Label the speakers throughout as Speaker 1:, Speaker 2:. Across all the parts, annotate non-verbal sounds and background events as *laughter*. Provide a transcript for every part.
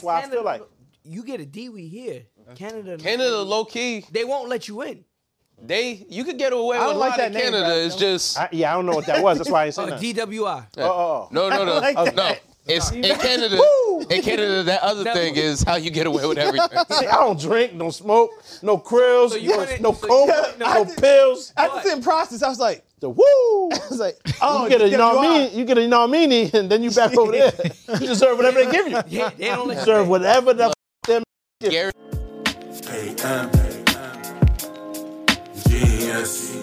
Speaker 1: why I feel like
Speaker 2: you get a DWI here. Canada,
Speaker 3: Canada, low key,
Speaker 2: they won't let you in.
Speaker 3: they you could get away
Speaker 1: I
Speaker 3: with
Speaker 1: don't
Speaker 3: a
Speaker 1: like
Speaker 3: lot
Speaker 1: that
Speaker 3: in
Speaker 1: name,
Speaker 3: Canada.
Speaker 1: Brad,
Speaker 3: it's
Speaker 1: no.
Speaker 3: just
Speaker 1: I, yeah, I don't know what that was. That's why I ain't
Speaker 2: Uh,
Speaker 1: saying nothing.
Speaker 2: DWI.
Speaker 4: uh,
Speaker 1: Oh, oh. *laughs*
Speaker 3: no, no, no,
Speaker 1: like
Speaker 3: no.
Speaker 1: that.
Speaker 3: It's in
Speaker 1: *laughs*
Speaker 3: Canada. in Canada, that other
Speaker 2: That
Speaker 3: thing
Speaker 2: one.
Speaker 3: is how you get away with everything.
Speaker 1: *laughs* See, I don't drink, don't smoke, no krills,
Speaker 2: you
Speaker 1: no,
Speaker 2: wanna-
Speaker 1: no
Speaker 2: so you
Speaker 1: coke,
Speaker 2: wanna-
Speaker 1: no, pills.
Speaker 4: I was in process. I was like, *laughs*
Speaker 1: the woo.
Speaker 4: I was like, oh,
Speaker 1: You get a you know what I
Speaker 4: DWI.
Speaker 1: mean? You get a you know what I mean, *laughs* and then you back over there. You deserve whatever they give you. You
Speaker 2: They, they don't let you
Speaker 1: deserve
Speaker 2: in.
Speaker 1: whatever the f- them.
Speaker 3: Gary,
Speaker 5: AM GS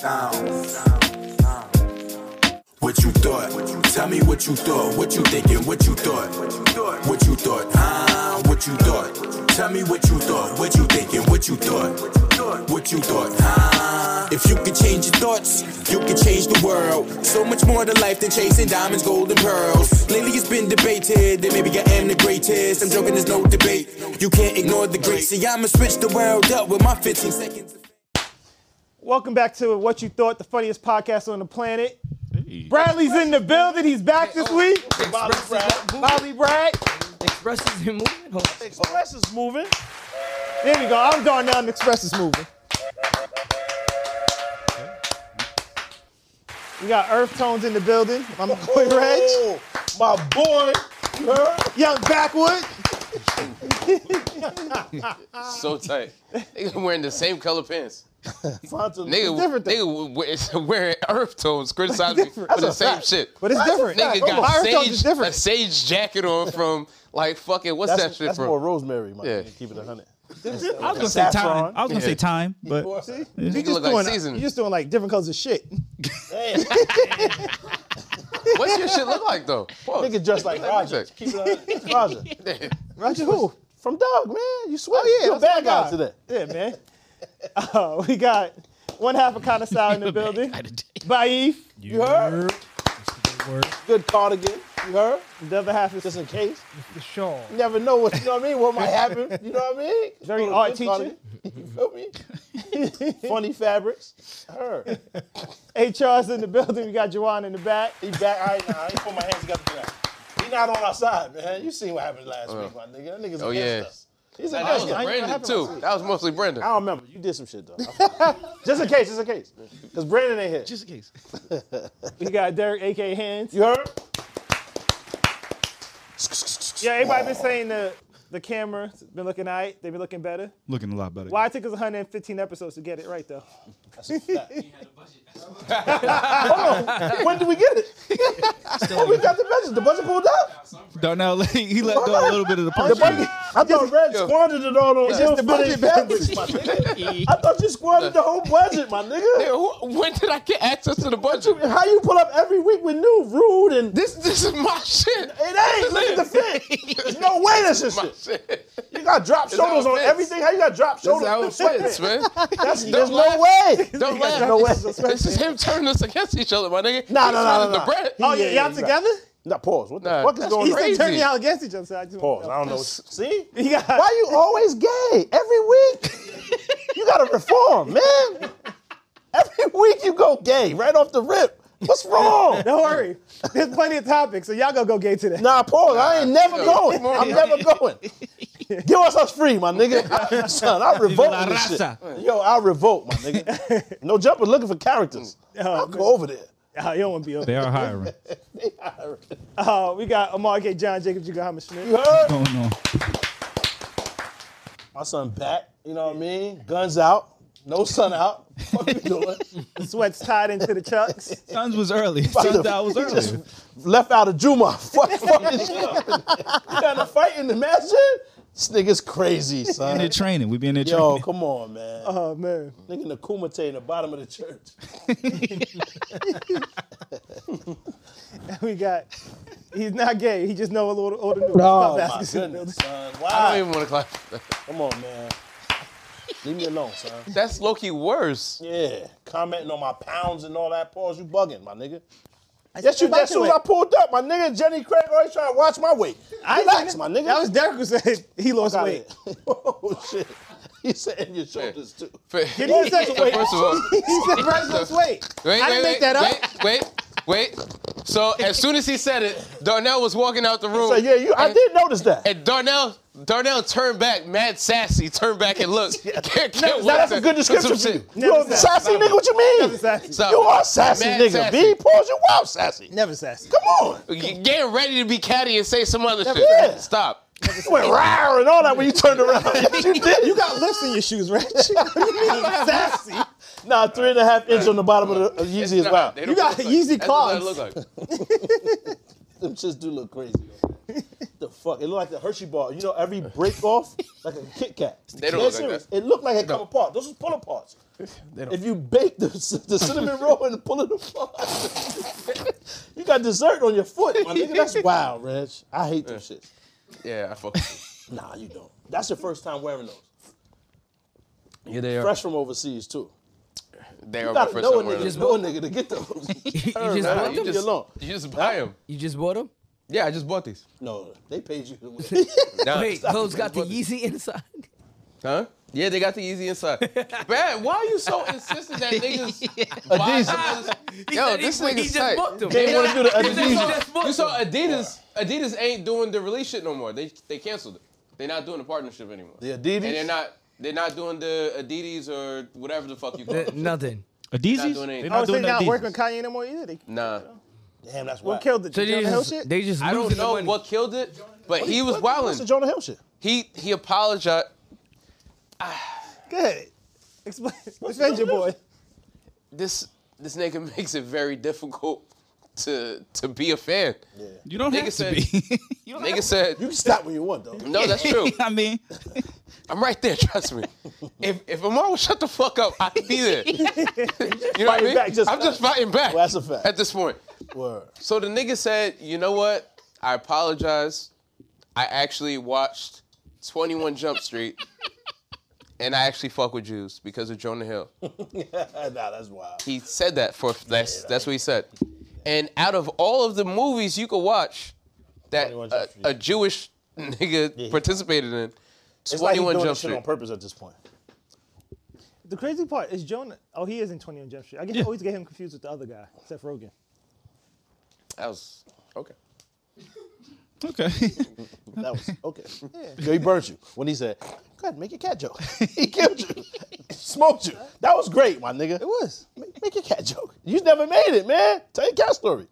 Speaker 5: Sound What you thought? Tell me what you thought. What you thinking? What you thought? What you thought? Ah, what you thought? Tell me what you thought. What you thinking? What you thought? What you thought? Ah. If you could change your thoughts, you could change the world. So much more to life than chasing diamonds, gold, and pearls. Lately it's been debated that maybe I am the greatest. I'm joking, there's no debate. You can't ignore the great. See, I'ma switch the world up with my 15 seconds. of-
Speaker 1: Welcome back to what you thought the funniest podcast on the planet. Bradley's in the building. He's back this week. Bobby Brad. Bobby Brad.
Speaker 2: Expresses in movement. Hold on.
Speaker 1: Express is moving. There we go. I'm Darnell and Express is moving. We got Earth Tones in the building. My boy Reg.
Speaker 4: My boy.
Speaker 1: Young Backwood.
Speaker 3: so tight. Nigga wearing the same color pants.
Speaker 1: Fonzo, it's
Speaker 3: Nigga,
Speaker 1: different though.
Speaker 3: nigga w- w- wearing earth tones, criticizing me for
Speaker 1: *laughs* That's
Speaker 3: the
Speaker 1: a
Speaker 3: same
Speaker 1: fact.
Speaker 3: shit.
Speaker 1: But it's different.
Speaker 3: Nigga
Speaker 1: Come on.
Speaker 3: got
Speaker 1: Earth Tones is
Speaker 3: sage, a sage jacket
Speaker 1: *laughs*
Speaker 3: on from like fucking what's
Speaker 1: That's,
Speaker 3: that shit
Speaker 1: that's
Speaker 3: from?
Speaker 1: more rosemary, my
Speaker 3: Yeah.
Speaker 1: nigga. Keep it a hundred.
Speaker 6: I was gonna say
Speaker 1: Saffron.
Speaker 6: time. I was gonna say time, but
Speaker 1: See, you just
Speaker 3: look like
Speaker 1: doing
Speaker 3: seasoning.
Speaker 1: you just doing like different colors
Speaker 4: *laughs*
Speaker 1: of shit.
Speaker 3: What's your shit look like though? Fuck.
Speaker 1: *laughs* Nigga dressed like Roger.
Speaker 3: check.
Speaker 1: Keep it a hundred. Roger.
Speaker 3: Yeah.
Speaker 1: Roger who? From Dog, man. You sweat.
Speaker 4: yeah,
Speaker 1: you a
Speaker 4: that's my
Speaker 1: bad guy
Speaker 4: guy.
Speaker 1: today. Yeah, man. Uh, we got one half of Connoisseur in the building. Baif.
Speaker 6: you
Speaker 1: heard?
Speaker 4: Good cardigan. You heard?
Speaker 1: The other half is just in case.
Speaker 6: Sure.
Speaker 4: You never know what, you know what I mean? What might happen. You know what I mean?
Speaker 1: Very
Speaker 4: Good
Speaker 1: art teacher.
Speaker 4: cardigan. You feel me? *laughs*
Speaker 1: Funny fabrics.
Speaker 4: Her.
Speaker 1: HR's in the building. We got Juwan in the back.
Speaker 4: He back. I ain't, nah, I ain't put my hands together for that. He not on our side, man. You seen what happened last week, my nigga. That nigga's
Speaker 3: Oh,
Speaker 4: against
Speaker 3: yeah.
Speaker 4: us. He's
Speaker 3: That was
Speaker 4: against us.
Speaker 3: Brandon too. That was mostly Brandon.
Speaker 4: I don't remember. You did some shit though. *laughs*
Speaker 1: Just in case, just in case.
Speaker 4: Cause Brandon ain't here.
Speaker 6: Just in case.
Speaker 1: We got Derek, a.k.a. Hands.
Speaker 4: you heard?
Speaker 1: Yeah, everybody been saying the, the camera been looking all right. They've been looking better.
Speaker 6: Looking a lot better.
Speaker 1: Why it took us 115 episodes to get it right, though.
Speaker 4: That's a fact.
Speaker 1: when did we
Speaker 3: *laughs*
Speaker 1: get
Speaker 4: *laughs*
Speaker 1: it?
Speaker 4: we got the budget. The budget pulled up.
Speaker 6: *laughs* Darnell, he let go a little bit of the punch.
Speaker 4: I thought Red squandered it all on
Speaker 1: just the budget
Speaker 4: beverage, my
Speaker 3: *laughs*
Speaker 4: nigga. I thought you squandered the whole budget, my nigga.
Speaker 3: Nigga, who- *laughs* when did I get access to the budget?
Speaker 4: How you pull up every week with new rude and
Speaker 3: This this is my
Speaker 4: it
Speaker 3: shit.
Speaker 4: ain't look at the fit. There's no way that's your
Speaker 3: My
Speaker 4: shit.
Speaker 3: shit.
Speaker 4: You got drop
Speaker 3: how
Speaker 4: shoulders
Speaker 3: it
Speaker 4: on
Speaker 3: fits.
Speaker 4: everything. How you got drop
Speaker 3: That's
Speaker 4: shoulders?
Speaker 3: how it fits, man.
Speaker 4: That's,
Speaker 3: Don't
Speaker 4: there's
Speaker 3: laugh.
Speaker 4: no way.
Speaker 3: Don't laugh.
Speaker 4: No way.
Speaker 3: This is him turning us against each other, my nigga.
Speaker 4: Nah, nah,
Speaker 3: He started
Speaker 4: nah,
Speaker 3: the
Speaker 4: nah.
Speaker 3: Brad-
Speaker 4: Yeah,
Speaker 1: Oh, yeah,
Speaker 4: you're
Speaker 1: y'all
Speaker 4: right.
Speaker 1: together?
Speaker 4: Now pause. What the
Speaker 3: Nah,
Speaker 4: fuck is
Speaker 3: that's
Speaker 4: going on?
Speaker 1: He said turning
Speaker 3: Crazy.
Speaker 1: y'all against each other. So I just
Speaker 4: Pause. I don't know. See?
Speaker 1: You got, *laughs*
Speaker 4: Why you always gay every week? You gotta reform, man. Every week you go gay right off the rip. What's wrong?
Speaker 1: Don't worry. There's plenty of topics, so y'all gonna go gay today.
Speaker 4: Nah, Paul, I ain't never
Speaker 3: yo,
Speaker 4: going.
Speaker 3: come on,
Speaker 4: I'm
Speaker 3: yo.
Speaker 4: never going. Give us us free, my nigga. Son, I revolt
Speaker 6: la
Speaker 4: with this shit.
Speaker 6: raza.
Speaker 4: Yo, I revolt, my nigga. No jumper looking for characters. I'll go over there.
Speaker 1: Oh, you don't want to be over.
Speaker 6: They are hiring.
Speaker 1: Uh, we got Amar K. John Jacobs, you got Hama Smith.
Speaker 6: Going on.
Speaker 4: My son back, you know what I mean? Guns out, no sun out. What you doing?
Speaker 1: The *laughs* sweat's tied into the chucks.
Speaker 6: Suns was early. Suns
Speaker 4: *laughs*
Speaker 6: out was early.
Speaker 4: Left out of Juma. *laughs* Fuck, fuck this shit. You trying to fight in the match? This nigga's crazy,
Speaker 6: In
Speaker 4: son.
Speaker 6: there training. We been there training.
Speaker 4: Yo, come on, man.
Speaker 1: Oh, man.
Speaker 4: Nigga in the kumite in the bottom of the church.
Speaker 1: We got, he's not gay. He just know a little older new.
Speaker 4: Oh,
Speaker 1: Stop
Speaker 4: my
Speaker 1: asking.
Speaker 4: goodness, son.
Speaker 3: I
Speaker 4: Wow.
Speaker 3: don't even want to clap.
Speaker 4: Come on, man. Leave me alone, son.
Speaker 3: That's Loki worse.
Speaker 4: Yeah. Commenting on my pounds and all that. Pause, you bugging, my nigga. Yes, you
Speaker 1: about
Speaker 4: did. As soon as
Speaker 1: your
Speaker 4: I pulled up, my nigga Jenny Craig always trying to watch my weight.
Speaker 1: I ain't
Speaker 4: Relax,
Speaker 1: saying
Speaker 4: my
Speaker 1: that.
Speaker 4: nigga.
Speaker 1: That was Derek who said he lost
Speaker 4: Got
Speaker 1: weight.
Speaker 4: it. *laughs* oh, shit. He said in your shoulders, too.
Speaker 3: Did
Speaker 4: *laughs*
Speaker 1: he say-
Speaker 3: First of all,
Speaker 1: He said Brad lost weight.
Speaker 3: *laughs* wait,
Speaker 1: I didn't
Speaker 3: wait,
Speaker 1: make that up.
Speaker 3: wait, wait, wait. So as soon as he said it, Darnell was walking out the room.
Speaker 4: So yeah, you. I
Speaker 3: and-
Speaker 4: did notice that.
Speaker 3: And Darnell, Darnell turned back, mad sassy, turned back
Speaker 4: *laughs*
Speaker 3: and looked. Can't- can't
Speaker 4: Now,
Speaker 3: wait
Speaker 4: that's
Speaker 3: to-
Speaker 4: a good
Speaker 3: to
Speaker 4: description
Speaker 3: some
Speaker 4: for you.
Speaker 3: shit.
Speaker 4: You
Speaker 1: Never
Speaker 4: a sassy nigga? What you
Speaker 1: Never
Speaker 4: mean?
Speaker 1: sassy.
Speaker 3: Stop.
Speaker 4: You are sassy
Speaker 3: Mad
Speaker 4: nigga.
Speaker 3: sassy.
Speaker 4: B, pause. You wow sassy.
Speaker 1: Never sassy.
Speaker 4: Come on.
Speaker 3: G- Getting ready to be catty and say some other shit.
Speaker 4: Yeah.
Speaker 3: Stop.
Speaker 4: You went rawr and all that when you turned around. *laughs* Yes, you did.
Speaker 1: You got lifts in your shoes, Rich. *laughs* what do you mean sassy?
Speaker 4: nah, three and a half inch on the bottom of the of Yeezy as well.
Speaker 3: They
Speaker 1: You
Speaker 3: don't
Speaker 1: got
Speaker 3: look
Speaker 1: Yeezy
Speaker 3: that's what that look
Speaker 1: clogs.
Speaker 3: like.
Speaker 4: Them shits do look crazy. yo. the fuck? It looked like the Hershey bar. You know, every *laughs* break off, like a Kit Kat.
Speaker 3: They
Speaker 4: Dead
Speaker 3: don't look like
Speaker 4: serious.
Speaker 3: that.
Speaker 4: It looked like it come apart. Those was pull
Speaker 3: *laughs*
Speaker 4: aparts. If you bake the, c- the cinnamon roll and pull it apart, *laughs* you got dessert on your foot. My nigga,
Speaker 3: *laughs*
Speaker 4: that's wild, Reg. I hate them shits.
Speaker 3: Yeah, I fuck. with
Speaker 4: Nah, you don't. That's your first time wearing those.
Speaker 3: you. Yeah, they
Speaker 4: Fresh from overseas too. *laughs*
Speaker 3: They
Speaker 4: You
Speaker 3: are my
Speaker 4: gotta
Speaker 3: first
Speaker 4: know a
Speaker 3: time
Speaker 4: nigga,
Speaker 3: wearing
Speaker 4: just
Speaker 3: them.
Speaker 4: know a nigga to get those.
Speaker 3: *laughs*
Speaker 4: *laughs*
Speaker 2: you,
Speaker 4: Turn
Speaker 2: just
Speaker 4: around,
Speaker 2: bought
Speaker 4: leave
Speaker 2: them?
Speaker 4: me alone.
Speaker 3: You just buy them.
Speaker 2: You just bought them?
Speaker 3: Yeah, I just bought these.
Speaker 4: No, they paid
Speaker 3: *laughs*
Speaker 4: you to wear.
Speaker 2: *laughs*
Speaker 3: Nah.
Speaker 2: Wait, those got the Yeezy inside?
Speaker 3: Huh? Yeah, they got the
Speaker 2: *laughs*
Speaker 3: easy inside. Man, why are you so insistent that niggas?
Speaker 4: *laughs*
Speaker 3: buy
Speaker 4: Adidas.
Speaker 3: Adidas? Yo,
Speaker 2: said he-
Speaker 3: this
Speaker 2: he
Speaker 3: nigga's
Speaker 2: just
Speaker 3: tight.
Speaker 2: booked them.
Speaker 4: They didn't wanna do the
Speaker 2: He said he
Speaker 4: Adidas.
Speaker 2: just booked them.
Speaker 3: You saw Adidas. Adidas ain't doing the release shit no more. They they canceled it. They're not doing the partnership anymore.
Speaker 4: The Adidas?
Speaker 3: And they're not they're not doing the Adidas or whatever the fuck you call
Speaker 2: Uh,
Speaker 3: it.
Speaker 2: Nothing.
Speaker 6: Adidas?
Speaker 3: doing anything.
Speaker 6: They're
Speaker 1: I
Speaker 6: not
Speaker 1: was they
Speaker 6: doing
Speaker 1: Oh, not
Speaker 6: Adidas.
Speaker 1: working with Kanye no more either. They
Speaker 3: Nah.
Speaker 4: Damn, that's
Speaker 1: what
Speaker 4: wild.
Speaker 1: killed it.
Speaker 2: So
Speaker 1: The
Speaker 2: they
Speaker 1: Jonah Hill
Speaker 2: just,
Speaker 1: shit.
Speaker 2: they just
Speaker 3: I don't
Speaker 2: losing the
Speaker 3: know
Speaker 2: money.
Speaker 3: what killed it, but he
Speaker 4: What's
Speaker 3: was
Speaker 4: the
Speaker 3: wilding.
Speaker 4: Jonah Hill shit?
Speaker 3: He he apologized.
Speaker 1: Good. *laughs* Explain. Defend your boy.
Speaker 3: This this nigga *laughs* makes it very difficult to to be a fan.
Speaker 6: You don't
Speaker 3: Nigga
Speaker 6: have to
Speaker 3: said-
Speaker 6: be.
Speaker 3: Nigga said
Speaker 4: You can stop when you want
Speaker 3: *laughs*
Speaker 4: though.
Speaker 3: No, *laughs* that's
Speaker 6: *laughs*
Speaker 3: true.
Speaker 6: I mean,
Speaker 3: I'm right there. Trust me. If if Amar would shut the fuck up, I'd be there. *laughs* you know what I mean?
Speaker 4: back, just-
Speaker 3: I'm just fighting back.
Speaker 4: Well, that's a fact.
Speaker 3: At this point,
Speaker 4: Word. *laughs*
Speaker 3: so the nigga said, "You know what? I apologize. I actually watched 21 Jump Street, and I actually fuck with Jews because of Jonah Hill."
Speaker 4: nah, that's wild.
Speaker 3: He said that for that's that's what he said. And out of all of the movies you could watch that
Speaker 4: 21 Jump
Speaker 3: a,
Speaker 4: Street.
Speaker 3: a Jewish nigga participated in,
Speaker 4: It's like
Speaker 3: 21
Speaker 4: he's doing
Speaker 3: Jump
Speaker 4: this shit
Speaker 3: Street.
Speaker 4: on purpose at this point.
Speaker 1: The crazy part is Jonah. Oh, he is in 20 on Jump Street. I get, always get him confused with the other guy, Seth Rogen.
Speaker 3: That was okay.
Speaker 6: okay.
Speaker 4: That was okay. Yo, he burnt you when he said, "Go ahead, make your cat joke." he killed you, smoked you. That was great, my nigga. It was. Make, make your cat joke. You never made it, man. Tell your cat story.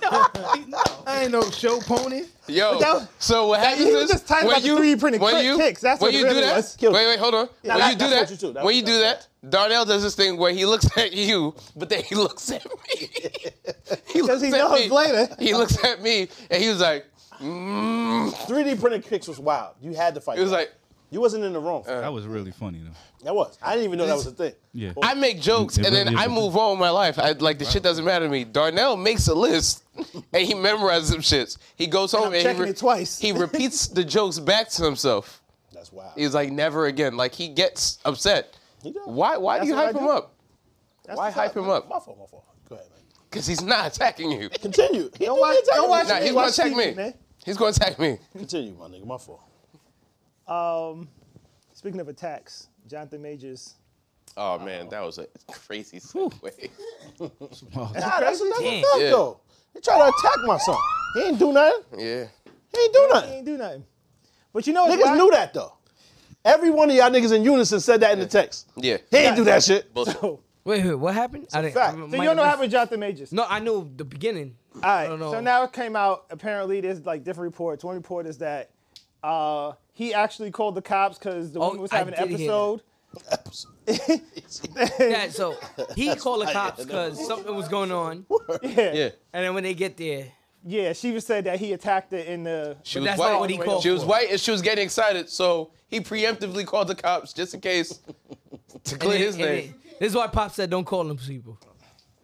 Speaker 1: I ain't no show pony.
Speaker 3: Yo,
Speaker 1: that-
Speaker 3: so what happens
Speaker 1: he was
Speaker 3: is
Speaker 1: just talking
Speaker 3: when
Speaker 1: about the
Speaker 3: you,
Speaker 1: three printed
Speaker 3: when
Speaker 1: cri-
Speaker 3: you,
Speaker 1: kicks, that's
Speaker 3: when
Speaker 1: what it
Speaker 3: you do
Speaker 1: really
Speaker 3: that,
Speaker 1: was.
Speaker 4: Killed
Speaker 3: wait,
Speaker 4: it.
Speaker 3: wait, hold on.
Speaker 4: Yeah,
Speaker 3: when
Speaker 4: that-
Speaker 3: you do
Speaker 4: that's
Speaker 3: that,
Speaker 4: what you do. That
Speaker 3: when
Speaker 4: was-
Speaker 3: you do
Speaker 4: that's
Speaker 3: that, Darnell does this thing where he looks at you, but then he looks at
Speaker 1: *laughs*
Speaker 3: me. he
Speaker 1: Because he
Speaker 3: looks at
Speaker 1: knows
Speaker 3: me.
Speaker 1: later.
Speaker 3: He looks at me and he was like, mm.
Speaker 4: 3D printed kicks was wild. You had to fight.
Speaker 3: it was
Speaker 4: that.
Speaker 3: like, Uh,
Speaker 4: you wasn't in the wrong.
Speaker 6: That was really funny though.
Speaker 4: that was. I didn't even know that was a thing.
Speaker 6: Yeah.
Speaker 3: I make jokes
Speaker 6: It
Speaker 3: and then
Speaker 6: really
Speaker 3: I
Speaker 6: is.
Speaker 3: move on with my life. I like the shit doesn't matter to me. Darnell makes a list *laughs* and he memorizes them shits. He goes home
Speaker 1: I'm
Speaker 3: and, he
Speaker 1: checking it twice.
Speaker 3: he
Speaker 1: *laughs*
Speaker 3: repeats the jokes back to himself.
Speaker 4: That's wild.
Speaker 3: He's like, never again. Like he gets upset.
Speaker 4: does.
Speaker 3: Why? Why
Speaker 1: That's
Speaker 3: do you
Speaker 1: what I
Speaker 3: hype him
Speaker 1: do.
Speaker 3: up? why
Speaker 1: what's up.
Speaker 3: hype him up?
Speaker 4: my fault. My fault. Go ahead, man.
Speaker 3: Because he's not attacking you.
Speaker 4: Continue.
Speaker 1: Don't watch. Don't watch.
Speaker 3: Nah,
Speaker 1: me,
Speaker 3: he's gonna
Speaker 1: watch
Speaker 3: check
Speaker 1: TV,
Speaker 3: me.
Speaker 1: man.
Speaker 3: He's going to attack me.
Speaker 4: Continue, my nigga. My fault.
Speaker 1: Speaking of attacks, Jonathan Majors.
Speaker 3: Oh man, that was a crazy segue. *laughs*
Speaker 4: Nah, that's another
Speaker 2: Damn.
Speaker 4: thing though. He tried to attack my son. He ain't do nothing.
Speaker 3: yeah.
Speaker 4: He ain't do
Speaker 1: He
Speaker 4: nothing.
Speaker 1: ain't do nothing. But you know what's
Speaker 4: Niggas
Speaker 1: wild?
Speaker 4: knew that though. Every one of y'all niggas in unison said that in the text.
Speaker 3: Yeah.
Speaker 4: He ain't do that shit.
Speaker 3: Bullshit.
Speaker 2: Wait, wait, what happened? I didn't.
Speaker 4: fact.
Speaker 2: I
Speaker 4: So
Speaker 1: So
Speaker 2: might
Speaker 1: you don't know
Speaker 2: have
Speaker 1: what happened with Jonathan Majors.
Speaker 2: missed- No, I knew the beginning.
Speaker 1: All right.
Speaker 2: don't know.
Speaker 1: So now it came out. Apparently, there's like different reports. One report is that uh, he actually called the cops because the
Speaker 2: Oh,
Speaker 1: woman was
Speaker 2: I
Speaker 1: having an
Speaker 2: did hear that.
Speaker 1: episode.
Speaker 2: Yeah, so he called the cops because something was going on,
Speaker 3: Yeah.
Speaker 2: and then when they get there,
Speaker 1: Yeah, she was said that he attacked her in the.
Speaker 2: But
Speaker 3: She was
Speaker 2: that's
Speaker 3: white.
Speaker 2: not what he called
Speaker 3: she was
Speaker 2: for.
Speaker 3: white and she was getting excited, so he preemptively called the cops just in case *laughs* to
Speaker 2: and
Speaker 3: clear
Speaker 2: then-
Speaker 3: his
Speaker 2: and
Speaker 3: name.
Speaker 2: then- this is why Pop said, "Don't call them people."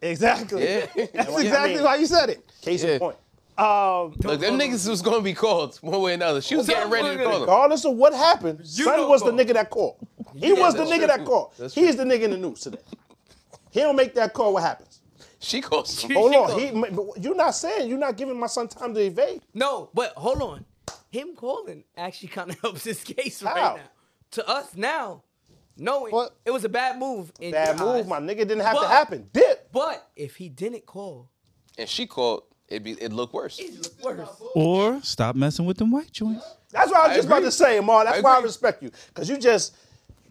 Speaker 1: Exactly.
Speaker 3: *laughs*
Speaker 1: *laughs*
Speaker 3: Yeah.
Speaker 1: That's exactly why you said it.
Speaker 4: Case
Speaker 3: Yeah.
Speaker 4: in point.
Speaker 1: Um,
Speaker 3: Look, them niggas was gonna be called one way or another. She was
Speaker 2: Okay,
Speaker 3: getting ready
Speaker 2: we're
Speaker 3: to
Speaker 2: gonna
Speaker 3: call them.
Speaker 4: Regardless of what happened,
Speaker 2: know
Speaker 4: son was the
Speaker 2: call.
Speaker 4: nigga that called. He was the
Speaker 3: that's
Speaker 4: nigga
Speaker 3: true.
Speaker 4: that called.
Speaker 3: That's
Speaker 4: He is the nigga in the news today. He don't make that call. What happens?
Speaker 3: She calls them.
Speaker 4: Hold
Speaker 2: *laughs*
Speaker 4: on. He, but you're not saying you're not giving my son time to evade.
Speaker 2: No, but hold on. Him calling actually kind of *laughs* helps his case
Speaker 4: How?
Speaker 2: right now. To us now, knowing
Speaker 4: What?
Speaker 2: it was a bad move. In
Speaker 4: Bad
Speaker 2: your
Speaker 4: move,
Speaker 2: eyes.
Speaker 4: my nigga. Didn't have to
Speaker 2: But-
Speaker 4: happen. Dip.
Speaker 2: But if he didn't call,
Speaker 3: and she called, it be it looked worse.
Speaker 2: it looked worse.
Speaker 6: Or stop messing with them white joints.
Speaker 4: That's what I was just about
Speaker 3: agree.
Speaker 4: to say, Amar. That's
Speaker 3: I
Speaker 4: why I
Speaker 3: agree.
Speaker 4: respect you, because you just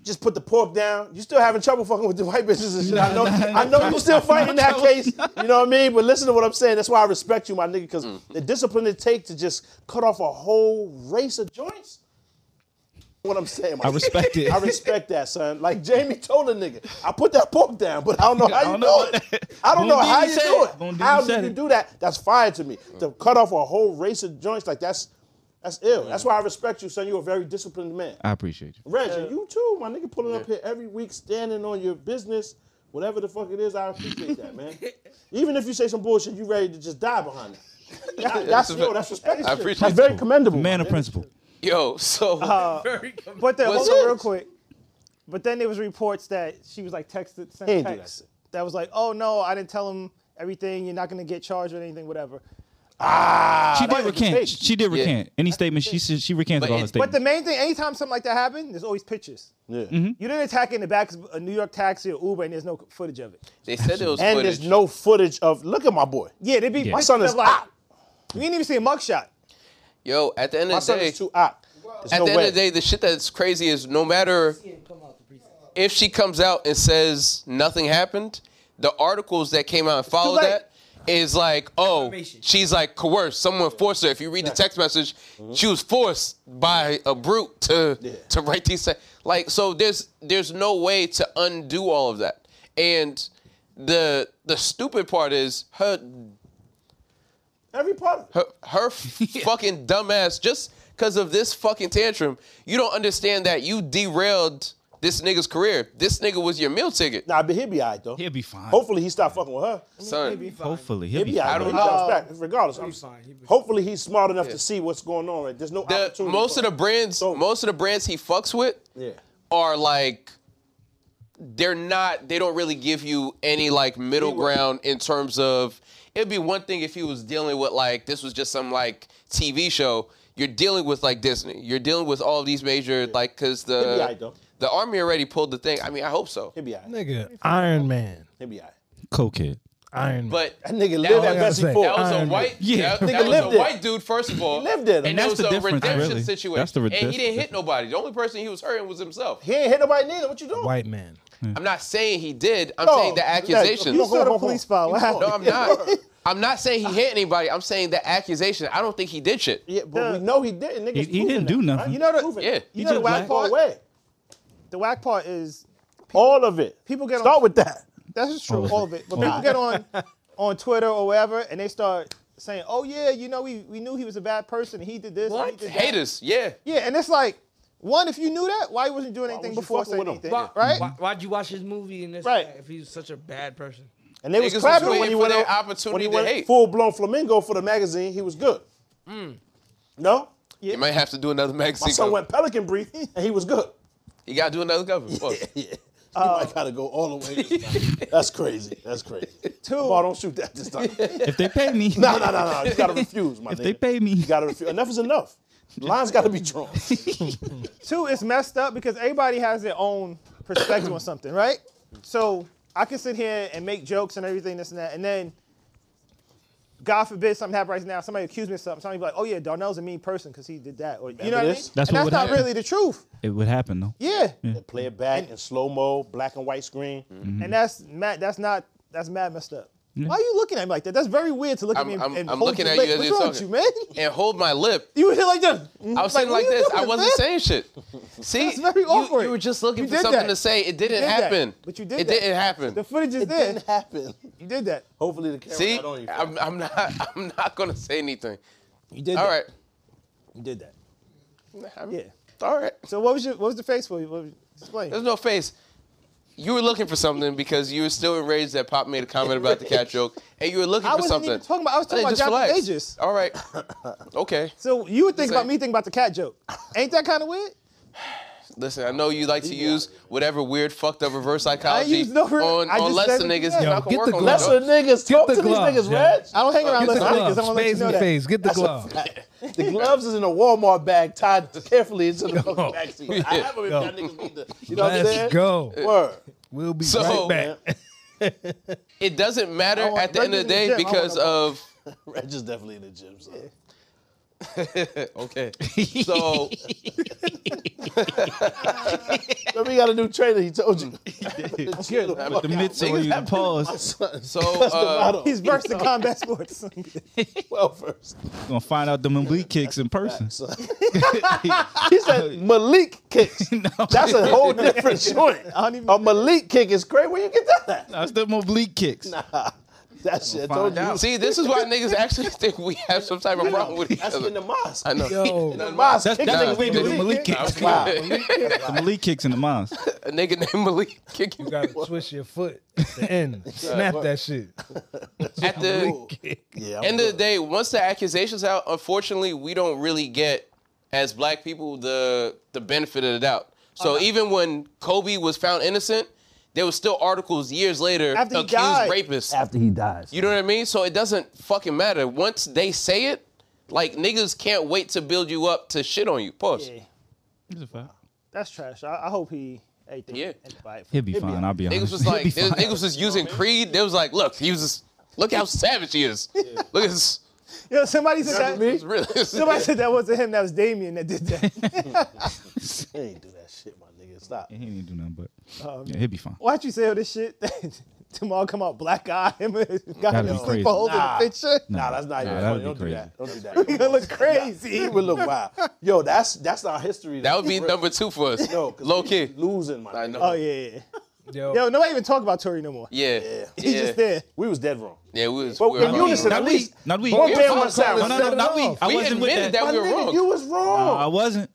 Speaker 4: just put the pork down. You still having trouble fucking with the white bitches and shit. I know, I know you still fighting
Speaker 6: *laughs*
Speaker 4: that case. You know what I mean? But listen to what I'm saying. That's why I respect you, my nigga, because
Speaker 3: Mm.
Speaker 4: the discipline it takes to just cut off a whole race of joints. What I'm saying, my
Speaker 6: *laughs* I
Speaker 4: nigga.
Speaker 6: respect it.
Speaker 4: I respect that, son. Like Jamie told a nigga, I put that pork down, but I don't know
Speaker 6: *laughs* I
Speaker 4: how you
Speaker 6: don't
Speaker 4: do
Speaker 6: know
Speaker 4: it.
Speaker 6: what-
Speaker 4: I don't
Speaker 6: Boom
Speaker 4: know
Speaker 6: did
Speaker 4: how
Speaker 6: he
Speaker 4: you
Speaker 6: said
Speaker 4: do
Speaker 6: it.
Speaker 4: it.
Speaker 6: Boom did
Speaker 4: How
Speaker 6: he said
Speaker 4: did you
Speaker 6: it. Mm.
Speaker 4: do that? That's fire to me. To cut off a whole race of joints, like that's that's ill. That's why I respect you, son. You're a very disciplined man.
Speaker 6: I appreciate you.
Speaker 4: Reg, and you too, my nigga, pulling up here every week, standing on your business, whatever the fuck it is. I appreciate that, man. Even if you say some bullshit, you ready to just die behind it. That- that's
Speaker 3: that's a
Speaker 4: yo,
Speaker 3: fact.
Speaker 4: that's respectable.
Speaker 3: I appreciate
Speaker 4: That's
Speaker 3: it.
Speaker 4: very commendable.
Speaker 6: Man
Speaker 4: my
Speaker 6: of
Speaker 4: nigga.
Speaker 6: principle.
Speaker 3: Yo, so
Speaker 2: Very com-
Speaker 1: But then
Speaker 3: What's
Speaker 1: hold on
Speaker 3: it?
Speaker 1: real quick. But then there was reports that she was like texted sent
Speaker 4: Can't do
Speaker 1: texts that was like, oh no, I didn't tell him everything. You're not gonna get charged with anything, whatever.
Speaker 6: she
Speaker 4: that
Speaker 6: did
Speaker 4: was a
Speaker 6: recant.
Speaker 4: mistake.
Speaker 6: She did recant. Any statement she said she recanted
Speaker 3: But
Speaker 6: all
Speaker 3: it-
Speaker 6: her
Speaker 1: But
Speaker 6: statements.
Speaker 1: the main thing, anytime something like that happened, there's always pictures.
Speaker 4: Yeah.
Speaker 6: Mm-hmm.
Speaker 1: You didn't attack in the back of a New York taxi or Uber, and there's no footage of it.
Speaker 3: *laughs* they said it was
Speaker 4: And
Speaker 3: footage.
Speaker 4: there's no footage of. Look at my boy.
Speaker 1: Yeah, they be
Speaker 6: Yeah.
Speaker 1: yeah.
Speaker 6: My
Speaker 4: son is
Speaker 1: like,
Speaker 4: hot.
Speaker 1: we didn't even see a mugshot.
Speaker 3: Yo, at the end
Speaker 4: My
Speaker 3: of the
Speaker 4: son
Speaker 3: day,
Speaker 4: is too hot. There's
Speaker 3: at
Speaker 4: no
Speaker 3: the
Speaker 4: way.
Speaker 3: end of the day, the shit that's crazy is no matter if she comes out and says nothing happened, the articles that came out and followed
Speaker 1: late.
Speaker 3: that is like, oh,
Speaker 2: Information.
Speaker 3: she's like coerced. Someone forced her. If you read the text message, she was forced by a brute to to write these. se- Like, so there's there's no way to undo all of that. And the the stupid part is her
Speaker 4: Every part. of it.
Speaker 3: her, her *laughs* fucking dumbass just because of this fucking tantrum. You don't understand that you derailed this nigga's career. This nigga was your meal ticket,
Speaker 4: Nah, but he'll be alright though.
Speaker 6: He'll be fine.
Speaker 4: Hopefully he stopped fucking with her.
Speaker 3: son.
Speaker 6: Hopefully, he'll be
Speaker 4: Yeah, I
Speaker 6: fine.
Speaker 4: don't
Speaker 3: know.
Speaker 4: Regardless, I'm,
Speaker 2: fine. He'll be
Speaker 4: hopefully he's smart enough to see what's going on. Right? There's no
Speaker 3: The,
Speaker 4: opportunity.
Speaker 3: most of
Speaker 4: for-
Speaker 3: the brands,
Speaker 4: So-
Speaker 3: most of the brands he fucks with,
Speaker 4: yeah,
Speaker 3: are like they're not. They don't really give you any like middle ground in terms of. It'd be one thing if he was dealing with like this was just some like TV show. You're dealing with like Disney. You're dealing with all these major like because
Speaker 4: He'll be
Speaker 3: the
Speaker 4: alright, though.
Speaker 3: the army already pulled the thing. I mean, I hope so.
Speaker 4: he'll be alright.
Speaker 7: Nigga, Iron Man.
Speaker 4: He'll be alright.
Speaker 6: Cokehead.
Speaker 7: Iron Man.
Speaker 3: But
Speaker 4: That nigga lived
Speaker 3: was-
Speaker 4: at Bessie
Speaker 7: That
Speaker 4: Ford.
Speaker 3: That was
Speaker 7: Iron
Speaker 3: a
Speaker 7: Man.
Speaker 3: white,
Speaker 6: Yeah.
Speaker 3: that, that
Speaker 4: Nigga
Speaker 3: was
Speaker 4: lived
Speaker 3: a
Speaker 4: it.
Speaker 3: white dude first of all.
Speaker 4: He lived it.
Speaker 3: and
Speaker 4: And
Speaker 3: that
Speaker 6: that's
Speaker 3: was
Speaker 6: the
Speaker 3: a
Speaker 6: difference,
Speaker 3: redemption
Speaker 6: really.
Speaker 3: situation.
Speaker 6: That's the
Speaker 3: And
Speaker 6: redemption.
Speaker 3: he didn't hit nobody. The only person he was hurting was himself.
Speaker 4: He ain't hit nobody neither. What you doing?
Speaker 7: White man.
Speaker 3: I'm not saying he did. I'm
Speaker 4: No,
Speaker 3: saying the
Speaker 4: no,
Speaker 3: accusations.
Speaker 4: you
Speaker 1: You
Speaker 4: Hold on,
Speaker 1: saw
Speaker 4: hold
Speaker 1: the
Speaker 4: on,
Speaker 1: police
Speaker 4: hold
Speaker 1: file.
Speaker 4: on.
Speaker 1: What happened?
Speaker 3: no, I'm
Speaker 1: *laughs*
Speaker 3: not. I'm not saying he hit anybody. I'm saying the accusation. I don't think he did shit.
Speaker 4: Yeah, but we know he didn't. Niggas
Speaker 6: He- he didn't do
Speaker 4: You
Speaker 6: nothing. You
Speaker 4: know
Speaker 6: know
Speaker 4: the
Speaker 3: Yeah.
Speaker 4: You
Speaker 3: He
Speaker 4: know the
Speaker 6: just
Speaker 4: wild
Speaker 6: black.
Speaker 4: part way.
Speaker 1: The whack part is
Speaker 4: All of it.
Speaker 1: People get on-
Speaker 4: start with that.
Speaker 1: That's just true,
Speaker 6: All of
Speaker 1: all
Speaker 6: it.
Speaker 1: of it. But
Speaker 6: All
Speaker 1: people
Speaker 6: of it.
Speaker 1: get
Speaker 4: *laughs*
Speaker 1: on on Twitter or wherever and they start saying, "Oh yeah, you know, we, we knew he was a bad person. He did this.
Speaker 2: What?
Speaker 1: He did that.
Speaker 3: Haters. Yeah.
Speaker 1: Yeah, and it's like, one, if you knew that, why wasn't you doing anything
Speaker 4: was you
Speaker 1: before
Speaker 4: fucking
Speaker 1: saying
Speaker 4: with him?
Speaker 1: anything,
Speaker 2: Why,
Speaker 1: right?
Speaker 2: Why, why'd you watch his movie in this?
Speaker 1: Right.
Speaker 2: If he was such a bad person.
Speaker 4: *laughs* And they was
Speaker 3: Niggas was
Speaker 4: clapping when
Speaker 3: waiting
Speaker 4: he
Speaker 3: for
Speaker 4: went
Speaker 3: their
Speaker 4: out-
Speaker 3: opportunity
Speaker 4: when he
Speaker 3: to
Speaker 4: went
Speaker 3: hate. Mm.
Speaker 4: full blown flamingo for the magazine. He was good. No,
Speaker 3: You might have to do another
Speaker 4: my
Speaker 3: magazine.
Speaker 4: son
Speaker 3: cover.
Speaker 4: went pelican brief *laughs* and he was good.
Speaker 3: You gotta do another cover.
Speaker 1: *laughs*
Speaker 3: Fuck.
Speaker 4: *laughs* you might gotta go all the way. this time. That's crazy. That's crazy. Two. don't shoot that this time.
Speaker 6: If they pay me,
Speaker 4: no, no, no, no. You gotta refuse, my nigga.
Speaker 6: if they pay me,
Speaker 4: You gotta refuse. Enough is enough. Lines gotta be drawn.
Speaker 1: Two, it's messed up because everybody has
Speaker 3: *coughs*
Speaker 1: their own perspective on something, right? So I can sit here and make jokes and everything, this and that, and then, God forbid, something happens right now. Somebody accused me of something. Somebody be like, "Oh yeah, Darnell's a mean person because he did that," or you know what I mean?
Speaker 4: this?
Speaker 6: That's
Speaker 1: and that's
Speaker 6: what would
Speaker 1: not
Speaker 6: happen.
Speaker 1: really the truth.
Speaker 6: it would happen though.
Speaker 1: Yeah.
Speaker 3: Mm-hmm.
Speaker 4: Play it back in slow mo, black and white screen.
Speaker 1: and that's mad. That's not. That's mad messed up. Why are you looking at me like that? That's very weird to look at
Speaker 3: I'm-
Speaker 1: me.
Speaker 3: I'm-
Speaker 1: and
Speaker 3: I'm
Speaker 1: hold
Speaker 3: looking
Speaker 1: your
Speaker 3: at
Speaker 1: leg.
Speaker 3: you as
Speaker 1: What's
Speaker 3: you're
Speaker 1: wrong with
Speaker 3: talking.
Speaker 1: you, man? *laughs*
Speaker 3: And hold my lip.
Speaker 1: You were here like this.
Speaker 3: I was sitting
Speaker 1: what
Speaker 3: like
Speaker 1: are you
Speaker 3: this. I
Speaker 1: doing,
Speaker 3: wasn't
Speaker 1: man?
Speaker 3: saying shit. See,
Speaker 1: *laughs* That's very
Speaker 3: you-
Speaker 1: awkward.
Speaker 3: You, were just looking
Speaker 1: You
Speaker 3: for
Speaker 1: did
Speaker 3: something
Speaker 1: that.
Speaker 3: to say. It didn't
Speaker 1: did that.
Speaker 3: happen.
Speaker 1: But you did
Speaker 3: It
Speaker 1: that.
Speaker 3: didn't happen.
Speaker 1: The footage is
Speaker 4: It
Speaker 1: there.
Speaker 4: didn't happen.
Speaker 1: You did that.
Speaker 4: Hopefully the camera
Speaker 3: See,
Speaker 4: not on you. fam.
Speaker 3: I'm, I'm not. *laughs* I'm not gonna say anything.
Speaker 4: you did
Speaker 3: All
Speaker 4: that.
Speaker 3: right.
Speaker 4: You did that.
Speaker 1: Yeah.
Speaker 3: All right.
Speaker 1: So what was your what was the face for? What was, explain.
Speaker 3: There's no face. You were looking for something because you were still enraged that Pop made a comment about the
Speaker 1: *laughs*
Speaker 3: cat joke, and you were looking
Speaker 1: I
Speaker 3: for
Speaker 1: wasn't
Speaker 3: something.
Speaker 1: even talking about. I was talking
Speaker 3: Hey,
Speaker 1: about
Speaker 3: just
Speaker 1: Jonathan
Speaker 3: relax.
Speaker 1: Aegis.
Speaker 3: All right.
Speaker 1: *laughs*
Speaker 3: Okay.
Speaker 1: So you would think
Speaker 3: Just
Speaker 1: about
Speaker 3: saying.
Speaker 1: me thinking about the cat joke. Ain't that kind of weird?
Speaker 3: Listen, I know you like to use whatever weird fucked up reverse psychology
Speaker 1: use no re-
Speaker 3: on,
Speaker 1: I
Speaker 3: on
Speaker 1: just
Speaker 3: lesser
Speaker 1: said-
Speaker 3: niggas.
Speaker 1: yeah.
Speaker 3: Yo,
Speaker 7: Yo,
Speaker 3: not gonna
Speaker 7: get
Speaker 3: work
Speaker 7: the
Speaker 3: on
Speaker 7: gloves.
Speaker 4: Lesser
Speaker 3: that.
Speaker 4: niggas,
Speaker 7: Get
Speaker 4: talk
Speaker 7: the
Speaker 4: to these
Speaker 7: glove,
Speaker 4: niggas,
Speaker 7: yeah.
Speaker 4: Reg.
Speaker 1: I don't hang around
Speaker 3: Get
Speaker 1: less
Speaker 3: the
Speaker 1: niggas. I'm
Speaker 7: Glove,
Speaker 1: gonna let you
Speaker 7: spades
Speaker 1: know
Speaker 7: in the
Speaker 1: that.
Speaker 7: face. Get the glove.
Speaker 4: The gloves is in a Walmart bag tied carefully into the fucking
Speaker 7: Yo.
Speaker 4: backseat. I have them if
Speaker 7: Yo.
Speaker 4: y'all niggas need to. You know what I'm
Speaker 7: Let's
Speaker 4: saying?
Speaker 7: go.
Speaker 4: Word.
Speaker 7: We'll be
Speaker 3: So-
Speaker 7: right back.
Speaker 3: it doesn't matter
Speaker 1: Oh,
Speaker 4: I want-
Speaker 3: at the end of the
Speaker 4: Reggie's in
Speaker 3: day
Speaker 4: the gym, I
Speaker 3: because of
Speaker 4: Reg is definitely in the gym. So. *laughs*
Speaker 3: okay. *laughs* So
Speaker 4: Remember, you got a new trainer. He told you. *laughs*
Speaker 6: The midsole, you the pause.
Speaker 4: Son's
Speaker 3: so uh,
Speaker 4: motto.
Speaker 1: He's
Speaker 3: *laughs*
Speaker 1: versed in combat sports.
Speaker 4: *laughs* well Oh, first.
Speaker 6: Gonna find out the Malik kicks in person.
Speaker 4: He said Malik kicks. That's a whole different joint.
Speaker 1: I don't even-
Speaker 4: A Malik kick is great. Where you get that at?
Speaker 6: *laughs* That's the Malik kicks.
Speaker 4: That shit. I told you.
Speaker 3: see, this is
Speaker 4: *laughs*
Speaker 3: why niggas actually think we have some type of problem with each
Speaker 4: That's in
Speaker 3: other.
Speaker 4: the mosque.
Speaker 3: I know. *laughs*
Speaker 7: Yo.
Speaker 3: In the
Speaker 4: Mosque.
Speaker 3: mosque.
Speaker 6: That's,
Speaker 4: Kick
Speaker 6: that's
Speaker 4: niggas
Speaker 6: what we
Speaker 4: with
Speaker 6: do.
Speaker 4: the
Speaker 6: The Malik
Speaker 4: Malik
Speaker 6: kicks.
Speaker 4: Wow.
Speaker 6: The Malik kicks in the mosque.
Speaker 3: *laughs*
Speaker 6: *laughs*
Speaker 3: A nigga named Malik
Speaker 7: You
Speaker 3: kicking
Speaker 7: gotta twist your foot at the end. Snap that shit.
Speaker 3: at the
Speaker 4: Yeah. I'm
Speaker 3: end of the day, once the accusation's out, unfortunately, we don't really get as black people the the benefit of the doubt. So even when Kobe was found innocent, there was still articles years later
Speaker 1: After he
Speaker 3: accused
Speaker 1: died.
Speaker 3: rapists.
Speaker 8: after he dies.
Speaker 3: You know what I mean? So it doesn't fucking matter. Once they say it, like niggas can't wait to build you up to shit on you. Pause.
Speaker 1: That's trash. I, I hope he ate the
Speaker 3: Yeah.
Speaker 1: ate the bite.
Speaker 6: He'll be fine. I'll be
Speaker 3: Niggas
Speaker 1: *laughs*
Speaker 6: honest.
Speaker 3: was
Speaker 6: He'll
Speaker 3: like,
Speaker 6: be
Speaker 3: they-
Speaker 6: fine.
Speaker 3: niggas was using Creed. They was like, look, he was just, look how savage he is. *laughs* Look at this.
Speaker 1: Yo, somebody said that.
Speaker 3: It's real.
Speaker 1: Somebody said that wasn't him. That was Damien that did that. *laughs*
Speaker 4: good. They ain't do that shit, my nigga. Stop.
Speaker 6: *laughs* He ain't do nothing, but yeah, he'll be fine.
Speaker 1: Why'd you say all this shit? *laughs* Tomorrow come out black eye. Him and *laughs* got
Speaker 6: That'd
Speaker 1: him
Speaker 6: be crazy.
Speaker 1: sleep holding
Speaker 4: Nah.
Speaker 1: the picture.
Speaker 4: Nah, that's not even
Speaker 6: that'd
Speaker 4: funny.
Speaker 6: be
Speaker 4: Don't do
Speaker 6: crazy.
Speaker 4: that. Don't do that.
Speaker 1: *laughs* He gonna look crazy.
Speaker 4: It would look wild. Yo, that's that's our history.
Speaker 3: *laughs* That would be number two for us.
Speaker 4: No, 'cause
Speaker 3: Low
Speaker 4: we
Speaker 3: key.
Speaker 4: Losing my.
Speaker 3: I
Speaker 4: nigga.
Speaker 3: know.
Speaker 1: Oh yeah, yeah.
Speaker 7: Yo,
Speaker 1: Yo, nobody even talk about Tory no more.
Speaker 3: Yeah.
Speaker 1: He's
Speaker 3: yeah.
Speaker 1: just there.
Speaker 4: We was dead wrong.
Speaker 3: Yeah, we was.
Speaker 4: But
Speaker 3: we were
Speaker 4: in
Speaker 3: wrong.
Speaker 4: unison,
Speaker 6: Not
Speaker 4: at
Speaker 6: we.
Speaker 4: least.
Speaker 6: Not we.
Speaker 4: One
Speaker 3: we
Speaker 4: man,
Speaker 3: were
Speaker 4: one
Speaker 3: wrong.
Speaker 4: side.
Speaker 6: No, no, not we. I
Speaker 3: We
Speaker 6: wasn't with
Speaker 3: admitted
Speaker 6: that.
Speaker 3: that,
Speaker 4: My
Speaker 3: we were
Speaker 4: nigga,
Speaker 3: wrong.
Speaker 4: you was wrong.
Speaker 6: I wasn't.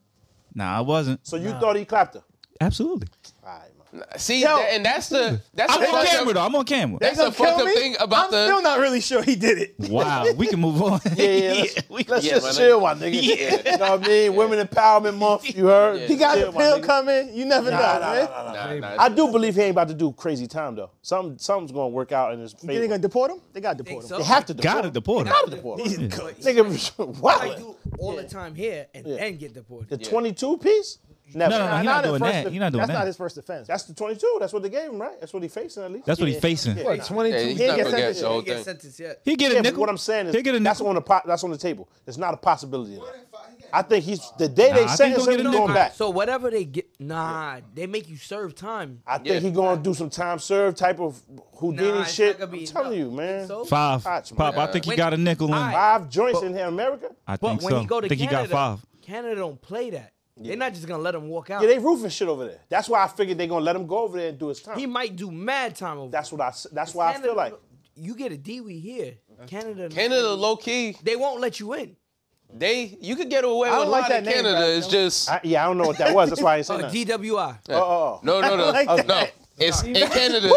Speaker 6: Nah, I wasn't.
Speaker 4: so you thought he clapped her?
Speaker 6: Absolutely.
Speaker 4: All right, man.
Speaker 3: See,
Speaker 1: Yo.
Speaker 3: that, and that's the that's
Speaker 6: I'm
Speaker 3: the
Speaker 6: on
Speaker 3: fucked up-
Speaker 6: camera though. I'm on camera.
Speaker 1: They
Speaker 3: That's the
Speaker 1: gonna kill
Speaker 3: fucked up
Speaker 1: me?
Speaker 3: thing about
Speaker 1: I'm
Speaker 3: the-
Speaker 1: still not really sure he did it.
Speaker 6: Wow. We can move *laughs* on.
Speaker 4: Yeah, yeah. Let's,
Speaker 6: we-
Speaker 4: let's
Speaker 3: Yeah, my
Speaker 4: just chill, my nigga. You know what I mean? Women Empowerment Month. You heard?
Speaker 1: He got
Speaker 4: Chill,
Speaker 1: the
Speaker 4: my
Speaker 1: pill
Speaker 4: nigga.
Speaker 1: coming. You never
Speaker 4: Nah,
Speaker 1: know,
Speaker 4: nah,
Speaker 1: man.
Speaker 4: nah, nah, nah.
Speaker 3: Nah, nah.
Speaker 4: I do believe he ain't about to do crazy time though. Some something's gonna work out in his
Speaker 1: You think
Speaker 4: favor.
Speaker 1: they gonna deport him? They got to
Speaker 2: Think
Speaker 1: deport
Speaker 2: so?
Speaker 1: him.
Speaker 4: They have to deport.
Speaker 6: Gotta deport him.
Speaker 4: Gotta deport. him. Nigga, *laughs*
Speaker 2: I
Speaker 4: wow.
Speaker 2: do all the time here and then get
Speaker 4: The
Speaker 2: deported.
Speaker 4: twenty-two piece? Never.
Speaker 6: No, no, no.
Speaker 1: Nah,
Speaker 6: You're not
Speaker 1: his
Speaker 6: doing
Speaker 1: first
Speaker 6: that.
Speaker 1: def-
Speaker 6: You're not doing
Speaker 1: That's not
Speaker 6: that.
Speaker 1: his first offense.
Speaker 4: That's the twenty-two. That's what they gave him, right? That's what they facing at least.
Speaker 6: That's what he's facing.
Speaker 4: Yeah.
Speaker 7: what, 22?
Speaker 3: Yeah, he's
Speaker 1: He
Speaker 3: not
Speaker 1: gets
Speaker 3: gonna get
Speaker 1: sentenced.
Speaker 3: the whole
Speaker 2: Get
Speaker 3: thing.
Speaker 2: sentenced yet.
Speaker 6: He get a
Speaker 4: Yeah, but
Speaker 6: nickel.
Speaker 4: what I'm saying
Speaker 6: He'll get a
Speaker 4: is that's
Speaker 6: nickel.
Speaker 4: on the po- that's on the table. It's not a possibility. of that. I think he's the day
Speaker 6: Nah, I
Speaker 4: they
Speaker 6: think
Speaker 4: sentence
Speaker 6: he'll
Speaker 4: him,
Speaker 6: get a
Speaker 4: he's
Speaker 6: nickel.
Speaker 4: going back.
Speaker 2: So whatever they get, nah, they make you serve time.
Speaker 4: I think
Speaker 3: Yeah.
Speaker 4: he gonna do some time served type of Houdini
Speaker 2: Nah, it's
Speaker 4: shit.
Speaker 2: not gonna
Speaker 4: I'm
Speaker 2: be
Speaker 4: telling
Speaker 2: enough.
Speaker 4: you, man.
Speaker 2: Think so?
Speaker 6: Five.
Speaker 4: Hot, man.
Speaker 6: Pop. I think he
Speaker 2: Wait.
Speaker 6: got a nickel in.
Speaker 2: Alright.
Speaker 4: Five joints in here, America.
Speaker 6: I
Speaker 2: But
Speaker 6: think
Speaker 2: when
Speaker 6: so.
Speaker 2: he go to
Speaker 6: I think he
Speaker 2: Canada,
Speaker 6: got five.
Speaker 2: Canada don't play that. They're not just gonna let him walk out.
Speaker 4: Yeah, they roofing shit over there. That's why I figured they gonna let him go over there and do his time.
Speaker 2: he might do mad time over.
Speaker 4: That's
Speaker 2: there.
Speaker 4: what I. s- That's why I
Speaker 2: Canada-
Speaker 4: feel like.
Speaker 2: you get a DWE here. Canada,
Speaker 3: Canada, low key,
Speaker 2: they won't let you in.
Speaker 3: they you could get away with
Speaker 1: don't
Speaker 3: a
Speaker 1: like
Speaker 3: lot
Speaker 1: that
Speaker 3: in
Speaker 1: name,
Speaker 3: Canada.
Speaker 1: bro.
Speaker 3: it's just
Speaker 4: I, yeah, I don't know what that was. That's
Speaker 2: *laughs*
Speaker 4: why I ain't
Speaker 2: Uh,
Speaker 4: saying that.
Speaker 2: DWI.
Speaker 4: Oh,
Speaker 3: no, no, no,
Speaker 1: like that.
Speaker 3: no. It's in Canada.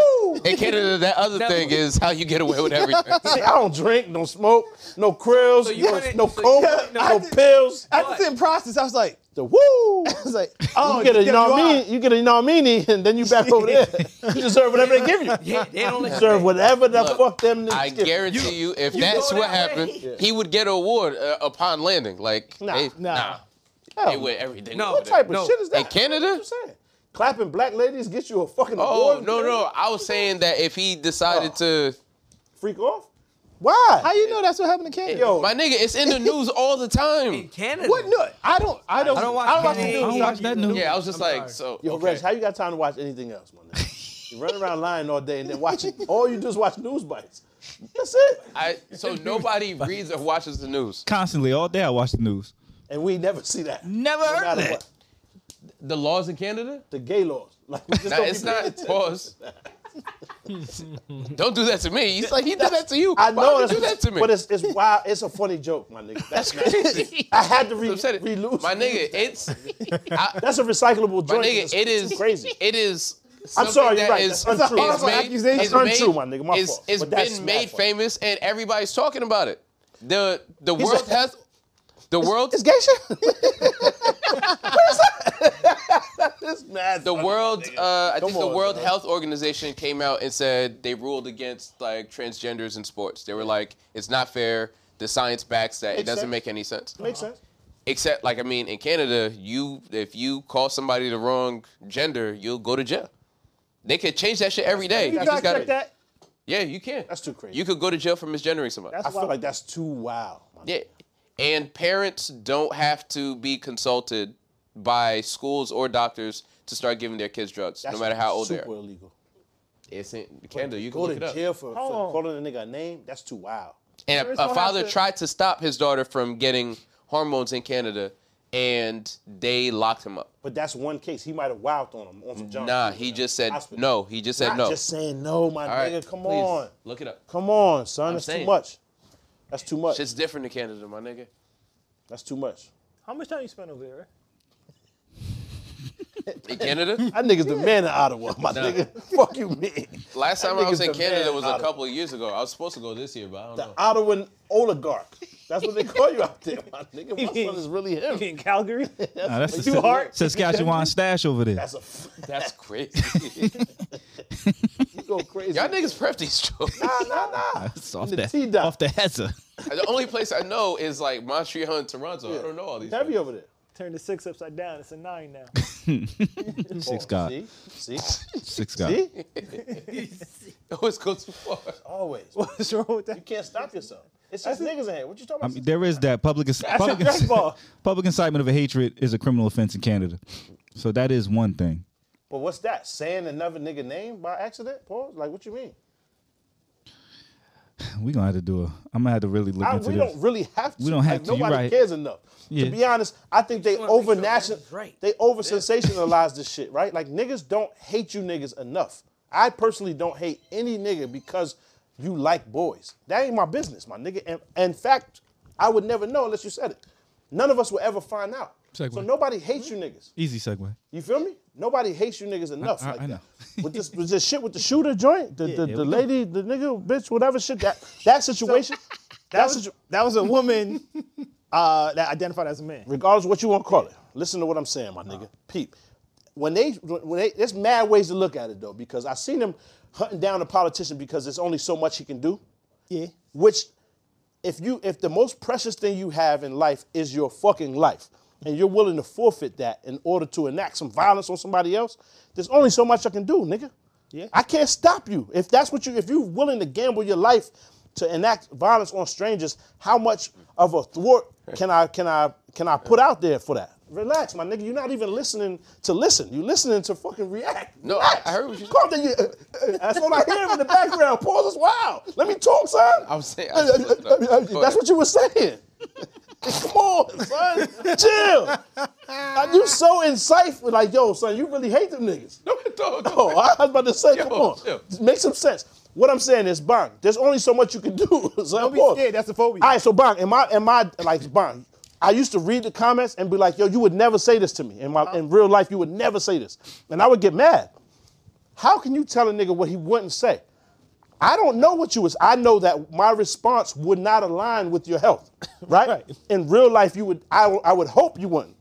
Speaker 3: in Canada, that other
Speaker 2: Never.
Speaker 3: thing is how you get away with everything.
Speaker 4: oh. *laughs* I don't drink, don't smoke, no krills,
Speaker 2: So you
Speaker 4: no,
Speaker 2: wouldn't-
Speaker 4: no
Speaker 2: so you
Speaker 4: coke,
Speaker 2: wouldn't know-
Speaker 4: no pills.
Speaker 1: I just didn't process. I was like,
Speaker 4: The
Speaker 2: *laughs*
Speaker 4: woo.
Speaker 1: I was like, oh,
Speaker 4: you get a you know what I
Speaker 1: DWI.
Speaker 4: mean? You get a you know what I mean, and then you back over
Speaker 2: *laughs*
Speaker 4: there. You deserve whatever they give you.
Speaker 2: Yeah, they don't let you
Speaker 4: Deserve
Speaker 2: in.
Speaker 4: whatever the
Speaker 3: Look,
Speaker 4: fuck them. niggas
Speaker 3: I
Speaker 4: give you.
Speaker 3: guarantee you, if that's
Speaker 2: go
Speaker 3: what
Speaker 2: that
Speaker 3: happened,
Speaker 2: way.
Speaker 3: he would get an award uh, upon landing. Like,
Speaker 4: Nah,
Speaker 3: they,
Speaker 1: nah.
Speaker 3: nah,
Speaker 4: Hell
Speaker 3: they win everything.
Speaker 2: No.
Speaker 3: over
Speaker 4: What
Speaker 3: there.
Speaker 4: type of
Speaker 2: No.
Speaker 4: shit is that?
Speaker 3: In Canada?
Speaker 4: That's what I'm saying. Clapping black ladies get you a fucking
Speaker 3: Oh
Speaker 4: award.
Speaker 3: no, no. I was saying that if he decided
Speaker 4: Oh.
Speaker 3: to,
Speaker 4: Freak off. Why?
Speaker 1: How you know that's what happened to Canada?
Speaker 4: Yo,
Speaker 3: my nigga,
Speaker 4: *laughs*
Speaker 3: it's in the news all the
Speaker 2: in
Speaker 3: time.
Speaker 2: Canada.
Speaker 1: what? No, I don't. I don't.
Speaker 2: I don't watch
Speaker 1: the
Speaker 2: Canada.
Speaker 1: news.
Speaker 6: I don't watch that news.
Speaker 3: Yeah, I was just
Speaker 2: I'm
Speaker 3: like, so
Speaker 4: Yo, Reg, how you got time to watch anything else, my nigga? You run around lying all day and then watching. All you do is watch news bites. That's it.
Speaker 3: I
Speaker 4: *laughs*
Speaker 3: so nobody reads or watches the news.
Speaker 6: Constantly, all day I watch the news.
Speaker 4: And we never see that. No
Speaker 6: Never heard
Speaker 4: matter
Speaker 6: of that.
Speaker 4: what.
Speaker 3: The laws in Canada?
Speaker 4: The gay laws. Like, we just
Speaker 3: Nah,
Speaker 4: don't
Speaker 3: it's
Speaker 4: be- *laughs*
Speaker 3: not. Pause. don't do that to me. He's like he did that to you.
Speaker 4: I know
Speaker 3: Why would
Speaker 4: that's
Speaker 3: you do that to me.
Speaker 4: But it's, it's wild. It's a funny joke, my nigga. That's crazy. I had to re,
Speaker 3: I'm saying-
Speaker 4: re- lose.
Speaker 3: my nigga, it's
Speaker 4: That's a recyclable joint.
Speaker 3: my nigga,
Speaker 4: It's-
Speaker 3: it
Speaker 4: it's
Speaker 3: is
Speaker 4: crazy.
Speaker 3: It is.
Speaker 4: *laughs* I'm
Speaker 3: something
Speaker 4: sorry, you're
Speaker 3: that
Speaker 4: right.
Speaker 3: is-
Speaker 4: That's untrue.
Speaker 3: is
Speaker 4: That's an
Speaker 3: made-
Speaker 4: accusation.
Speaker 3: is
Speaker 4: That's untrue,
Speaker 3: made-
Speaker 4: my nigga. My
Speaker 3: it's-
Speaker 4: fault.
Speaker 3: it's
Speaker 4: But that's
Speaker 3: been
Speaker 4: my
Speaker 3: made
Speaker 4: fault.
Speaker 3: famous, and everybody's talking about it. The the world
Speaker 4: a-
Speaker 3: has the world
Speaker 4: It's gay shit. Where's that? That's mad.
Speaker 3: the world uh, I think the
Speaker 4: on,
Speaker 3: World
Speaker 4: bro.
Speaker 3: Health Organization came out and said they ruled against like transgenders in sports. They were like, it's not fair. The science backs that. it
Speaker 4: Makes
Speaker 3: doesn't
Speaker 4: sense.
Speaker 3: make any sense.
Speaker 4: Makes sense.
Speaker 3: Except like I mean, in Canada, you if you call somebody the wrong gender, you'll go to jail. They could change that shit every day.
Speaker 1: You
Speaker 3: You
Speaker 1: fact
Speaker 3: just gotta-
Speaker 1: check that.
Speaker 3: Yeah, you can.
Speaker 4: That's too crazy.
Speaker 3: You could go to jail for misgendering somebody.
Speaker 4: I feel like that's too wild. my nigga.
Speaker 3: Yeah. And parents don't have to be consulted by schools or doctors to start giving their kids drugs,
Speaker 4: That's
Speaker 3: no matter how old they
Speaker 4: super
Speaker 3: are.
Speaker 4: illegal.
Speaker 3: It's in Canada. You can
Speaker 4: Go
Speaker 3: look it
Speaker 4: to
Speaker 3: up.
Speaker 4: jail for, for
Speaker 1: on.
Speaker 4: calling a nigga a name. That's too wild.
Speaker 3: And
Speaker 1: Parents
Speaker 3: a, a
Speaker 1: don't have
Speaker 3: father
Speaker 1: to-
Speaker 3: tried to stop his daughter from getting hormones in Canada, and they locked him up.
Speaker 4: But that's one case. He might have wowed on him on some John.
Speaker 3: Nah,
Speaker 4: Cena.
Speaker 3: he just said
Speaker 4: Hospital.
Speaker 3: no. He just said
Speaker 4: Not
Speaker 3: no.
Speaker 4: Just saying no, my
Speaker 3: All right,
Speaker 4: nigga. Come
Speaker 3: please,
Speaker 4: on,
Speaker 3: Look it up.
Speaker 4: come on, son. That's too
Speaker 3: saying.
Speaker 4: much. That's too much.
Speaker 3: Shit's different in Canada, my nigga.
Speaker 4: That's too much.
Speaker 1: How much time you spend over there?
Speaker 3: In Canada?
Speaker 4: *laughs* That nigga's the man in Ottawa, my
Speaker 3: *laughs*
Speaker 4: nigga. Fuck you, mean.
Speaker 3: Last time I was
Speaker 4: nigga's
Speaker 3: in
Speaker 4: the
Speaker 3: Canada
Speaker 4: man,
Speaker 3: was a
Speaker 4: Ottawa.
Speaker 3: couple of years ago. I was supposed to go this year, but I don't
Speaker 4: The
Speaker 3: know.
Speaker 4: Ottawan oligarch. That's what they call you out there, my
Speaker 3: *laughs*
Speaker 4: nigga. My son is really
Speaker 1: You
Speaker 4: him.
Speaker 1: *laughs*
Speaker 4: *laughs*
Speaker 1: in Calgary?
Speaker 6: Nah, that's
Speaker 1: Too hard.
Speaker 6: *laughs* Saskatchewan stash over there.
Speaker 4: That's a f- *laughs*
Speaker 3: That's crazy.
Speaker 4: you go crazy.
Speaker 3: Y'all niggas prep these jokes.
Speaker 4: nah, nah, nah.
Speaker 6: It's off
Speaker 4: the
Speaker 6: the,
Speaker 4: T-dot.
Speaker 6: off the Hezza.
Speaker 3: *laughs* the only place I know is like Montreal and Toronto. I don't know all these.
Speaker 4: Heavy
Speaker 3: places.
Speaker 4: over there.
Speaker 1: Turn the six upside down. It's a nine now.
Speaker 6: Six God.
Speaker 4: Oh, See, see,
Speaker 6: Six God.
Speaker 4: see.
Speaker 3: *laughs* Always go too far.
Speaker 4: Always.
Speaker 1: *laughs* What's wrong with that?
Speaker 4: You can't stop yourself. It's just niggas in here. What you talking
Speaker 6: I
Speaker 4: about?
Speaker 6: mean, there is that public ins- public, ins-
Speaker 1: ball.
Speaker 6: *laughs* public incitement of a hatred is a criminal offense in Canada. So that is one thing.
Speaker 4: but what's that? Saying another nigga name by accident? Pause. Like, what you mean?
Speaker 6: We gonna have to do a. I'm gonna have to really look
Speaker 4: I,
Speaker 6: into
Speaker 4: we
Speaker 6: this.
Speaker 4: don't really have to.
Speaker 6: We don't have
Speaker 4: like,
Speaker 6: to, you
Speaker 4: Nobody
Speaker 6: right.
Speaker 4: cares enough.
Speaker 6: Yeah.
Speaker 4: To be honest, I think they
Speaker 2: wanna make
Speaker 4: over
Speaker 2: sure
Speaker 4: national,
Speaker 2: everybody's right.
Speaker 4: they over sensationalize this shit, right? Like niggas don't hate you niggas enough. I personally don't hate any nigga because you like boys. That ain't my business, my nigga. And and in fact, I would never know unless you said it. None of us will ever find out.
Speaker 6: Segue.
Speaker 4: So nobody hates you niggas.
Speaker 6: Easy segue.
Speaker 4: You feel me? Nobody hates you niggas enough.
Speaker 6: I-
Speaker 4: like that.
Speaker 6: I know.
Speaker 4: *laughs* with this with this shit with the shooter joint, the the,
Speaker 6: Yeah,
Speaker 4: the
Speaker 6: we know.
Speaker 4: lady, the nigga, bitch, whatever shit that that
Speaker 6: *laughs*
Speaker 4: situation. that
Speaker 1: That was,
Speaker 4: situ-
Speaker 1: that was a woman
Speaker 4: *laughs*
Speaker 1: uh, that identified as a man.
Speaker 4: regardless of what you want to call it. Listen to what I'm saying, my nigga. Peep. When they, when they, there's mad ways to look at it though, because I seen them hunting down a politician because there's only so much he can do.
Speaker 1: Yeah.
Speaker 4: Which, if you, if the most precious thing you have in life is your fucking life, and you're willing to forfeit that in order to enact some violence on somebody else, there's only so much I can do, nigga.
Speaker 1: Yeah.
Speaker 4: I can't stop you if that's what you, if you're willing to gamble your life to enact violence on strangers. How much of a thwart can I, can I, can I put out there for that? Relax, my nigga. You're not even listening to listen. You're listening to fucking react.
Speaker 3: No,
Speaker 4: Relax.
Speaker 3: I- I heard what you-
Speaker 4: Come to you. uh, That's what I hear in the background. Pause is wild. Let me talk, son.
Speaker 3: I'm saying-
Speaker 4: Uh, uh, uh, uh, uh,
Speaker 3: Go
Speaker 4: that's
Speaker 3: ahead.
Speaker 4: what you were saying. *laughs* Come on, son. Chill. Are you so insightful? Like, yo, son, you really hate them niggas.
Speaker 3: No, no, no.
Speaker 4: Oh, I was about to say,
Speaker 3: Yo,
Speaker 4: come on.
Speaker 3: yo.
Speaker 4: Make some sense. What I'm saying is, Bong, there's only so much you can do. *laughs* son.
Speaker 1: Don't be
Speaker 4: Pause.
Speaker 1: scared. That's a phobia.
Speaker 4: All right, so Bong, am I am I like Bong? I used to read the comments and be like, yo, you would never say this to me. In my in real life, you would never say this. And I would get mad. How can you tell a nigga what he wouldn't say? I don't know what you was. I know that my response would not align with your health, *coughs* right?
Speaker 1: Right.
Speaker 4: In real life, you would. I, I would hope you wouldn't.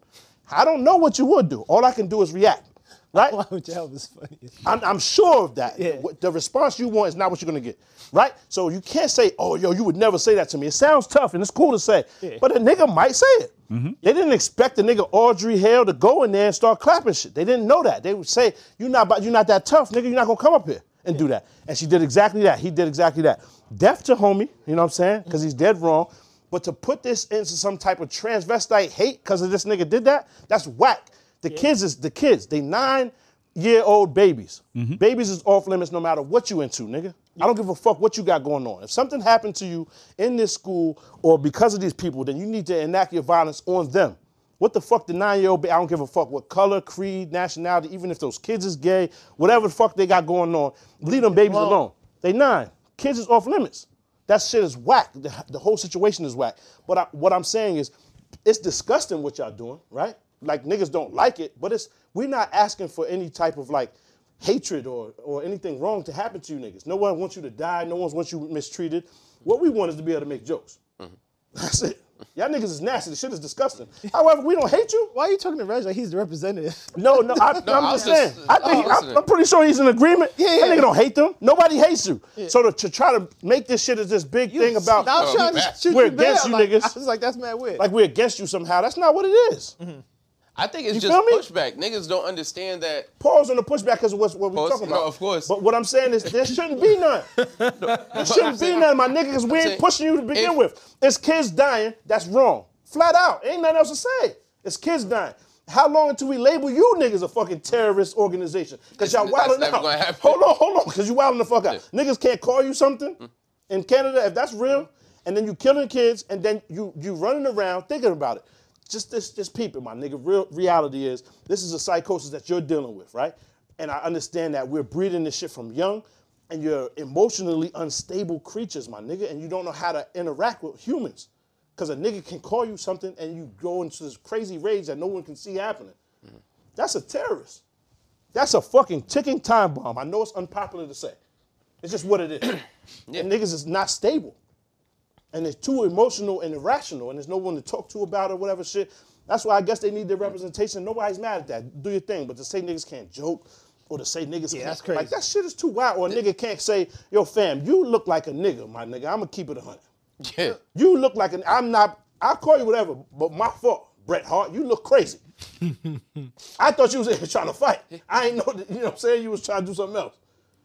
Speaker 4: I don't know what you would do. All I can do is react, right?
Speaker 1: *laughs* Why would you help? It's funny.
Speaker 4: I'm, I'm sure of that.
Speaker 1: Yeah.
Speaker 4: The, the response you want is not what you're gonna get, right? So you can't say, "Oh, yo, you would never say that to me." It sounds tough and it's cool to say,
Speaker 1: Yeah.
Speaker 4: but a nigga might say it. They didn't expect the nigga Audrey Hale to go in there and start clapping shit. They didn't know that. They would say, "You're not, about- you're not that tough, nigga. You're not gonna come up here and do that." And she did exactly that. He did exactly that. Deaf to homie, you know what I'm saying?
Speaker 1: Mm-hmm.
Speaker 4: Because he's dead wrong. But to put this into some type of transvestite hate because of this nigga did that, that's whack. The kids is the kids. They nine year old babies. Babies is off limits no matter what you into, nigga. I don't give a fuck what you got going on. If something happened to you in this school or because of these people, then you need to enact your violence on them. What the fuck the nine year old? I don't give a fuck what color, creed, nationality. Even if those kids is gay, whatever the fuck they got going on, leave them babies
Speaker 1: Well-
Speaker 4: alone. They nine. Kids is off limits. That shit is whack. The, the whole situation is whack. But I, what I'm saying is, it's disgusting what y'all doing, right? Like niggas don't like it, but it's we're not asking for any type of like hatred or or anything wrong to happen to you niggas. No one wants you to die. No one wants you mistreated. What we want is to be able to make jokes.
Speaker 1: Mm-hmm.
Speaker 4: That's it. Y'all niggas is nasty. The shit is disgusting. However, we don't hate you.
Speaker 1: Why are you talking to Reg like he's the representative?
Speaker 4: No, no,
Speaker 1: *laughs*
Speaker 4: I,
Speaker 3: No,
Speaker 4: I'm just
Speaker 3: I was
Speaker 4: saying.
Speaker 3: just-
Speaker 4: I think
Speaker 3: I was
Speaker 4: I'm, I'm pretty sure he's in agreement.
Speaker 1: Yeah,
Speaker 4: That
Speaker 1: yeah.
Speaker 4: nigga don't hate them. Nobody hates you. So to, to try to make this shit is this big thing
Speaker 1: *laughs*
Speaker 4: about
Speaker 1: I was
Speaker 3: Oh,
Speaker 1: trying
Speaker 3: back.
Speaker 1: to shoot
Speaker 4: We're
Speaker 1: you down.
Speaker 4: against you
Speaker 1: like,
Speaker 4: niggas.
Speaker 1: I was like, that's mad weird.
Speaker 4: like we're against you somehow. That's not what it is.
Speaker 3: *laughs* I think it's
Speaker 4: You
Speaker 3: just
Speaker 4: feel me?
Speaker 3: pushback. Niggas don't understand that.
Speaker 4: Pause on the pushback because what's what we're
Speaker 3: Pause-
Speaker 4: talking
Speaker 3: no,
Speaker 4: about.
Speaker 3: of course.
Speaker 4: But what I'm saying is there shouldn't be
Speaker 3: *laughs*
Speaker 4: none. there shouldn't be none, my nigga, because we
Speaker 3: saying-
Speaker 4: ain't pushing you to begin
Speaker 3: if-
Speaker 4: with. It's kids dying. That's wrong. Flat out. Ain't nothing else to say. It's kids dying. How long until we label you niggas a fucking terrorist organization? Because y'all
Speaker 3: That's
Speaker 4: wilding
Speaker 3: never
Speaker 4: out.
Speaker 3: gonna happen.
Speaker 4: Hold on, hold on, because you wilding the fuck out. Niggas can't call you something
Speaker 3: Mm.
Speaker 4: in Canada if that's real, and then you killing kids, and then you you running around thinking about it. Just this, just peep it, my nigga. Real reality is this is a psychosis that you're dealing with, right? And I understand that we're breeding this shit from young, and you're emotionally unstable creatures, my nigga, and you don't know how to interact with humans. Cause a nigga can call you something and you go into this crazy rage that no one can see happening. That's a terrorist. That's a fucking ticking time bomb. I know it's unpopular to say. It's just what it
Speaker 1: *clears throat*
Speaker 4: is. And niggas is not stable. And they're too emotional and irrational, and there's no one to talk to about or whatever shit. That's why I guess they need their representation. Nobody's mad at that. Do your thing. But to say niggas can't joke or to say niggas can't.
Speaker 1: that's crazy.
Speaker 4: Like, that shit is too wild. Or a nigga can't say, yo, fam, you look like a nigga, my nigga. I'm going to keep it a 100.
Speaker 3: Yeah.
Speaker 4: You look like an. I'm not. I call you whatever, but my fault, Bret Hart. You look
Speaker 3: *laughs*
Speaker 4: crazy. I thought you was in here trying to fight. I ain't know. That, you know what I'm saying? You was trying to do something else.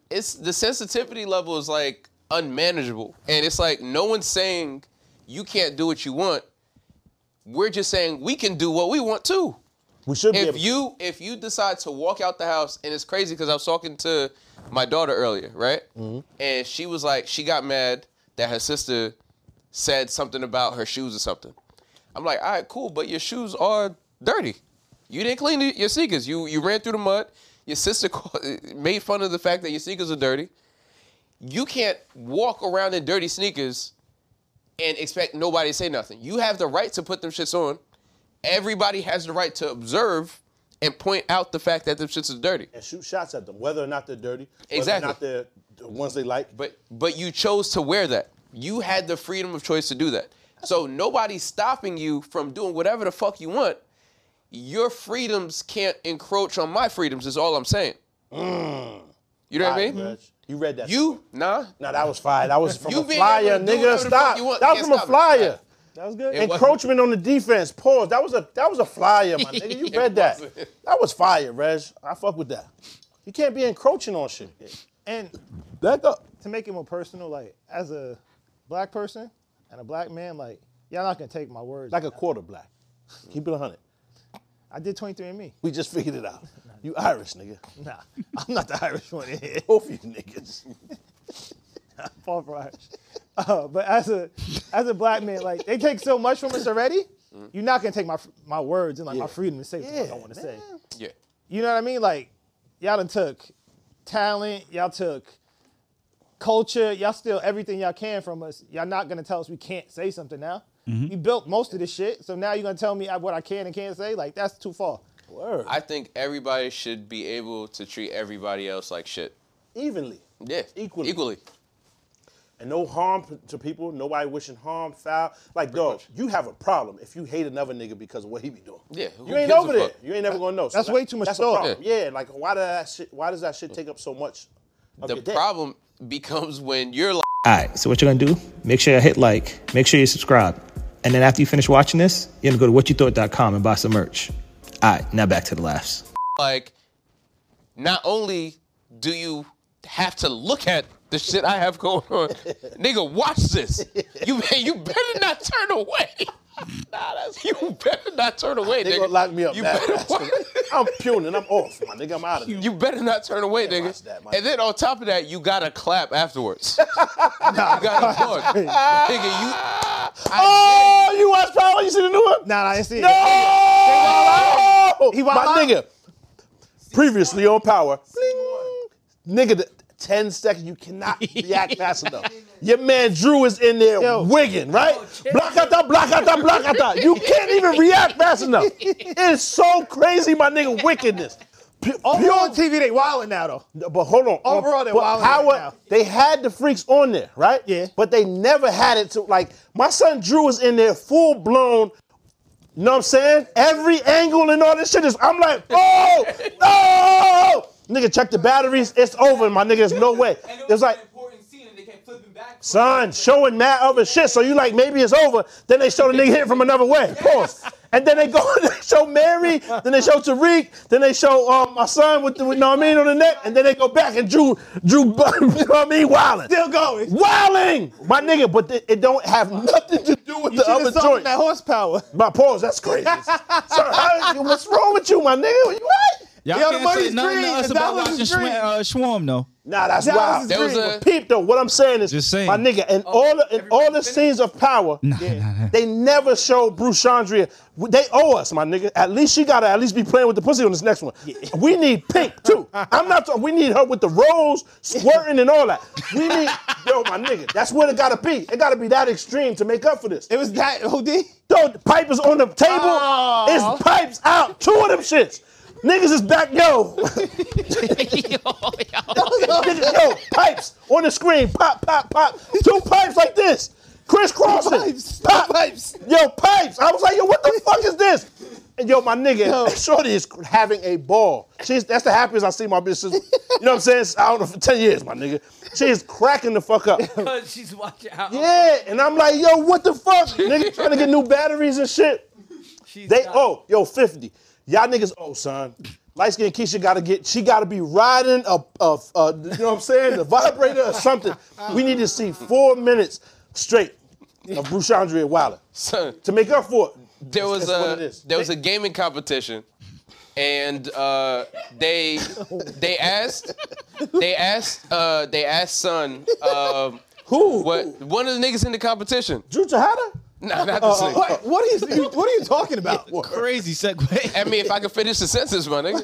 Speaker 3: it's the sensitivity level is like unmanageable and it's like no one's saying you can't do what you want we're just saying we can do what we want too
Speaker 4: We should be.
Speaker 3: if
Speaker 4: able-
Speaker 3: you if you decide to walk out the house and it's crazy because i was talking to my daughter earlier right
Speaker 4: Mm-hmm.
Speaker 3: and she was like she got mad that her sister said something about her shoes or something i'm like all right cool but your shoes are dirty you didn't clean your sneakers you you ran through the mud your sister *laughs* called, made fun of the fact that your sneakers are dirty you can't walk around in dirty sneakers and expect nobody to say nothing. You have the right to put them shits on. Everybody has the right to observe and point out the fact that them shits is dirty.
Speaker 4: and shoot shots at them, whether or not they're dirty. whether or
Speaker 3: Exactly.
Speaker 4: not they're the ones they like.
Speaker 3: But but you chose to wear that. You had the freedom of choice to do that. So nobody's stopping you from doing whatever the fuck you want. Your freedoms can't encroach on my freedoms. Is all I'm saying. You know what I
Speaker 4: Fire,
Speaker 3: mean?
Speaker 4: Reg. You read that.
Speaker 3: You nah.
Speaker 4: Mm. Nah, that was fire. That
Speaker 3: *laughs*
Speaker 4: was from
Speaker 3: You
Speaker 4: a
Speaker 3: being able to
Speaker 4: flyer,
Speaker 3: do
Speaker 4: nigga.
Speaker 3: whatever the fuck
Speaker 4: Stop.
Speaker 3: you want.
Speaker 4: That was
Speaker 3: Can't
Speaker 4: from a
Speaker 3: stop it.
Speaker 4: flyer.
Speaker 1: That was good.
Speaker 3: It wasn't.
Speaker 4: Encroachment on the defense. Pause. That was a that was a flyer,
Speaker 3: *laughs*
Speaker 4: my nigga. You read that.
Speaker 3: wasn't.
Speaker 4: That was fire, Reg. I fuck with that. You can't be encroaching on shit.
Speaker 1: and
Speaker 4: Back up.
Speaker 1: to make it more personal, like as a black person and a black man, like y'all not gonna take my words.
Speaker 4: Like a quarter black. Keep it 100.
Speaker 1: I did 23andMe.
Speaker 4: We just figured it out. You Irish, nigga.
Speaker 1: *laughs* Nah, *laughs* I'm not the Irish one in here. *laughs*
Speaker 4: Both you niggas.
Speaker 1: Paul Fryers. Uh, but as a as a black man, like they take so much from us already. You're not gonna take my my words and like my freedom to say what the fuck I want to say.
Speaker 3: Yeah.
Speaker 1: You know what I mean? Like y'all done took talent, y'all took culture, y'all steal everything y'all can from us. Y'all not gonna tell us we can't say something now.
Speaker 4: Mm-hmm.
Speaker 1: We built most of this shit, so now you're gonna tell me I- what I can and can't say? Like that's too far.
Speaker 4: Word.
Speaker 3: I think everybody should be able to treat everybody else like shit.
Speaker 4: Evenly.
Speaker 3: Yeah.
Speaker 4: Equally.
Speaker 3: Equally.
Speaker 4: And no harm p- to people. Nobody wishing harm, foul. Like, dog, you have a problem if you hate another nigga because of what he be doing.
Speaker 3: Yeah, who
Speaker 4: You ain't
Speaker 3: gives a
Speaker 4: over there.
Speaker 3: fuck?
Speaker 4: You ain't never gonna know. So
Speaker 1: That's way too much
Speaker 4: That's
Speaker 1: thought.
Speaker 4: a problem. Yeah. Like, why does that shit? Why does that shit take up so much? Of
Speaker 3: The
Speaker 4: your day?
Speaker 3: problem becomes when you're like,
Speaker 8: Alright, so what you're gonna do, make sure you hit like, make sure you subscribe. And then after you finish watching this, you're gonna go to whatyoutthought.com and buy some merch. Alright, now back to the laughs.
Speaker 3: like, not only do you have to look at the shit I have going
Speaker 4: *laughs*
Speaker 3: on, nigga, watch this. You *laughs* you better not turn away. nah, that's you better not turn away,
Speaker 4: They
Speaker 3: nigga.
Speaker 4: gonna lock me up.
Speaker 3: You
Speaker 4: mad
Speaker 3: better
Speaker 4: bastard. *laughs* I'm puning. I'm off, my nigga. I'm out of here.
Speaker 3: *laughs* You better not turn away,
Speaker 4: watch
Speaker 3: nigga.
Speaker 4: that, my
Speaker 3: and then on top of that, you gotta
Speaker 4: *laughs*
Speaker 3: clap afterwards. you gotta applaud. nigga, you. I
Speaker 4: Oh, you watch Power? You see the new one?
Speaker 1: Nah, nah, I see it.
Speaker 4: No!
Speaker 1: He wild
Speaker 4: My
Speaker 1: out?
Speaker 4: nigga, previously on Power, bling, nigga, the 10 seconds, you cannot
Speaker 1: *laughs*
Speaker 4: react fast enough. Your man Drew is in there
Speaker 1: Yo. Oh,
Speaker 4: wigging, right? Block out that, block out that, block out that. You can't even react fast
Speaker 1: *laughs*
Speaker 4: enough. It's so crazy, my nigga, wickedness. Pu-
Speaker 1: Pure
Speaker 4: pure
Speaker 1: on TV, they wildin' now though.
Speaker 4: but hold on.
Speaker 1: Overall, they're
Speaker 4: But
Speaker 1: wilding
Speaker 4: how
Speaker 1: right
Speaker 4: it-
Speaker 1: now.
Speaker 4: They had the freaks on there, right?
Speaker 1: Yeah.
Speaker 4: But they never had it to like my son Drew is in there full blown. You know what I'm saying? Every angle and all this shit is. I'm like, oh no, nigga, check the batteries. It's over, my nigga. There's no
Speaker 3: *laughs*
Speaker 4: way. It's like. Son, showing mad other shit. So you like maybe it's over. Then they show the nigga hit from another way. Pause. and then they go *laughs* and they show Mary, then they show Tariq, then they show um, my son with the, you know what I mean, on the net, and then they go back and Drew, Drew, *laughs* you know what I mean, wilding.
Speaker 1: Still going.
Speaker 4: Wilding, my nigga, but it, it don't have nothing to do with
Speaker 1: You
Speaker 4: the
Speaker 1: should
Speaker 4: other
Speaker 1: have sold
Speaker 4: joint.
Speaker 1: that horsepower.
Speaker 4: My pause, that's
Speaker 1: *laughs*
Speaker 4: crazy. Sir, how, what's wrong with you, my nigga? You What?
Speaker 6: Y'all
Speaker 1: Yo, the
Speaker 6: can't
Speaker 1: money's
Speaker 6: say nothing
Speaker 1: green.
Speaker 6: to us
Speaker 1: The
Speaker 6: about
Speaker 1: dollar's
Speaker 6: watching
Speaker 1: green.
Speaker 6: Schwa- uh, Schwarm, though.
Speaker 4: Nah, that's
Speaker 1: That
Speaker 4: wild.
Speaker 1: was
Speaker 3: There was a
Speaker 4: Peep though, what I'm saying is,
Speaker 6: Just saying.
Speaker 4: my nigga, in all the, in all the scenes of power,
Speaker 6: nah, nah.
Speaker 4: they never show Bruce Chandria. They owe us, my nigga. At least she gotta at least be playing with the pussy on this next one. We need pink too. I'm not. talking. we need her with the rose squirting and all that. We need, yo, my nigga. That's what it gotta be. It gotta be that extreme to make up for this.
Speaker 1: It was that OD.
Speaker 4: Yo, the pipe is on the table.
Speaker 1: Aw.
Speaker 4: It's pipes out. Two of them shits. Niggas is back. Yo, Nigga, yo, pipes on the screen. Pop, pop, pop. Two pipes like this. Crisscrossing.
Speaker 1: Pipes.
Speaker 4: Pop.
Speaker 1: Pipes.
Speaker 4: Yo, pipes. I was like, yo, what the fuck is this? And yo, my nigga, *laughs* Shorty is having a ball. She's that's the happiest I see my bitch. since- You know what I'm saying? I don't know for 10 years, my nigga. She is cracking the fuck up.
Speaker 2: Because *laughs* she's watching out.
Speaker 4: Yeah, and I'm like, yo, what the
Speaker 3: *laughs*
Speaker 4: fuck? nigga trying to get new batteries and shit.
Speaker 2: She's
Speaker 4: They
Speaker 2: not-
Speaker 4: oh, yo, 50. Y'all niggas oh, son. Light skinned Keisha gotta get, she gotta be riding a, a, a you know what I'm saying, the vibrator or something. We need to see four minutes straight of Bruce Andrea Wilder
Speaker 3: So,
Speaker 4: to make up for it.
Speaker 3: there was
Speaker 4: That's what it
Speaker 3: a
Speaker 4: is.
Speaker 3: there was a gaming competition, and uh, they they asked they asked uh, they asked son um,
Speaker 4: Who?
Speaker 3: what one of the niggas in the competition.
Speaker 4: Drew Oh, Tejada?
Speaker 3: Nah, not this nigga.
Speaker 1: *laughs* What? What are you? What are you talking about?
Speaker 4: *laughs*
Speaker 6: Crazy
Speaker 3: I
Speaker 6: segue.
Speaker 3: mean, if I could finish the sentence, my nigga.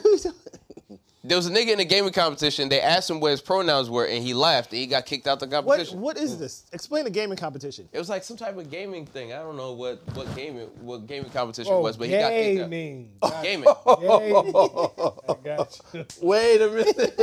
Speaker 3: There was a nigga in a gaming competition. They asked him what his pronouns were, and he laughed, and he got kicked out the
Speaker 1: What?
Speaker 3: competition.
Speaker 1: What is this? Explain the gaming competition.
Speaker 3: It was like some type of gaming thing. I don't know what what gaming what gaming competition
Speaker 7: Oh,
Speaker 3: was, but he got kicked out. Oh.
Speaker 7: gaming.
Speaker 4: *laughs*
Speaker 3: Gaming.
Speaker 4: Oh.
Speaker 7: I got you.
Speaker 4: Wait a
Speaker 3: *laughs*
Speaker 4: minute. *laughs*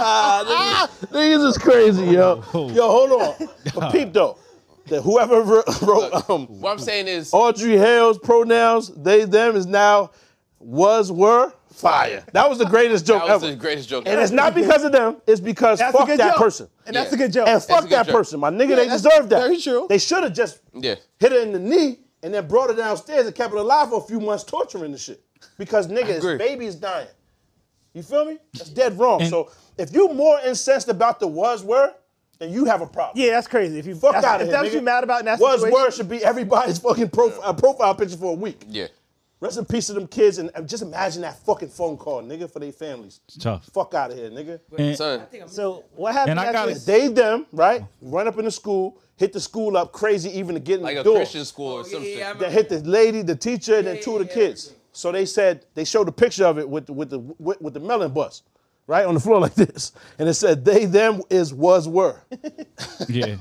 Speaker 4: niggas, niggas is crazy,
Speaker 3: *laughs*
Speaker 4: yo. Yo, hold on. But peep though. That whoever wrote, wrote um,
Speaker 3: What I'm saying is,
Speaker 4: Audrey Hale's pronouns, they, them is now was, were, fire. That was the greatest joke
Speaker 3: that was
Speaker 4: ever.
Speaker 3: the greatest joke.
Speaker 4: and
Speaker 3: ever.
Speaker 4: it's not because of them, it's because
Speaker 1: That's a
Speaker 4: fuck
Speaker 1: good
Speaker 4: that
Speaker 1: joke.
Speaker 4: person.
Speaker 1: And that's
Speaker 3: Yeah.
Speaker 1: a good joke.
Speaker 4: And
Speaker 3: a
Speaker 4: fuck
Speaker 3: good
Speaker 4: that
Speaker 3: joke.
Speaker 4: person. My nigga, they
Speaker 1: that's
Speaker 4: deserve that.
Speaker 1: very true.
Speaker 4: They should have just
Speaker 3: Yeah.
Speaker 4: hit her in the knee and then brought her downstairs and kept her alive for a few months torturing the shit. Because nigga,
Speaker 3: agree.
Speaker 4: his baby is dying. You feel me? That's dead wrong. so if you more incensed about the was were, then you have a problem.
Speaker 1: Yeah, that's crazy. If you
Speaker 4: Fuck
Speaker 1: that's-
Speaker 4: out of
Speaker 1: if
Speaker 4: here.
Speaker 1: that's what
Speaker 4: nigga.
Speaker 1: you mad about, and that's
Speaker 4: was were should be everybody's fucking profi- uh, profile picture for a week.
Speaker 3: yeah.
Speaker 4: Rest in peace to them kids, and and just imagine that fucking phone call, nigga, for their families.
Speaker 6: Tough.
Speaker 4: Fuck out of here, nigga.
Speaker 3: Son,
Speaker 1: So what happened?
Speaker 6: And I
Speaker 1: after
Speaker 6: gotta-
Speaker 1: this?
Speaker 4: They them right run up in the school, hit the school up crazy, even to get in
Speaker 3: like
Speaker 4: the
Speaker 3: a
Speaker 4: door.
Speaker 3: Christian school
Speaker 4: Oh,
Speaker 3: or some
Speaker 2: Oh, yeah,
Speaker 3: shit.
Speaker 2: I remember
Speaker 4: They hit the lady, the teacher, and then two of the kids. So they said they showed a picture of it with with the with, with the melon bus, right on the floor *laughs* like this, and it said they them is was were. *laughs*
Speaker 6: Yeah.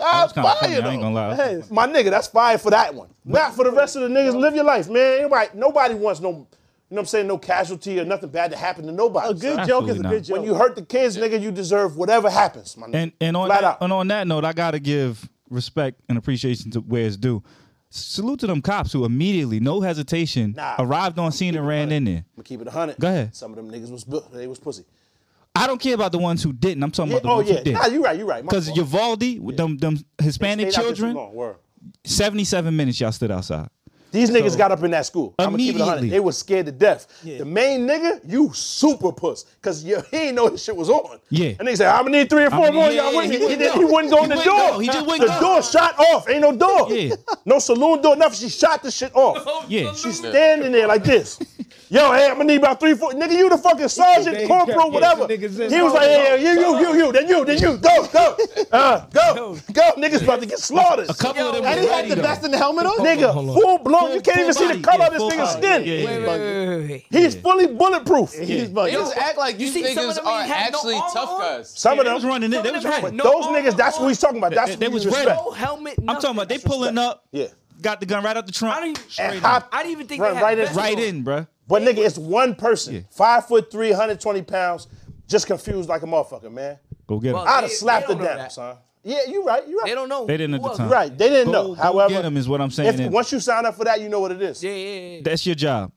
Speaker 6: That was kind of funny. I ain't gonna lie.
Speaker 4: Hey, my nigga, that's fire for that one. Not for the rest of the niggas. Live your life, man. Nobody, nobody wants no, you know what I'm saying, no casualty or nothing bad to happen to nobody.
Speaker 1: a good
Speaker 4: son.
Speaker 1: joke is a
Speaker 6: Absolutely
Speaker 1: good
Speaker 6: not.
Speaker 1: joke.
Speaker 4: When you hurt the kids, nigga, you deserve whatever happens, my nigga.
Speaker 6: And and on
Speaker 4: Flat
Speaker 6: that,
Speaker 4: out.
Speaker 6: and on that note, I gotta give respect and appreciation to where it's due. Salute to them cops who immediately, no hesitation,
Speaker 4: Nah.
Speaker 6: arrived on scene and ran in there.
Speaker 4: I'ma keep it 100.
Speaker 6: Go ahead.
Speaker 4: Some of them niggas was bu- they was pussy.
Speaker 6: I don't care about the ones who didn't. I'm talking
Speaker 4: Yeah,
Speaker 6: about the
Speaker 4: oh
Speaker 6: ones
Speaker 4: yeah,
Speaker 6: who did.
Speaker 4: nah, you right, you right. My
Speaker 6: Because
Speaker 4: fault.
Speaker 6: Uvalde, with them them Hispanic
Speaker 4: Stayed out there too
Speaker 6: children,
Speaker 4: long, word.
Speaker 6: 77 minutes y'all stood outside.
Speaker 4: These niggas got up in that school. I'm gonna keep it 100. They
Speaker 6: Immediately.
Speaker 4: was scared to death. The main nigga, you super puss, cause you, he ain't know this shit was on.
Speaker 6: Yeah.
Speaker 4: And they said, I'm gonna need three or four
Speaker 6: mean,
Speaker 4: more.
Speaker 6: yeah,
Speaker 4: y'all with
Speaker 6: yeah,
Speaker 4: me. He,
Speaker 6: he wouldn't
Speaker 4: did-
Speaker 6: go.
Speaker 4: he wouldn't go in the
Speaker 6: He wouldn't
Speaker 4: door.
Speaker 6: go. He just wouldn't
Speaker 4: the
Speaker 6: go.
Speaker 4: door shot off. Ain't no door.
Speaker 6: Yeah.
Speaker 4: No saloon door. Nothing. She shot the shit off.
Speaker 6: Yeah.
Speaker 4: She's standing there like this.
Speaker 6: *laughs*
Speaker 4: Yo, hey, I'm gonna need about three, four. Nigga, you the fucking
Speaker 7: They
Speaker 4: sergeant,
Speaker 7: ain't
Speaker 4: corporal,
Speaker 7: kept
Speaker 4: whatever.
Speaker 7: getting niggas in.
Speaker 4: He was like, yeah, yeah, you, you, you, you, then you, then you, go,
Speaker 6: *laughs*
Speaker 4: go, uh, go, go. Niggas about to get slaughtered.
Speaker 6: A couple of them
Speaker 1: and he
Speaker 6: was
Speaker 1: had
Speaker 6: ready,
Speaker 1: the
Speaker 6: though.
Speaker 1: best in the helmet on.
Speaker 4: Nigga,
Speaker 7: Hold on.
Speaker 4: full blown. You can't
Speaker 6: Full
Speaker 4: even see the
Speaker 6: body,
Speaker 4: color
Speaker 6: yeah,
Speaker 4: of this
Speaker 6: full
Speaker 4: nigga's
Speaker 6: body.
Speaker 4: skin.
Speaker 6: Yeah,
Speaker 2: Wait,
Speaker 6: yeah, yeah.
Speaker 2: wait, wait, wait, wait.
Speaker 4: He's fully bulletproof.
Speaker 1: He's
Speaker 3: they
Speaker 1: bugging.
Speaker 3: just act like these
Speaker 2: see some of
Speaker 3: niggas
Speaker 2: them
Speaker 3: are
Speaker 2: ain't had no
Speaker 3: actually
Speaker 2: armor
Speaker 3: tough
Speaker 2: on?
Speaker 3: guys.
Speaker 4: Some of
Speaker 6: They
Speaker 4: them,
Speaker 6: was running in. They
Speaker 2: Some of
Speaker 6: was
Speaker 2: them had
Speaker 6: running.
Speaker 2: no
Speaker 4: those
Speaker 2: armor
Speaker 4: niggas, that's
Speaker 2: on.
Speaker 4: what he's talking about. That's
Speaker 6: They
Speaker 4: what
Speaker 6: was
Speaker 4: you
Speaker 6: ready.
Speaker 4: respect.
Speaker 2: No helmet.
Speaker 6: I'm talking about they pulling up,
Speaker 4: Yeah.
Speaker 6: got the gun right out the trunk,
Speaker 2: I don't even,
Speaker 4: And hop
Speaker 2: I didn't even think
Speaker 4: Run
Speaker 2: they had
Speaker 4: right in-
Speaker 2: vests
Speaker 6: right
Speaker 2: on.
Speaker 6: in, bruh.
Speaker 4: But nigga, it's one person, five foot three, 120 pounds, just confused like a motherfucker, man.
Speaker 6: Go get
Speaker 2: Well,
Speaker 6: him.
Speaker 4: I'd have
Speaker 2: They-
Speaker 4: slapped
Speaker 2: they
Speaker 4: her
Speaker 2: don't know
Speaker 4: down,
Speaker 2: that.
Speaker 4: son. Yeah, you right, you right.
Speaker 2: They don't know.
Speaker 6: They didn't at
Speaker 2: who
Speaker 6: the
Speaker 2: else.
Speaker 6: time.
Speaker 4: Right, they didn't
Speaker 6: Go-
Speaker 4: know.
Speaker 6: go
Speaker 4: However,
Speaker 6: get 'em is what I'm saying.
Speaker 4: if, once you sign up for that, you know what it is.
Speaker 2: Yeah, yeah, yeah.
Speaker 6: That's your job.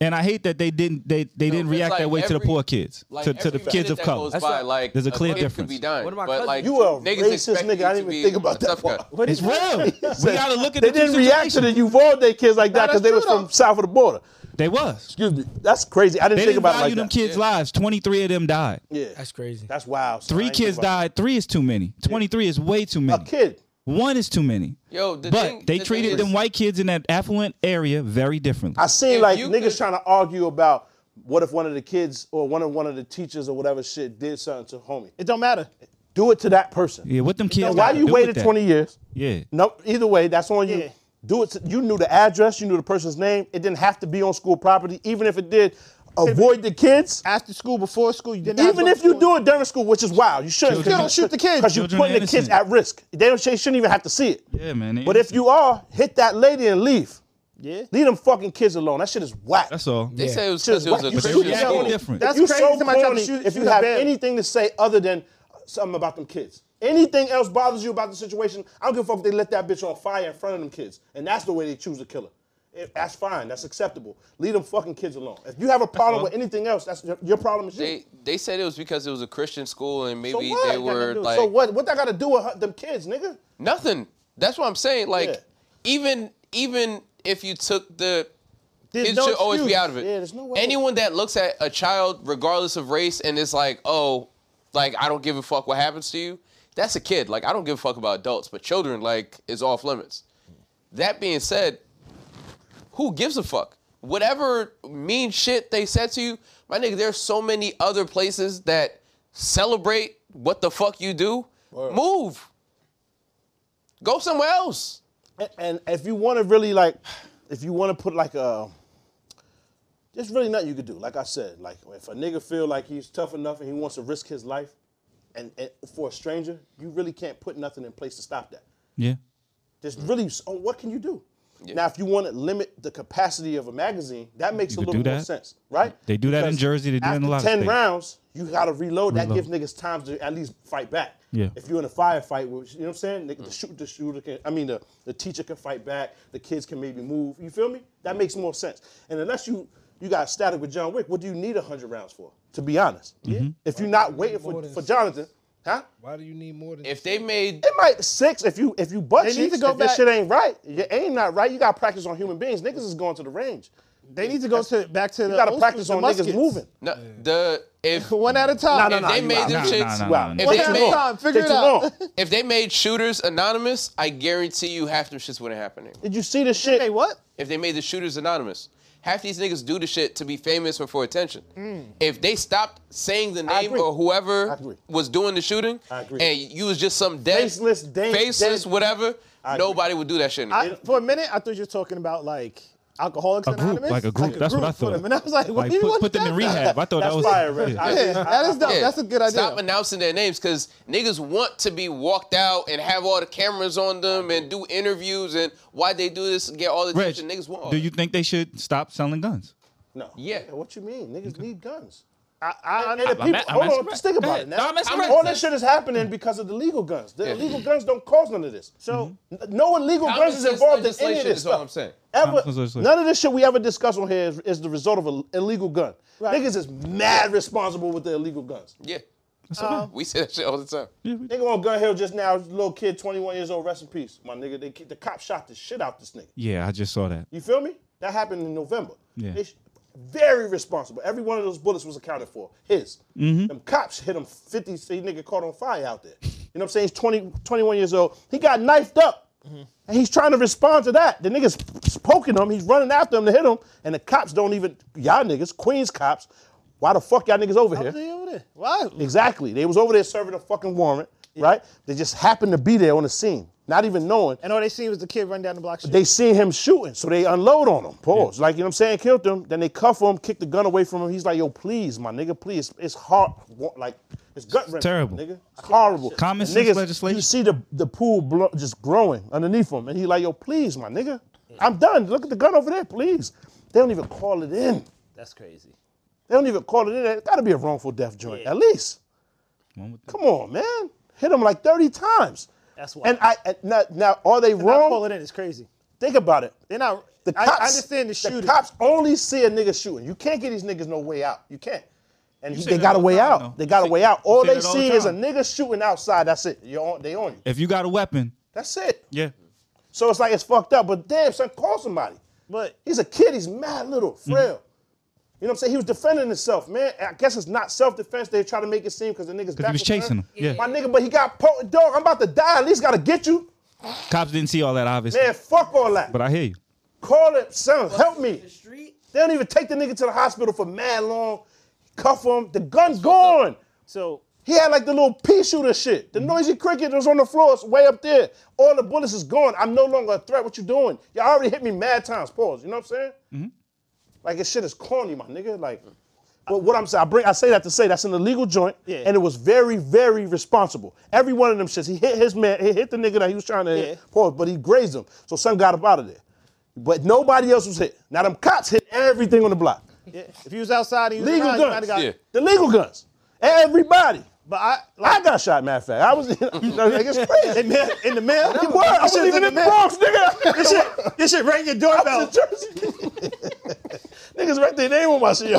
Speaker 6: And I hate that they didn't they, they didn't
Speaker 3: it's
Speaker 6: react
Speaker 3: like
Speaker 6: that way to the
Speaker 3: every-
Speaker 6: poor kids,
Speaker 3: Like,
Speaker 6: to, to the
Speaker 3: every
Speaker 6: kids
Speaker 3: minute
Speaker 6: of
Speaker 3: that
Speaker 6: color.
Speaker 3: Goes by, like,
Speaker 6: There's a clear
Speaker 3: kid could
Speaker 6: difference.
Speaker 3: Be done,
Speaker 2: One of my
Speaker 3: but, like,
Speaker 4: You are a
Speaker 3: niggas
Speaker 4: racist
Speaker 3: expect you
Speaker 4: nigga. I
Speaker 3: to
Speaker 4: didn't
Speaker 3: be
Speaker 4: even think
Speaker 3: a
Speaker 4: about that
Speaker 3: tough guy.
Speaker 4: part.
Speaker 3: *laughs*
Speaker 6: It's real. we gotta look at
Speaker 4: They
Speaker 6: the two
Speaker 4: didn't react to the
Speaker 6: situations.
Speaker 4: Uvalde kids like that because they was from south of the border.
Speaker 6: They was.
Speaker 4: Excuse me. That's crazy. I didn't
Speaker 6: They
Speaker 4: think
Speaker 6: didn't
Speaker 4: about it
Speaker 6: value
Speaker 4: like
Speaker 6: them
Speaker 4: that.
Speaker 6: kids' lives. Twenty three of them died.
Speaker 4: Yeah,
Speaker 2: That's crazy.
Speaker 4: that's wild. son. I
Speaker 6: Three
Speaker 4: didn't think
Speaker 6: kids
Speaker 4: about
Speaker 6: died. Three is too many. Twenty three is way too
Speaker 4: it.
Speaker 6: many.
Speaker 4: A kid.
Speaker 6: One is too many.
Speaker 3: Yo, the
Speaker 6: but
Speaker 3: thing-
Speaker 6: they
Speaker 3: the thing
Speaker 6: treated
Speaker 3: is-
Speaker 6: them white kids in that affluent area very differently.
Speaker 4: I seen
Speaker 3: If
Speaker 4: like
Speaker 3: you
Speaker 4: niggas
Speaker 3: could-
Speaker 4: trying to argue about what if one of the kids or one of one of the teachers or whatever shit did something to homie.
Speaker 1: It don't matter.
Speaker 4: Do it to that person.
Speaker 6: yeah, what them kids?
Speaker 4: And why
Speaker 6: gotta
Speaker 4: you
Speaker 6: do with
Speaker 4: waited
Speaker 6: that?
Speaker 4: 20 years?
Speaker 6: Yeah.
Speaker 4: No, either way, that's on you.
Speaker 1: Yeah.
Speaker 4: Do it. to- you knew the address. You knew the person's name. It didn't have to be on school property. Even if it did, avoid the kids.
Speaker 1: After school, before school, you didn't. have to
Speaker 4: Even
Speaker 1: go
Speaker 4: if
Speaker 1: to
Speaker 4: you
Speaker 1: school.
Speaker 4: do it during school, which is wild, you shouldn't.
Speaker 6: Children-
Speaker 1: Still shoot the kids.
Speaker 4: because you're
Speaker 6: Children are
Speaker 4: putting the kids
Speaker 6: innocent.
Speaker 4: at risk. They, don't, they shouldn't even have to see it.
Speaker 6: Yeah, man. they
Speaker 4: But if
Speaker 6: innocent.
Speaker 4: you are, hit that lady and leave.
Speaker 1: Yeah.
Speaker 4: Leave them fucking kids alone. That shit is whack.
Speaker 6: that's all.
Speaker 3: They say it was
Speaker 4: Just
Speaker 3: because it was
Speaker 4: why
Speaker 3: a
Speaker 4: you
Speaker 6: But they
Speaker 4: shoot
Speaker 3: Christian
Speaker 4: yourself
Speaker 6: reacted
Speaker 4: in it.
Speaker 3: school.
Speaker 6: different.
Speaker 1: That's
Speaker 4: you
Speaker 1: crazy.
Speaker 4: so
Speaker 1: Somebody tried to
Speaker 4: corny
Speaker 1: shoot-
Speaker 4: if you
Speaker 1: shoot a
Speaker 4: have
Speaker 1: bell.
Speaker 4: anything to say other than something about them kids. Anything else bothers you about the situation, I don't give a fuck if they let that bitch on fire in front of them kids. And that's the way they choose to kill her. If- that's fine. That's acceptable. Leave them fucking kids alone. If you have a problem with anything else, that's your, your problem is you.
Speaker 3: They they said it was because it was a Christian school and
Speaker 4: so
Speaker 3: maybe
Speaker 4: what?
Speaker 3: they were like
Speaker 4: so what? What that got to do with her, them kids, nigga?
Speaker 3: nothing. That's what I'm saying. Like
Speaker 4: Yeah.
Speaker 3: even even if you took the
Speaker 1: There's
Speaker 3: kids
Speaker 1: no
Speaker 3: should always be
Speaker 1: excuse.
Speaker 3: out of it.
Speaker 4: Yeah, there's no way.
Speaker 3: Anyone that looks at a child regardless of race and is like, oh, like I don't give a fuck what happens to you, that's a kid. Like I don't give a fuck about adults, but children like is off limits. That being said, who gives a fuck? Whatever mean shit they said to you, my nigga, there's so many other places that celebrate what the fuck you do. Move. Go somewhere else.
Speaker 4: And, and if you want to really like, if you want to put like a, there's really nothing you could do. Like I said, like if a nigga feel like he's tough enough and he wants to risk his life, and, and for a stranger, you really can't put nothing in place to stop that.
Speaker 6: Yeah.
Speaker 4: There's really, so what can you do? Now, if you want to limit the capacity of a magazine, that makes
Speaker 6: You
Speaker 4: a
Speaker 6: could
Speaker 4: little
Speaker 6: do
Speaker 4: more
Speaker 6: that.
Speaker 4: sense, right?
Speaker 6: They do that in
Speaker 4: Because
Speaker 6: Jersey, they do that in
Speaker 4: after
Speaker 6: a lot of
Speaker 4: ten
Speaker 6: states.
Speaker 4: rounds, you got to reload. That
Speaker 6: Reload.
Speaker 4: gives niggas time to at least fight back.
Speaker 6: Yeah.
Speaker 4: If you're in a firefight, which, you know what I'm saying? The, the shoot, the shooter can. I mean, the, the teacher can fight back. The kids can maybe move. You feel me? That makes more sense. And unless you you got static with John Wick, what do you need hundred rounds for? To be honest,
Speaker 6: Mm-hmm.
Speaker 4: if you're not waiting for,
Speaker 7: More than-
Speaker 4: for Jonathan, huh?
Speaker 7: Why do you need more than
Speaker 3: If
Speaker 4: *laughs*
Speaker 3: they made
Speaker 4: It might six if you if you butt
Speaker 1: They need
Speaker 4: cheeks,
Speaker 1: to go
Speaker 4: if your
Speaker 1: back-
Speaker 4: shit ain't right. Your aim not right. You got to practice on human beings. Niggas is going to the range.
Speaker 1: They need to go to back to the.
Speaker 4: You got to
Speaker 1: old
Speaker 4: practice
Speaker 1: school,
Speaker 4: on
Speaker 1: the
Speaker 4: niggas *laughs*
Speaker 1: muskets.
Speaker 4: moving.
Speaker 3: no, the if
Speaker 1: One at a time.
Speaker 4: No,
Speaker 3: if
Speaker 4: no,
Speaker 3: they
Speaker 4: you
Speaker 3: made
Speaker 4: out.
Speaker 3: them
Speaker 6: Nah,
Speaker 3: chicks,
Speaker 6: nah,
Speaker 4: Wow.
Speaker 6: nah, nah.
Speaker 3: if
Speaker 1: One
Speaker 3: they
Speaker 1: at a
Speaker 3: made-
Speaker 1: time. Figure
Speaker 4: Take
Speaker 1: it
Speaker 4: too *laughs*
Speaker 1: out.
Speaker 4: long.
Speaker 3: if they made shooters anonymous, I guarantee you half them shits wouldn't happening.
Speaker 4: Did you see the shit?
Speaker 1: Hey, what?
Speaker 3: If they made the shooters anonymous, half these niggas do the shit to be famous or for attention. If they stopped saying the name
Speaker 4: agree.
Speaker 3: or
Speaker 4: Hmm. I
Speaker 3: whoever
Speaker 4: agree.
Speaker 3: was doing the shooting,
Speaker 4: I agree.
Speaker 3: and you was just some dead
Speaker 4: Faceless, dead-
Speaker 3: faceless
Speaker 4: dead-
Speaker 3: whatever,
Speaker 4: agree.
Speaker 3: nobody would do that shit. anymore.
Speaker 1: I, for a minute, I thought you were talking about like Alcoholics
Speaker 6: A group,
Speaker 1: Anonymous,
Speaker 6: like a group. That's what I
Speaker 1: for
Speaker 6: thought.
Speaker 1: them. And I was like, what
Speaker 6: Like
Speaker 1: do you
Speaker 6: put,
Speaker 1: want
Speaker 6: put them
Speaker 1: that
Speaker 6: in
Speaker 4: *laughs*
Speaker 1: for?
Speaker 6: rehab. I thought
Speaker 4: That's
Speaker 6: that was
Speaker 4: fire, Rich.
Speaker 6: Yeah.
Speaker 4: I-
Speaker 1: Yeah, that is dope.
Speaker 3: Yeah.
Speaker 1: That's a good idea.
Speaker 3: Stop announcing their names because niggas want to be walked out and have all the cameras on them and do interviews and why they do this and get all the
Speaker 6: Rich,
Speaker 3: attention. Niggas want. all
Speaker 6: do
Speaker 3: that.
Speaker 6: you think they should stop selling guns?
Speaker 4: No.
Speaker 3: Yeah.
Speaker 4: What you mean? Niggas need guns.
Speaker 1: I, I,
Speaker 4: And the
Speaker 6: I'm
Speaker 4: people,
Speaker 6: at- I'm
Speaker 4: hold
Speaker 6: at-
Speaker 4: on, just think
Speaker 6: Go
Speaker 4: about
Speaker 6: ahead.
Speaker 4: it
Speaker 6: No,
Speaker 4: now.
Speaker 6: I'm at- I'm
Speaker 4: all
Speaker 6: at-
Speaker 4: that shit is happening because of the legal guns. The
Speaker 3: Yeah.
Speaker 4: illegal guns don't cause none of this. So n- no illegal
Speaker 3: Common
Speaker 4: guns is
Speaker 3: sense
Speaker 4: involved in any of
Speaker 3: legislation
Speaker 4: this
Speaker 3: is all
Speaker 4: stuff.
Speaker 3: I'm saying.
Speaker 4: Ever,
Speaker 6: Common sense legislation.
Speaker 4: none of this shit we ever discuss on here is, is the result of an illegal gun. Niggas is mad responsible with the illegal guns.
Speaker 3: Yeah. we say that shit all the time.
Speaker 4: Nigga on Gun Hill just now, little kid, 21 years old, rest in peace. My nigga, they, the cop shot the shit out this nigga.
Speaker 6: Yeah, I just saw that.
Speaker 4: You feel me? That happened in November.
Speaker 6: Yeah.
Speaker 4: They sh- very responsible. Every one of those bullets was accounted for. His. Them cops hit him 50, say nigga caught on fire out there. You know what I'm saying? He's 20, 21 years old. He got knifed up. And he's trying to respond to that. The nigga's poking him. He's running after him to hit him. And the cops don't even, y'all niggas, Queens cops, why the fuck y'all niggas over here?
Speaker 1: Why?
Speaker 4: Exactly. They was over there serving a fucking warrant, right? They just happened to be there on the scene, not even knowing.
Speaker 1: And all they seen was the kid run down the block. shooting.
Speaker 4: They seen him shooting, so they unload on him. Pause. Like, you know what I'm saying? Killed him. Then they cuff him, kick the gun away from him. He's like, yo, please, my nigga, please. It's hard. wa- Like, it's gut wrenching.
Speaker 6: terrible.
Speaker 4: Nigga. It's horrible.
Speaker 6: Common
Speaker 4: And
Speaker 6: sense
Speaker 4: niggas,
Speaker 6: legislation.
Speaker 4: You see the, the pool blo- just growing underneath him. And he like, yo, please, my nigga. I'm done. Look at the gun over there, please. They don't even call it in.
Speaker 2: That's crazy.
Speaker 4: They don't even call it in. That gotta be a wrongful death joint, at least.
Speaker 6: One with the-
Speaker 4: Come on, man. Hit him like 30 times.
Speaker 1: That's
Speaker 4: And
Speaker 1: why.
Speaker 4: I and now, now are they
Speaker 1: I
Speaker 4: wrong?
Speaker 1: call it in. It's crazy.
Speaker 4: Think about it.
Speaker 1: They're not.
Speaker 4: The
Speaker 1: I, I
Speaker 4: cops,
Speaker 1: understand the shooter.
Speaker 4: cops only see a nigga shooting. You can't get these niggas no way out. You can't. And he-
Speaker 6: say
Speaker 4: they
Speaker 6: that
Speaker 4: got a
Speaker 6: all the
Speaker 4: way
Speaker 6: time,
Speaker 4: out.
Speaker 6: though.
Speaker 4: They got a
Speaker 6: You
Speaker 4: way
Speaker 6: say-
Speaker 4: out.
Speaker 6: you
Speaker 4: All
Speaker 6: say
Speaker 4: they
Speaker 6: that all
Speaker 4: see
Speaker 6: the
Speaker 4: is a
Speaker 6: time.
Speaker 4: nigga shooting outside. That's it. You're on, they on you.
Speaker 6: If you got a weapon,
Speaker 4: That's it.
Speaker 6: yeah.
Speaker 4: So it's like it's fucked up. But damn, son, call somebody.
Speaker 1: But
Speaker 4: He's a kid. He's mad little,
Speaker 6: Mm-hmm.
Speaker 4: frail. You know what I'm saying? He was defending himself, man. I guess it's not self-defense. They try to make it seem because the niggas.
Speaker 6: Because he was chasing him. Yeah.
Speaker 4: My nigga, but he got poked. Dog, I'm about to die. At least gotta get you,
Speaker 6: Cops didn't see all that, obviously.
Speaker 4: man. Fuck all that.
Speaker 6: But I hear you.
Speaker 4: Call it, son. Help me.
Speaker 2: The street.
Speaker 4: They don't even take the nigga to the hospital for mad long. Cuff him. The gun gone.
Speaker 1: so
Speaker 4: He had like the little pea shooter shit. The noisy cricket was on the floor. It's way up there. All the bullets is gone. I'm no longer a threat. What you doing? Y'all already hit me mad times. Pause. You know what I'm saying? Like this shit is corny, my nigga. Like, but what I'm saying, I bring, I say that to say that's an illegal joint,
Speaker 1: Yeah.
Speaker 4: and it was very, very responsible. Every one of them shits, he hit his man, he hit the nigga that he was trying to
Speaker 1: Yeah.
Speaker 4: hit. Pause. But he grazed him, so son got up out of there. But nobody else was hit. Now them cops hit everything on the block.
Speaker 1: yeah, if you was outside and you was
Speaker 4: Legal
Speaker 1: around, you might
Speaker 4: guns.
Speaker 1: have got.
Speaker 3: Yeah.
Speaker 4: The legal guns. Everybody.
Speaker 1: But I
Speaker 4: I got shot, matter of fact. I was, *laughs* you know, like, it's crazy.
Speaker 1: in the, in the mail.
Speaker 4: It was. I wasn't even in the Bronx, nigga.
Speaker 1: This shit, this shit rang your
Speaker 4: I
Speaker 1: doorbell.
Speaker 4: was in Jersey. *laughs* Niggas right there, they ain't want my shit,
Speaker 1: *laughs*
Speaker 4: yo.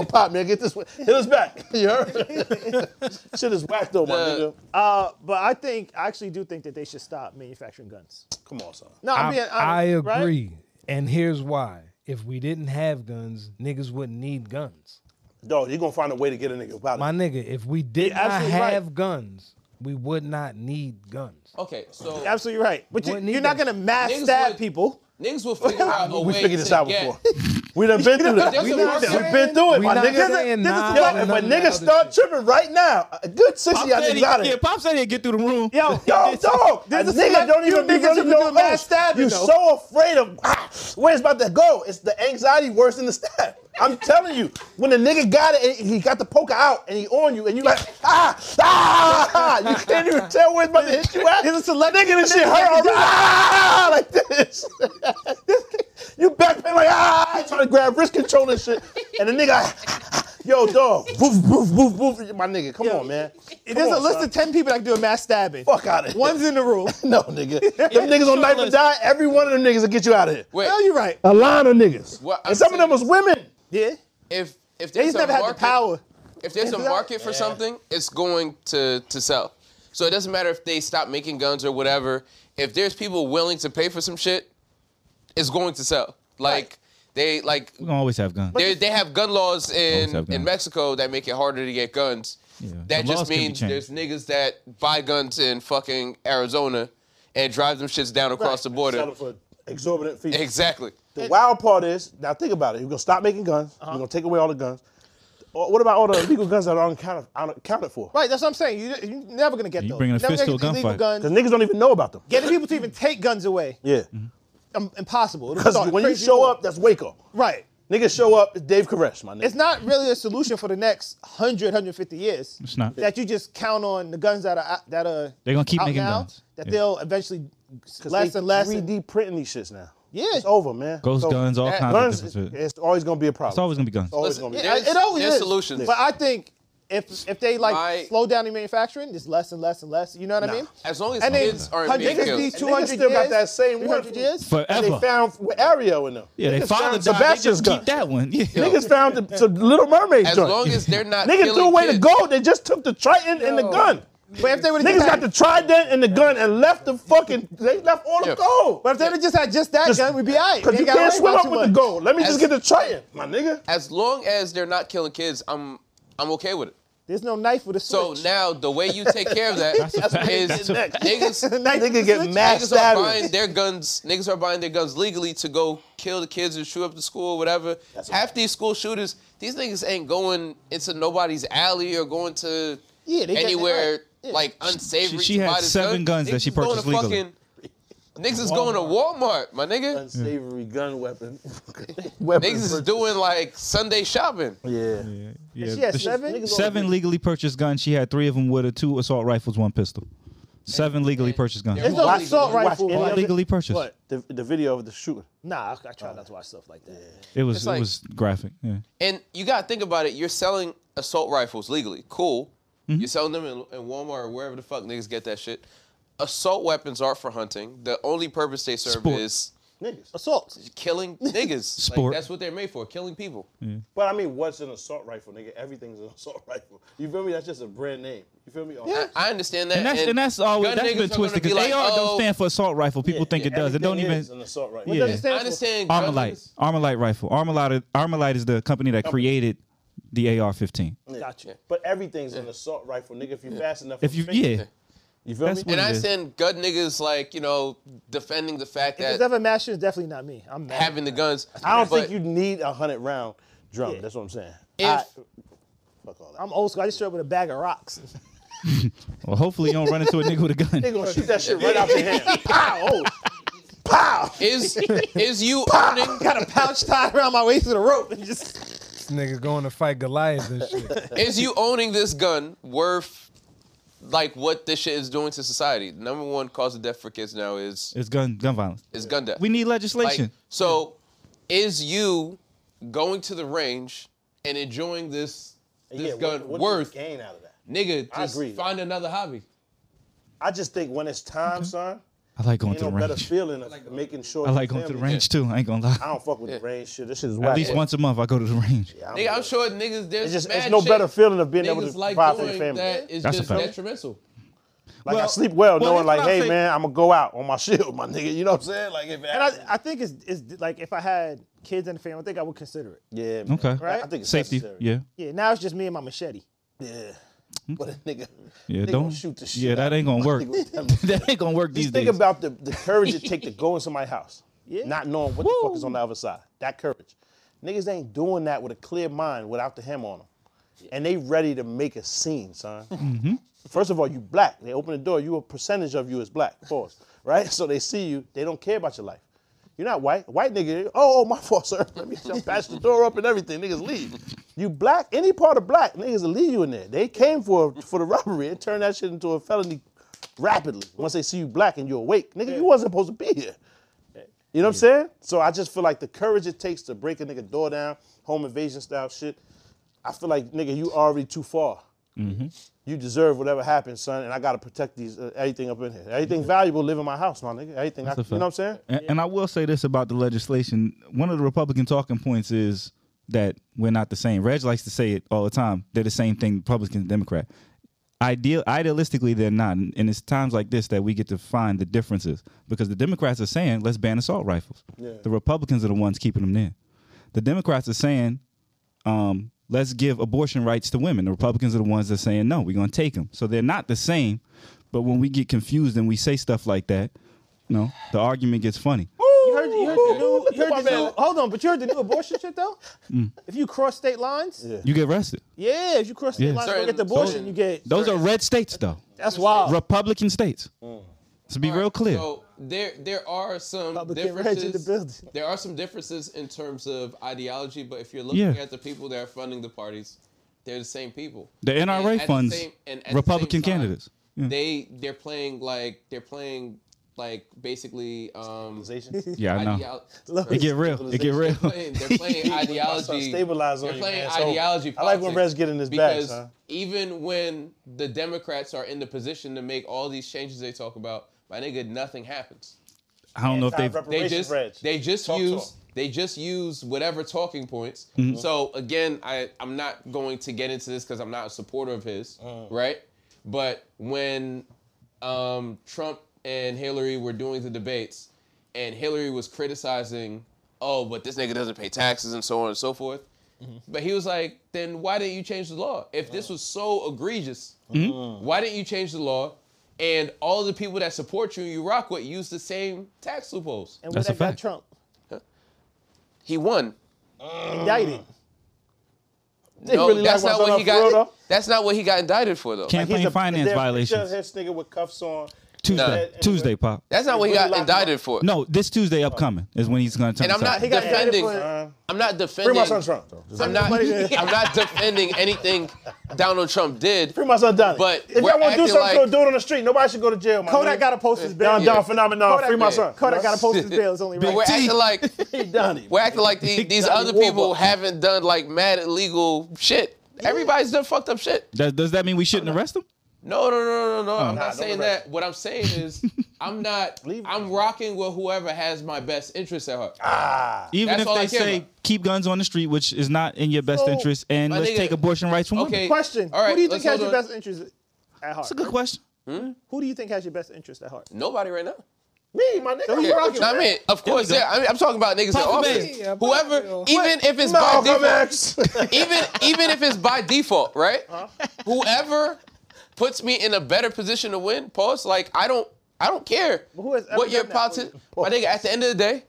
Speaker 4: Yo, pop, man, get this one. Hit us back. You heard? shit is whack, though, my
Speaker 3: The-
Speaker 4: nigga.
Speaker 1: Uh, but I think I actually do think that they should stop manufacturing guns.
Speaker 4: Come on, son.
Speaker 1: No, I'm
Speaker 7: I,
Speaker 1: being honest,
Speaker 7: I
Speaker 1: right?
Speaker 7: agree. And here's why. If we didn't have guns, niggas wouldn't need guns.
Speaker 4: Dog, you gonna find a way to get a nigga about
Speaker 7: My
Speaker 4: it.
Speaker 7: nigga, if we did not
Speaker 1: absolutely right.
Speaker 7: have guns, we would not need guns.
Speaker 3: Okay,
Speaker 4: *laughs*
Speaker 3: so
Speaker 1: Absolutely right. But you,
Speaker 7: Wouldn't need
Speaker 1: you're not
Speaker 7: them.
Speaker 1: gonna mass
Speaker 3: Niggas
Speaker 1: stab
Speaker 3: would-
Speaker 1: people.
Speaker 3: niggas
Speaker 4: *laughs*
Speaker 3: will figure out a
Speaker 4: We
Speaker 3: way
Speaker 4: figured
Speaker 3: to
Speaker 4: this out
Speaker 3: get.
Speaker 4: before. *laughs* We done been through this.
Speaker 3: That's
Speaker 4: We
Speaker 3: what
Speaker 4: done-
Speaker 3: I'm
Speaker 4: We've
Speaker 3: saying.
Speaker 4: been through it,
Speaker 7: We
Speaker 4: my
Speaker 7: not
Speaker 4: nigga.
Speaker 7: saying
Speaker 4: This is-
Speaker 7: nah,
Speaker 4: Yo, if
Speaker 7: none
Speaker 4: a
Speaker 7: of that
Speaker 4: nigga
Speaker 7: other
Speaker 4: start
Speaker 7: shit.
Speaker 4: tripping right now, a good 60 y'all
Speaker 6: Said
Speaker 4: niggas
Speaker 6: he-
Speaker 4: out of
Speaker 6: yeah,
Speaker 4: here.
Speaker 6: Pop said he'd get through the room.
Speaker 1: Yo,
Speaker 4: Yo, dog, a
Speaker 1: there's a
Speaker 4: nigga
Speaker 1: select
Speaker 4: don't
Speaker 1: few
Speaker 4: even be
Speaker 1: niggas
Speaker 4: really
Speaker 1: you can
Speaker 4: know
Speaker 1: do a mass
Speaker 4: us.
Speaker 1: stabbing,
Speaker 4: You
Speaker 1: though.
Speaker 4: so afraid of ah, where it's about to go. It's the anxiety worse than the stab. I'm telling you, when the nigga got it, and he got the poker out, and he on you, and you like ah ah, you can't even tell where it's about to hit you at.
Speaker 1: There's a select
Speaker 4: nigga, this shit hurt already. Ah, like this. *laughs* you backpedal like ah, trying to grab wrist control and shit, and the nigga. ah, ah, Yo, dog, woof, woof, woof, woof. My nigga, come on, man.
Speaker 1: There's
Speaker 4: Come
Speaker 1: a
Speaker 4: on,
Speaker 1: list
Speaker 4: son.
Speaker 1: of ten people that can do a mass stabbing.
Speaker 4: Fuck outta here.
Speaker 1: One's in
Speaker 4: *laughs*
Speaker 1: the room.
Speaker 4: No, nigga. Them niggas on knife and die, every one of them niggas will get you out of here.
Speaker 3: Wait,
Speaker 1: No, you're right.
Speaker 4: A line of niggas.
Speaker 3: Well, I'm
Speaker 4: and some of them was women.
Speaker 1: Yeah,
Speaker 3: if if
Speaker 1: they
Speaker 3: there's
Speaker 1: just
Speaker 3: a
Speaker 1: never had the
Speaker 3: market-
Speaker 1: power.
Speaker 3: if there's a
Speaker 1: Is that-
Speaker 3: market for something, it's going to to sell. So it doesn't matter if they stop making guns or whatever. If there's people willing to pay for some shit, it's going to sell. Like they like
Speaker 6: We're gonna always have guns.
Speaker 3: they they have gun laws in
Speaker 6: have
Speaker 3: in
Speaker 6: guns.
Speaker 3: Mexico that make it harder to get guns. That
Speaker 6: the laws
Speaker 3: just
Speaker 6: can be
Speaker 3: means
Speaker 6: changed.
Speaker 3: there's niggas that buy guns in fucking Arizona and drive them shits down across the
Speaker 4: Sell
Speaker 3: border.
Speaker 4: them for exorbitant fees.
Speaker 3: Exactly.
Speaker 4: the wild part is, now think about it. You're gonna stop making guns.
Speaker 1: Uh-huh.
Speaker 4: You're gonna take away all the guns. Or What about all the illegal guns that are unaccounted, unaccounted for?
Speaker 1: Right, that's what I'm saying. You, you're never gonna get
Speaker 6: You
Speaker 1: those.
Speaker 6: bringing a
Speaker 1: Never
Speaker 6: fist to
Speaker 1: gonna
Speaker 6: a
Speaker 1: get these
Speaker 6: gunfight.
Speaker 1: illegal
Speaker 4: Because
Speaker 1: guns.
Speaker 4: niggas don't even know about them.
Speaker 1: Getting people to even take guns away,
Speaker 4: Yeah.
Speaker 1: um, impossible. It'll
Speaker 4: Because
Speaker 1: start
Speaker 4: when you
Speaker 1: crazy
Speaker 4: show
Speaker 1: war.
Speaker 4: up, that's Waco.
Speaker 1: right?
Speaker 4: Niggas show up, it's Dave Koresh, my nigga.
Speaker 1: It's not really a solution for the next 100, 150 years.
Speaker 6: It's not.
Speaker 1: That you just count on the guns that are out- that are.
Speaker 6: They're gonna keep
Speaker 1: out
Speaker 6: making
Speaker 1: now,
Speaker 6: guns.
Speaker 1: That
Speaker 6: Yeah.
Speaker 1: they'll eventually
Speaker 4: 'Cause
Speaker 1: less
Speaker 4: they
Speaker 1: and less. and-
Speaker 4: 3D printing these shits now.
Speaker 1: Yeah.
Speaker 4: It's over, man.
Speaker 6: Ghost
Speaker 4: So
Speaker 6: guns, all
Speaker 4: that-
Speaker 6: kinds
Speaker 4: guns,
Speaker 6: of different shit.
Speaker 4: It's always gonna be a problem.
Speaker 6: It's always gonna be guns.
Speaker 4: always
Speaker 3: Listen,
Speaker 4: gonna be.
Speaker 1: Yeah, it always
Speaker 3: there's
Speaker 1: is.
Speaker 3: solutions.
Speaker 1: But I think if if they like
Speaker 3: My-
Speaker 1: slow down the manufacturing, it's less and less and less. You know what
Speaker 4: Nah.
Speaker 1: I mean?
Speaker 3: As long as
Speaker 1: And then
Speaker 3: kids aren't being
Speaker 1: 150,
Speaker 3: killed.
Speaker 4: And
Speaker 1: 200
Speaker 4: niggas still got
Speaker 1: years,
Speaker 4: that same
Speaker 1: 300
Speaker 4: one.
Speaker 1: years.
Speaker 4: And
Speaker 6: Forever.
Speaker 4: they found with Ariel in them.
Speaker 6: yeah, they
Speaker 4: Niggas
Speaker 6: father
Speaker 4: found
Speaker 6: died. They
Speaker 4: Sebastian's
Speaker 6: just
Speaker 4: gun.
Speaker 6: keep that one. Yeah.
Speaker 4: Niggas found the, the Little Mermaid
Speaker 3: As
Speaker 4: joint.
Speaker 3: long as they're not
Speaker 4: Niggas
Speaker 3: killing
Speaker 4: threw away the
Speaker 3: kids.
Speaker 4: gold. They just took the Triton and the gun.
Speaker 1: But if they would
Speaker 4: Niggas got the Trident and the gun and left the fucking. They left all the
Speaker 3: Yeah.
Speaker 4: gold.
Speaker 1: but if they would just had just that
Speaker 4: Just-
Speaker 1: gun, we'd be all right.
Speaker 4: Because
Speaker 1: They
Speaker 4: you
Speaker 1: ain't gotta
Speaker 4: can't swim
Speaker 1: worry
Speaker 4: up
Speaker 1: about too
Speaker 4: with the
Speaker 1: much.
Speaker 4: gold. Let me
Speaker 3: As-
Speaker 4: just get the Triton, my nigga.
Speaker 3: *laughs* as long as they're not killing kids, I'm I'm okay with it.
Speaker 1: There's no knife with a
Speaker 3: So
Speaker 1: switch.
Speaker 3: now the way you take care of that is
Speaker 6: That's a fact.
Speaker 3: niggas,
Speaker 1: Knife with a
Speaker 4: Nigga get
Speaker 1: switch?
Speaker 4: mad
Speaker 3: niggas are buying
Speaker 4: stabbing.
Speaker 3: their guns. Niggas are buying their guns legally to go kill the kids and shoot up the school, or whatever. Half these school shooters, these niggas ain't going into nobody's alley or going to
Speaker 1: Yeah, they got that
Speaker 3: anywhere
Speaker 1: right. Yeah.
Speaker 3: like unsavory.
Speaker 6: She- she
Speaker 3: to
Speaker 6: had
Speaker 3: buy this gun.
Speaker 6: seven guns that
Speaker 3: Niggas
Speaker 6: she
Speaker 3: is going to
Speaker 6: purchased legally.
Speaker 3: fucking- Niggas is going to Walmart, my nigga.
Speaker 4: Unsavory gun *laughs* weapon.
Speaker 3: Niggas is doing like Sunday shopping.
Speaker 4: Yeah.
Speaker 6: Yeah.
Speaker 1: She had
Speaker 6: The-
Speaker 1: seven.
Speaker 6: Seven legally purchased guns. She had three of them with her, two assault rifles, one pistol. Seven legally purchased guns.
Speaker 1: There's no
Speaker 4: Watch-
Speaker 1: assault
Speaker 4: watch
Speaker 1: rifle.
Speaker 4: any of it?
Speaker 6: legally purchased.
Speaker 1: What?
Speaker 4: The, the video of the shooting.
Speaker 1: Nah, I, I try not to watch stuff like that.
Speaker 6: It was
Speaker 3: It's
Speaker 6: it
Speaker 3: like-
Speaker 6: was graphic. Yeah.
Speaker 3: And you gotta think about it. You're selling assault rifles legally. Cool.
Speaker 6: Mm-hmm.
Speaker 3: You're selling them in, in Walmart or wherever the fuck niggas get that shit. Assault weapons are for hunting. The only purpose they serve
Speaker 6: Sport.
Speaker 3: is
Speaker 4: Niggas.
Speaker 1: Assaults.
Speaker 6: *laughs*
Speaker 3: killing niggas.
Speaker 6: Sport.
Speaker 3: Like, that's what they're made for, killing people.
Speaker 4: But I mean, what's an assault rifle, nigga? Everything's an *laughs* assault rifle. You feel me? That's just a brand name. You feel me?
Speaker 3: I, I understand that.
Speaker 6: And that's, and that's always
Speaker 3: gun
Speaker 6: that's
Speaker 3: niggas
Speaker 6: been
Speaker 3: are
Speaker 6: twisted
Speaker 3: gonna be
Speaker 6: because
Speaker 3: like,
Speaker 6: AR
Speaker 3: oh,
Speaker 6: don't stand for assault rifle. People think it does. It don't
Speaker 4: everything
Speaker 6: even.
Speaker 4: is an assault rifle.
Speaker 6: Yeah.
Speaker 1: Does it stand
Speaker 3: I
Speaker 1: for-
Speaker 3: understand. gun
Speaker 6: Armalite.
Speaker 3: niggas-
Speaker 6: Armalite rifle. Armalite. Armalite is the company that created the AR-15.
Speaker 4: Gotcha. But everything's an assault rifle, nigga. If you fast enough,
Speaker 6: If you
Speaker 4: fake it.
Speaker 6: yeah,
Speaker 4: you feel
Speaker 6: that's
Speaker 4: me?
Speaker 6: what
Speaker 3: And I
Speaker 6: it is.
Speaker 3: understand gun niggas like you know defending the fact
Speaker 1: If it's
Speaker 3: that
Speaker 1: ever mass shooting, it's definitely not me. I'm mad.
Speaker 3: having the guns.
Speaker 4: I don't
Speaker 3: but
Speaker 4: think you need a hundred round drum. That's what I'm saying. I-
Speaker 3: If,
Speaker 4: fuck all that.
Speaker 1: I'm old school. I just show up with a bag of rocks. *laughs*
Speaker 6: Well, hopefully you don't run into a nigga with a
Speaker 4: They
Speaker 6: gun.
Speaker 3: *laughs*
Speaker 4: gonna shoot that shit right out your hand. Pow! Oh. Pow!
Speaker 3: is is you owning
Speaker 1: Got a pouch tied around my waist with a rope and just.
Speaker 7: This nigga going to fight Goliath and shit.
Speaker 3: is you owning this gun worth like what this shit is doing to society? The number one cause of death for kids now is
Speaker 6: It's gun gun violence.
Speaker 3: is gun death.
Speaker 6: We need legislation.
Speaker 3: Like, so, is you going to the range and enjoying this this
Speaker 4: Yeah,
Speaker 3: gun
Speaker 4: what, what
Speaker 3: worth,
Speaker 4: Do you gain out of that?
Speaker 3: nigga?
Speaker 4: I
Speaker 3: Just
Speaker 4: agree.
Speaker 3: find another hobby.
Speaker 4: I just think when it's time, son,
Speaker 6: I like going
Speaker 4: ain't
Speaker 6: to
Speaker 4: no
Speaker 6: the
Speaker 4: better
Speaker 6: range.
Speaker 4: feeling of making sure.
Speaker 6: I
Speaker 4: your
Speaker 6: like going to the
Speaker 4: family-
Speaker 6: range too. I ain't gonna lie.
Speaker 4: I don't fuck with the range shit. This shit is whack.
Speaker 6: At least once a month I go to the range.
Speaker 3: Nigga, I'm sure niggas there's
Speaker 4: It's just
Speaker 3: mad
Speaker 4: it's no
Speaker 3: shit
Speaker 4: better feeling of being able to
Speaker 3: Niggas like
Speaker 4: provide for your
Speaker 3: doing
Speaker 4: family.
Speaker 3: that is
Speaker 6: That's a
Speaker 3: just
Speaker 6: fact.
Speaker 3: detrimental.
Speaker 4: like I
Speaker 6: Well-
Speaker 4: sleep well,
Speaker 6: well,
Speaker 4: knowing
Speaker 6: that's
Speaker 4: like,
Speaker 6: what I
Speaker 4: hey
Speaker 6: say-
Speaker 4: man, I'm gonna go out on my shield, my nigga. You know what I'm saying? Like if
Speaker 1: And I, I think it's, it's like if I had kids in the family, I think I would consider it.
Speaker 4: yeah, man.
Speaker 6: Okay.
Speaker 4: I think it's
Speaker 6: Safety.
Speaker 4: necessary.
Speaker 6: Yeah.
Speaker 1: Yeah, now it's just me and my machete.
Speaker 4: yeah. But a nigga,
Speaker 6: Yeah.
Speaker 4: they gonna
Speaker 6: Don't
Speaker 4: shoot the shit.
Speaker 6: Yeah,
Speaker 4: out
Speaker 6: that
Speaker 4: of
Speaker 6: ain't gonna
Speaker 4: my
Speaker 6: work.
Speaker 4: nigga with them.
Speaker 6: that ain't gonna work these
Speaker 4: Just think
Speaker 6: days.
Speaker 4: about the, the courage it take to
Speaker 6: *laughs*
Speaker 4: go in somebody's house,
Speaker 1: Yeah.
Speaker 4: not knowing what the fuck is on the other side. That courage. Niggas ain't doing that with a clear mind without the hem on them. And they ready to make a scene, son. First of all, you black. They open the door, you a percentage of you is black, pause, *laughs* right? So they see you, they don't care about your life. You're not white. White nigga, oh, oh my *laughs* fault, sir. Let me jump past the door up and everything. Niggas leave. You black, any part of black, niggas will leave you in there. They came for for the robbery and turned that shit into a felony rapidly once they see you black and you're awake. Nigga, you wasn't supposed to be here. You know what I'm
Speaker 6: Mm.
Speaker 4: saying? So I just feel like the courage it takes to break a nigga door down, home invasion style shit. I feel like nigga, you already too far.
Speaker 6: Mm-hmm.
Speaker 4: You deserve whatever happens, son, and I gotta protect these uh, everything up in here. Everything valuable live in my house, my nigga. Everything, I,
Speaker 6: a
Speaker 4: you know what I'm saying?
Speaker 6: And, and I will say this about the legislation. One of the Republican talking points is that we're not the same. Reg likes to say it all the time. They're the same thing, Republican and Democrat. Ideal, idealistically, they're not. And and it's times like this that we get to find the differences because the Democrats are saying, let's ban assault rifles. The Republicans are the ones keeping them there. The Democrats are saying, um, let's give abortion rights to women. The Republicans are the ones that are saying no, we're going to take them. So they're not the same. But when we get confused and we say stuff like that, you know, the argument gets funny.
Speaker 1: You heard, you heard the new, you heard the new, hold on, but you heard the new abortion shit though?
Speaker 6: Mm.
Speaker 1: If you cross state lines, yeah,
Speaker 6: You get arrested.
Speaker 1: if you cross state
Speaker 6: Yeah.
Speaker 1: lines, you don't get the
Speaker 3: Certain-
Speaker 1: abortion,
Speaker 3: certain-
Speaker 1: you get.
Speaker 6: Those are red states, though.
Speaker 1: That's wild.
Speaker 6: Republican states. To be real clear.
Speaker 3: So there there are some
Speaker 1: Republican Reg in
Speaker 3: differences.
Speaker 1: the building.
Speaker 3: There are some differences in terms of ideology, but if you're looking
Speaker 6: Yeah.
Speaker 3: at the people that are funding the parties, they're the same people.
Speaker 6: The NRA
Speaker 3: And at
Speaker 6: funds
Speaker 3: same- and at the same
Speaker 6: Republican
Speaker 3: time,
Speaker 6: candidates.
Speaker 3: They they're playing like they're playing like basically um
Speaker 6: Yeah, I know.
Speaker 3: ideolo-
Speaker 6: It get real. It get real.
Speaker 3: They're playing, they're
Speaker 4: *laughs*
Speaker 3: playing
Speaker 4: Son,
Speaker 3: ideology.
Speaker 4: stabilize on
Speaker 3: They're
Speaker 4: you,
Speaker 3: playing
Speaker 4: man. So,
Speaker 3: ideology.
Speaker 4: I like when
Speaker 3: politics
Speaker 4: Rez get in his bag,
Speaker 3: because
Speaker 4: son.
Speaker 3: even when the Democrats are in the position to make all these changes they talk about, my nigga, nothing happens.
Speaker 6: *laughs* I don't know if they've.
Speaker 3: They
Speaker 4: Racist
Speaker 3: just
Speaker 4: Reg.
Speaker 3: they just
Speaker 4: Talk to
Speaker 3: use
Speaker 4: him.
Speaker 3: they just use whatever talking points. So again, I I'm not going to get into this because I'm not a supporter of his,
Speaker 4: Mm.
Speaker 3: right? But when um, Trump and Hillary were doing the debates, and Hillary was criticizing, oh, but this nigga doesn't pay taxes and so on and so forth.
Speaker 4: Mm-hmm.
Speaker 3: But he was like, then why didn't you change the law? If
Speaker 4: Mm.
Speaker 3: this was so egregious, why didn't you change the law? And all the people that support you and you rock with use the same tax loopholes.
Speaker 1: And when
Speaker 6: That's
Speaker 1: that
Speaker 6: a
Speaker 1: got
Speaker 6: fact.
Speaker 1: Trump
Speaker 3: He won. Uh,
Speaker 1: indicted.
Speaker 4: They
Speaker 3: No,
Speaker 4: really
Speaker 3: that's
Speaker 4: like my
Speaker 3: not
Speaker 4: son
Speaker 3: what
Speaker 4: up
Speaker 3: he
Speaker 4: for real,
Speaker 3: got.
Speaker 4: though.
Speaker 3: That's not what he got indicted for though.
Speaker 6: Campaign
Speaker 4: He's a-
Speaker 6: finance
Speaker 4: there-
Speaker 6: violations.
Speaker 4: This nigga with cuffs on.
Speaker 6: Tuesday.
Speaker 4: Yeah.
Speaker 6: Tuesday, Pop.
Speaker 3: that's not what he
Speaker 4: Really
Speaker 3: got
Speaker 4: locked him
Speaker 3: indicted
Speaker 4: up.
Speaker 3: for.
Speaker 6: No, this Tuesday upcoming is when he's going to turn
Speaker 3: and I'm
Speaker 6: us
Speaker 3: not
Speaker 6: out.
Speaker 1: got indicted
Speaker 3: defending.
Speaker 1: for-
Speaker 3: I'm not defending.
Speaker 4: Free my son Trump. though.
Speaker 3: I'm not. *laughs* I'm not defending anything Donald Trump did.
Speaker 4: Free my son Donald.
Speaker 3: But
Speaker 4: if
Speaker 3: we're
Speaker 4: y'all want to do
Speaker 3: acting
Speaker 4: something to a
Speaker 3: like-
Speaker 4: dude on the street, nobody should go to jail. My
Speaker 1: Kodak
Speaker 4: nigga.
Speaker 1: got to post his bail.
Speaker 4: Don Don phenomenon.
Speaker 1: Kodak-
Speaker 4: free my
Speaker 1: yeah.
Speaker 4: son.
Speaker 1: Kodak got to post his bail. It's only
Speaker 3: We're
Speaker 1: right.
Speaker 3: acting like
Speaker 4: Donnie.
Speaker 3: we're acting like
Speaker 4: *laughs*
Speaker 3: the, these
Speaker 4: Donnie
Speaker 3: other people
Speaker 4: Wahlberg.
Speaker 3: haven't done like mad illegal shit. Everybody's done fucked up shit.
Speaker 6: Does, does that mean we shouldn't arrest him?
Speaker 3: No, no, no, no, no. I'm
Speaker 4: Oh, Nah,
Speaker 3: not
Speaker 4: don't
Speaker 3: saying
Speaker 4: arrest *laughs*
Speaker 3: that. What I'm saying is I'm not.
Speaker 4: Leave- Ah.
Speaker 3: I'm rocking with whoever has my best interest at heart.
Speaker 6: Even
Speaker 3: That's
Speaker 6: if
Speaker 3: all
Speaker 6: they
Speaker 3: I care
Speaker 6: say
Speaker 3: about.
Speaker 6: keep guns on the street, which is not in your best
Speaker 1: So-
Speaker 6: interest, and
Speaker 3: My
Speaker 6: let's
Speaker 3: nigga-
Speaker 6: take abortion rights from
Speaker 3: Okay.
Speaker 6: women.
Speaker 1: Question.
Speaker 3: All right,
Speaker 1: who do you
Speaker 3: let's
Speaker 1: think has
Speaker 3: hold
Speaker 1: your
Speaker 3: on.
Speaker 1: best interest at heart?
Speaker 6: That's a good question.
Speaker 1: Who do you think has your best interest at heart?
Speaker 3: Nobody right now.
Speaker 4: Me, my nigga.
Speaker 1: Yeah. rocking
Speaker 3: No, I mean, of course, yeah. I mean, I'm talking about niggas in
Speaker 6: Papa
Speaker 3: office.
Speaker 6: Benz.
Speaker 7: Yeah, Papa
Speaker 3: Whoever,
Speaker 7: Benz.
Speaker 3: even if it's by
Speaker 4: Malcolm
Speaker 3: default,
Speaker 4: X.
Speaker 3: even even if it's by default, right? Whoever puts me in a better position to win, pause. Like I don't, I don't care
Speaker 1: who has ever
Speaker 3: what your
Speaker 1: done that for
Speaker 3: politics. My nigga, at the end of the day,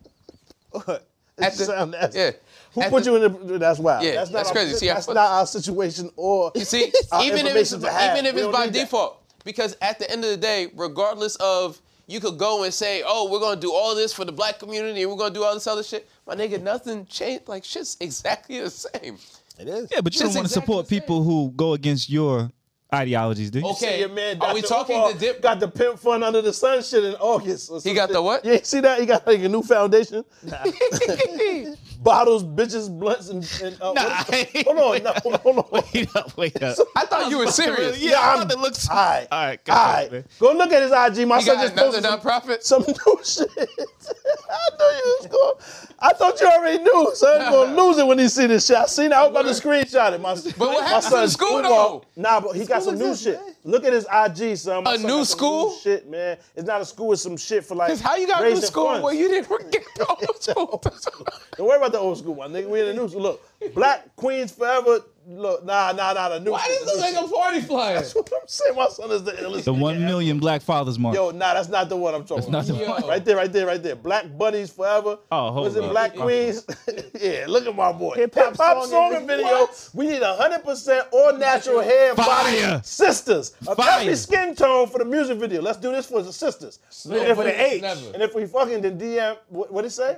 Speaker 3: at the,
Speaker 4: sound nasty.
Speaker 3: yeah,
Speaker 4: Who
Speaker 3: At
Speaker 4: put
Speaker 3: the-
Speaker 4: you in the? That's wild.
Speaker 3: Yeah,
Speaker 4: that's, not
Speaker 3: that's
Speaker 4: our-
Speaker 3: crazy. See, I
Speaker 4: that's
Speaker 3: put-
Speaker 4: not our situation or
Speaker 3: You
Speaker 4: *laughs*
Speaker 3: see,
Speaker 4: our
Speaker 3: even if it's
Speaker 4: information to have.
Speaker 3: even if
Speaker 4: We
Speaker 3: it's
Speaker 4: don't
Speaker 3: by
Speaker 4: need that.
Speaker 3: default, because at the end of the day, regardless of you could go and say, "Oh, we're gonna do all this for the black community, and we're gonna do all this other shit." My nigga, nothing changed. Like shit's exactly the same.
Speaker 4: It is.
Speaker 6: Yeah, but you
Speaker 3: Shit's
Speaker 6: don't want to
Speaker 3: exactly
Speaker 6: support
Speaker 3: the same.
Speaker 6: people who go against your ideologies, do you?
Speaker 3: Okay.
Speaker 4: Your man,
Speaker 3: Are we
Speaker 4: Dr.
Speaker 3: talking
Speaker 4: Umar,
Speaker 3: the dip-
Speaker 4: Got the pimp fund under the sun shit in August. or
Speaker 3: He got
Speaker 4: something.
Speaker 3: the what? *laughs*
Speaker 4: Yeah, you see that? He got like a new foundation. *laughs*
Speaker 6: *laughs*
Speaker 4: Bottles, bitches, blunts, and, and uh, what- hold on, no, hold on, hold on.
Speaker 6: Wait up, wait up.
Speaker 3: I thought you were serious.
Speaker 6: *laughs* Yeah, I
Speaker 4: I'm-
Speaker 6: thought it looks.
Speaker 4: All right,
Speaker 6: All right, go
Speaker 4: all right.
Speaker 6: ahead, man.
Speaker 4: Go look at his IG. My
Speaker 3: You
Speaker 4: son
Speaker 3: got
Speaker 4: just
Speaker 3: another
Speaker 4: posted some, *laughs*
Speaker 3: nonprofit.
Speaker 4: some new shit. I knew you was going. I thought you already knew. Son, you gonna lose it when he see this shit. I seen. it. I was about to screenshot it. My, but
Speaker 3: what happens to the school, though?
Speaker 4: Nah, but he got some new shit. Look at his IG, son. My
Speaker 3: A
Speaker 4: son
Speaker 3: new
Speaker 4: got some
Speaker 3: school?
Speaker 4: shit, man. It's not a school. It's some shit for like.
Speaker 3: Cause how you got new
Speaker 4: raising
Speaker 3: school
Speaker 4: funds.
Speaker 3: where you didn't *laughs* get the old
Speaker 4: *laughs*
Speaker 3: school?
Speaker 4: Don't worry about the old school one, nigga. We in the new school. Look, Black Queens forever. Look, nah, nah, nah. The new.
Speaker 3: Why
Speaker 4: shit,
Speaker 3: does it look
Speaker 4: the new
Speaker 3: like a
Speaker 4: shit.
Speaker 3: party flyer?
Speaker 4: *laughs* That's what I'm saying. My son is the illest.
Speaker 6: The
Speaker 4: nigga
Speaker 6: one
Speaker 4: ever.
Speaker 6: million black fathers mark.
Speaker 4: Yo, nah, that's not the one I'm talking
Speaker 6: not
Speaker 4: about.
Speaker 6: the one.
Speaker 4: Right there, right there, right there. Black Buddies Forever.
Speaker 6: Oh, hold
Speaker 4: Was it
Speaker 6: up.
Speaker 4: Black
Speaker 6: Yeah.
Speaker 4: Queens? *laughs* yeah, look at my boy.
Speaker 1: Hip-hop
Speaker 4: Hip hop
Speaker 1: song
Speaker 4: song
Speaker 1: and
Speaker 4: and video.
Speaker 1: what?
Speaker 4: We need 100% all natural hair,
Speaker 6: Fire.
Speaker 4: body, sisters of
Speaker 6: Fire.
Speaker 4: every skin tone for the music video. Let's do this for the sisters. and, if
Speaker 3: but
Speaker 4: we,
Speaker 3: it's never.
Speaker 4: and if we fucking then DM, what what it say?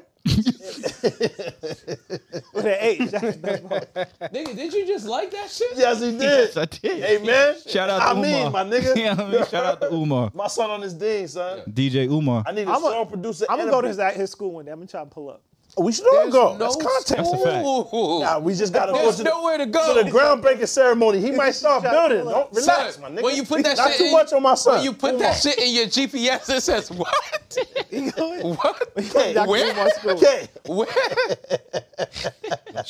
Speaker 1: With an age. That's the best part.
Speaker 3: Nigga, did you just like that shit?
Speaker 4: Yes, he did.
Speaker 6: I did.
Speaker 4: Hey man,
Speaker 6: Shout out to
Speaker 4: I
Speaker 6: Umar.
Speaker 4: mean, my
Speaker 6: *laughs*
Speaker 4: nigga.
Speaker 6: Yeah, I mean, shout
Speaker 4: *laughs*
Speaker 6: out to Umar.
Speaker 4: My son on his dean, son.
Speaker 6: DJ Umar.
Speaker 4: I need a
Speaker 1: I'm
Speaker 4: song
Speaker 1: gonna
Speaker 4: producer.
Speaker 1: I'm
Speaker 4: and
Speaker 1: gonna
Speaker 4: a
Speaker 1: go to
Speaker 4: beat.
Speaker 1: his, his school one day. I'm gonna try to pull up.
Speaker 4: We should all go.
Speaker 3: no
Speaker 4: That's content.
Speaker 6: That's a fact.
Speaker 3: school.
Speaker 4: Nah, we just gotta
Speaker 3: There's
Speaker 4: go to
Speaker 3: nowhere to
Speaker 4: the,
Speaker 3: go.
Speaker 4: to the groundbreaking ceremony. He might start building. Don't
Speaker 3: Son,
Speaker 4: relax, my nigga.
Speaker 3: When you put that
Speaker 4: Not
Speaker 3: shit
Speaker 4: too
Speaker 3: in,
Speaker 4: much on my son.
Speaker 3: When you put that shit in your GPS, it
Speaker 4: *laughs*
Speaker 3: says what? *laughs* what?
Speaker 1: Dr.
Speaker 3: Where?
Speaker 1: Umar's school.
Speaker 4: Okay.
Speaker 3: *laughs* Where?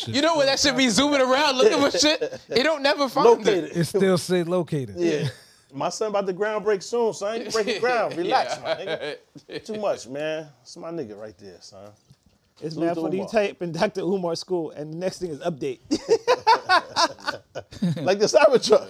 Speaker 3: you know when that should be zooming around looking for shit? It don't never find
Speaker 4: Locate
Speaker 3: it.
Speaker 7: It still say located.
Speaker 4: Yeah. My son about to ground break soon, son. You breaking
Speaker 3: *laughs*
Speaker 4: ground. Relax, my nigga. Too much, man. It's my nigga right there,
Speaker 3: *laughs*
Speaker 4: son.
Speaker 1: It's mad
Speaker 4: Dr.
Speaker 1: funny. You
Speaker 4: Umar.
Speaker 1: type in Dr. Umar school, and the next thing is update.
Speaker 4: Like the cyber
Speaker 3: *laughs*
Speaker 4: truck.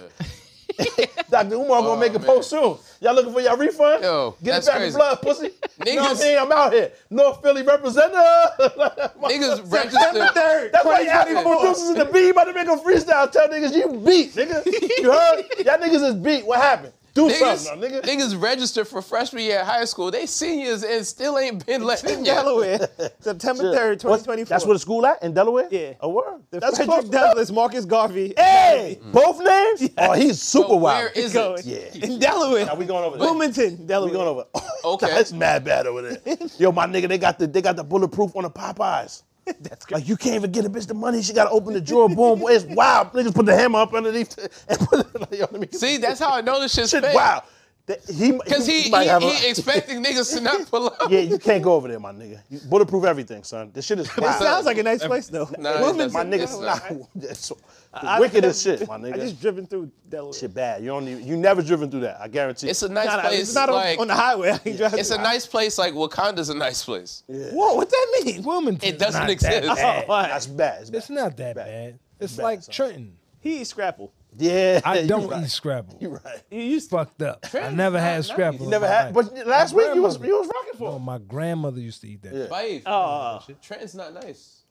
Speaker 4: Dr. Umar gonna make a
Speaker 3: Oh, man.
Speaker 4: post soon. Y'all looking for y'all refund?
Speaker 3: Yo,
Speaker 4: Get
Speaker 3: that's
Speaker 4: it back in
Speaker 3: crazy.
Speaker 4: blood, pussy. you know what
Speaker 3: Niggas-
Speaker 4: I mean? I'm out here. North Philly representative. *laughs*
Speaker 3: *laughs* Niggas registered.
Speaker 4: That's why Afro producers in the beat about to make a freestyle. Tell niggas you beat, nigga. *laughs* You heard? Y'all niggas is beat. What happened? Do
Speaker 3: Niggas,
Speaker 4: something, now, nigga.
Speaker 3: niggas registered for freshman year at high school. They seniors and still ain't been let in yet.
Speaker 1: *laughs* Delaware, September 3rd,
Speaker 4: What's-
Speaker 1: 2024.
Speaker 4: That's where the school at in Delaware.
Speaker 1: Yeah.
Speaker 4: a word.
Speaker 1: The
Speaker 4: That's
Speaker 1: Frederick
Speaker 4: close
Speaker 1: Douglass, Marcus Garvey.
Speaker 4: enough. Hey, both names. Oh, he's super
Speaker 3: But
Speaker 4: wild.
Speaker 3: where is
Speaker 1: Going.
Speaker 3: it?
Speaker 4: yeah.
Speaker 1: In Delaware.
Speaker 4: Now we going over there.
Speaker 1: Wilmington, Delaware.
Speaker 4: We going over. *laughs* Oh,
Speaker 3: Okay.
Speaker 4: Nah, it's mad bad over
Speaker 1: *laughs*
Speaker 4: there. Yo, my nigga, they got the they got the bulletproof on the Popeyes.
Speaker 1: That's good.
Speaker 4: Like you can't even get a bitch the money. She gotta open the drawer. Boom, boy, it's wild. Niggas put the hammer up underneath *laughs* and put it. Like, yo, let me get
Speaker 3: See, that's how I know this shit's
Speaker 4: Shit,
Speaker 3: fake.
Speaker 4: wow. That- He
Speaker 3: Cause he, he,
Speaker 4: might have a-
Speaker 3: he expecting niggas to not pull
Speaker 4: *laughs*
Speaker 3: up.
Speaker 4: yeah, you can't go over there, my nigga. You bulletproof everything, son. This
Speaker 1: *laughs*
Speaker 4: shit is wild.
Speaker 1: Sounds like a nice place though.
Speaker 3: Nah, it doesn't.
Speaker 4: my niggas,
Speaker 3: It's not.
Speaker 4: *laughs* nah, that's so- wicked as shit, my
Speaker 1: I
Speaker 4: nigga.
Speaker 1: just driven through Delaware.
Speaker 4: shit bad. You don't even, you never driven through that. I guarantee.
Speaker 3: It's a nice
Speaker 1: Nah, nah,
Speaker 3: place.
Speaker 1: it's not on-
Speaker 3: like,
Speaker 1: on the *laughs* highway. I ain't driving
Speaker 3: It's a nice place. Like Wakanda's a nice place.
Speaker 1: Whoa, what that mean?
Speaker 7: *laughs* Wilmington.
Speaker 3: It doesn't
Speaker 7: not
Speaker 3: exist.
Speaker 7: That bad.
Speaker 1: Oh, all right.
Speaker 4: that's bad. It's, bad.
Speaker 7: It's not that bad. It's
Speaker 4: bad,
Speaker 7: like
Speaker 4: son.
Speaker 7: Trenton.
Speaker 1: He eat Scrapple.
Speaker 4: Yeah, *laughs*
Speaker 7: I
Speaker 4: you
Speaker 7: don't
Speaker 4: right.
Speaker 7: eat Scrabble.
Speaker 4: You right.
Speaker 1: You used to.
Speaker 7: Fucked up. I never had
Speaker 3: nice.
Speaker 7: Scrabble.
Speaker 3: You
Speaker 7: in
Speaker 4: Never
Speaker 7: my
Speaker 4: had,
Speaker 7: life.
Speaker 4: but last week you was
Speaker 7: grandmother.
Speaker 4: you was rocking for.
Speaker 7: No, my grandmother used to eat that.
Speaker 4: Yeah.
Speaker 3: Bife.
Speaker 1: Uh,
Speaker 3: Trenton's not nice.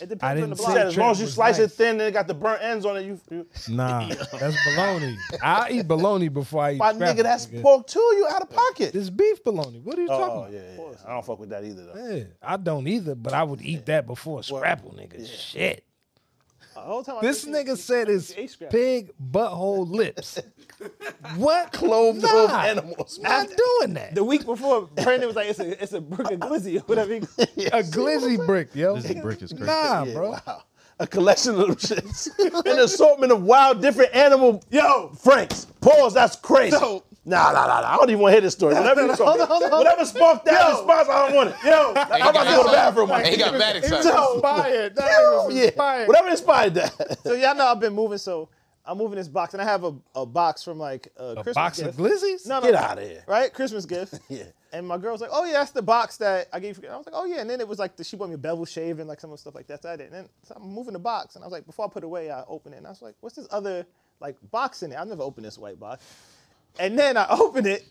Speaker 1: it depends
Speaker 7: I
Speaker 1: on the
Speaker 7: didn't
Speaker 1: block.
Speaker 4: Said
Speaker 7: say
Speaker 4: as long as you
Speaker 7: was
Speaker 4: slice it
Speaker 7: nice.
Speaker 4: thin and it got the burnt ends on it, you. you *laughs*
Speaker 7: Nah, that's bologna. I eat bologna before I eat
Speaker 4: my
Speaker 7: Scrabble,
Speaker 4: nigga, that's pork too. You out of pocket.
Speaker 7: This beef bologna. What are you talking
Speaker 4: oh
Speaker 7: about?
Speaker 4: yeah, yeah, yeah. I don't fuck with that either though.
Speaker 7: Yeah, I don't either, but I would eat that before Scrapple, nigga. Shit.
Speaker 1: The whole time I
Speaker 7: This
Speaker 1: think
Speaker 7: nigga said his
Speaker 1: ate Scrabble.
Speaker 7: pig
Speaker 4: *laughs*
Speaker 7: butthole lips. what?
Speaker 4: Clove
Speaker 7: nah,
Speaker 4: of animals.
Speaker 7: Not doing that.
Speaker 1: The week before, Brandon was like, "It's a, it's a brick of glizzy, or
Speaker 4: *laughs*
Speaker 1: whatever." he-
Speaker 7: a glizzy brick, yo.
Speaker 6: This brick is crazy.
Speaker 7: Nah, bro.
Speaker 4: Wow. A collection of them shits. An assortment of wild, different animal. Yo, Franks. Pause. That's crazy.
Speaker 1: So-
Speaker 4: Nah, nah, nah, nah. I don't even want to hear this story.
Speaker 1: *laughs*
Speaker 4: Whatever, you talking, whatever sparked that response, I don't want it. Yo, I'm about to go to the bathroom.
Speaker 3: He
Speaker 4: Mike.
Speaker 3: got mad excited.
Speaker 4: So-
Speaker 1: Inspired. That nigga
Speaker 4: Hell
Speaker 1: was
Speaker 4: yeah.
Speaker 1: inspired.
Speaker 4: Whatever inspired that. *laughs*
Speaker 1: So y'all know I've been moving, so I'm moving this box, and I have a, a box from like a, Christmas
Speaker 7: Box
Speaker 1: gift.
Speaker 7: of glizzies?
Speaker 1: No, no,
Speaker 4: Get
Speaker 1: no.
Speaker 4: out of here.
Speaker 1: Right, Christmas gift.
Speaker 4: Yeah.
Speaker 1: And my girl was like, "Oh yeah, that's the box that I gave you." I was like, "Oh yeah," and then it was like the, she bought me a bevel shave and like some of the stuff like that. So I did. And then so I'm moving the box, and I was like, before I put it away, I open it, and I was like, "What's this other like box in it? I've never opened this white box." And then I *laughs* open it,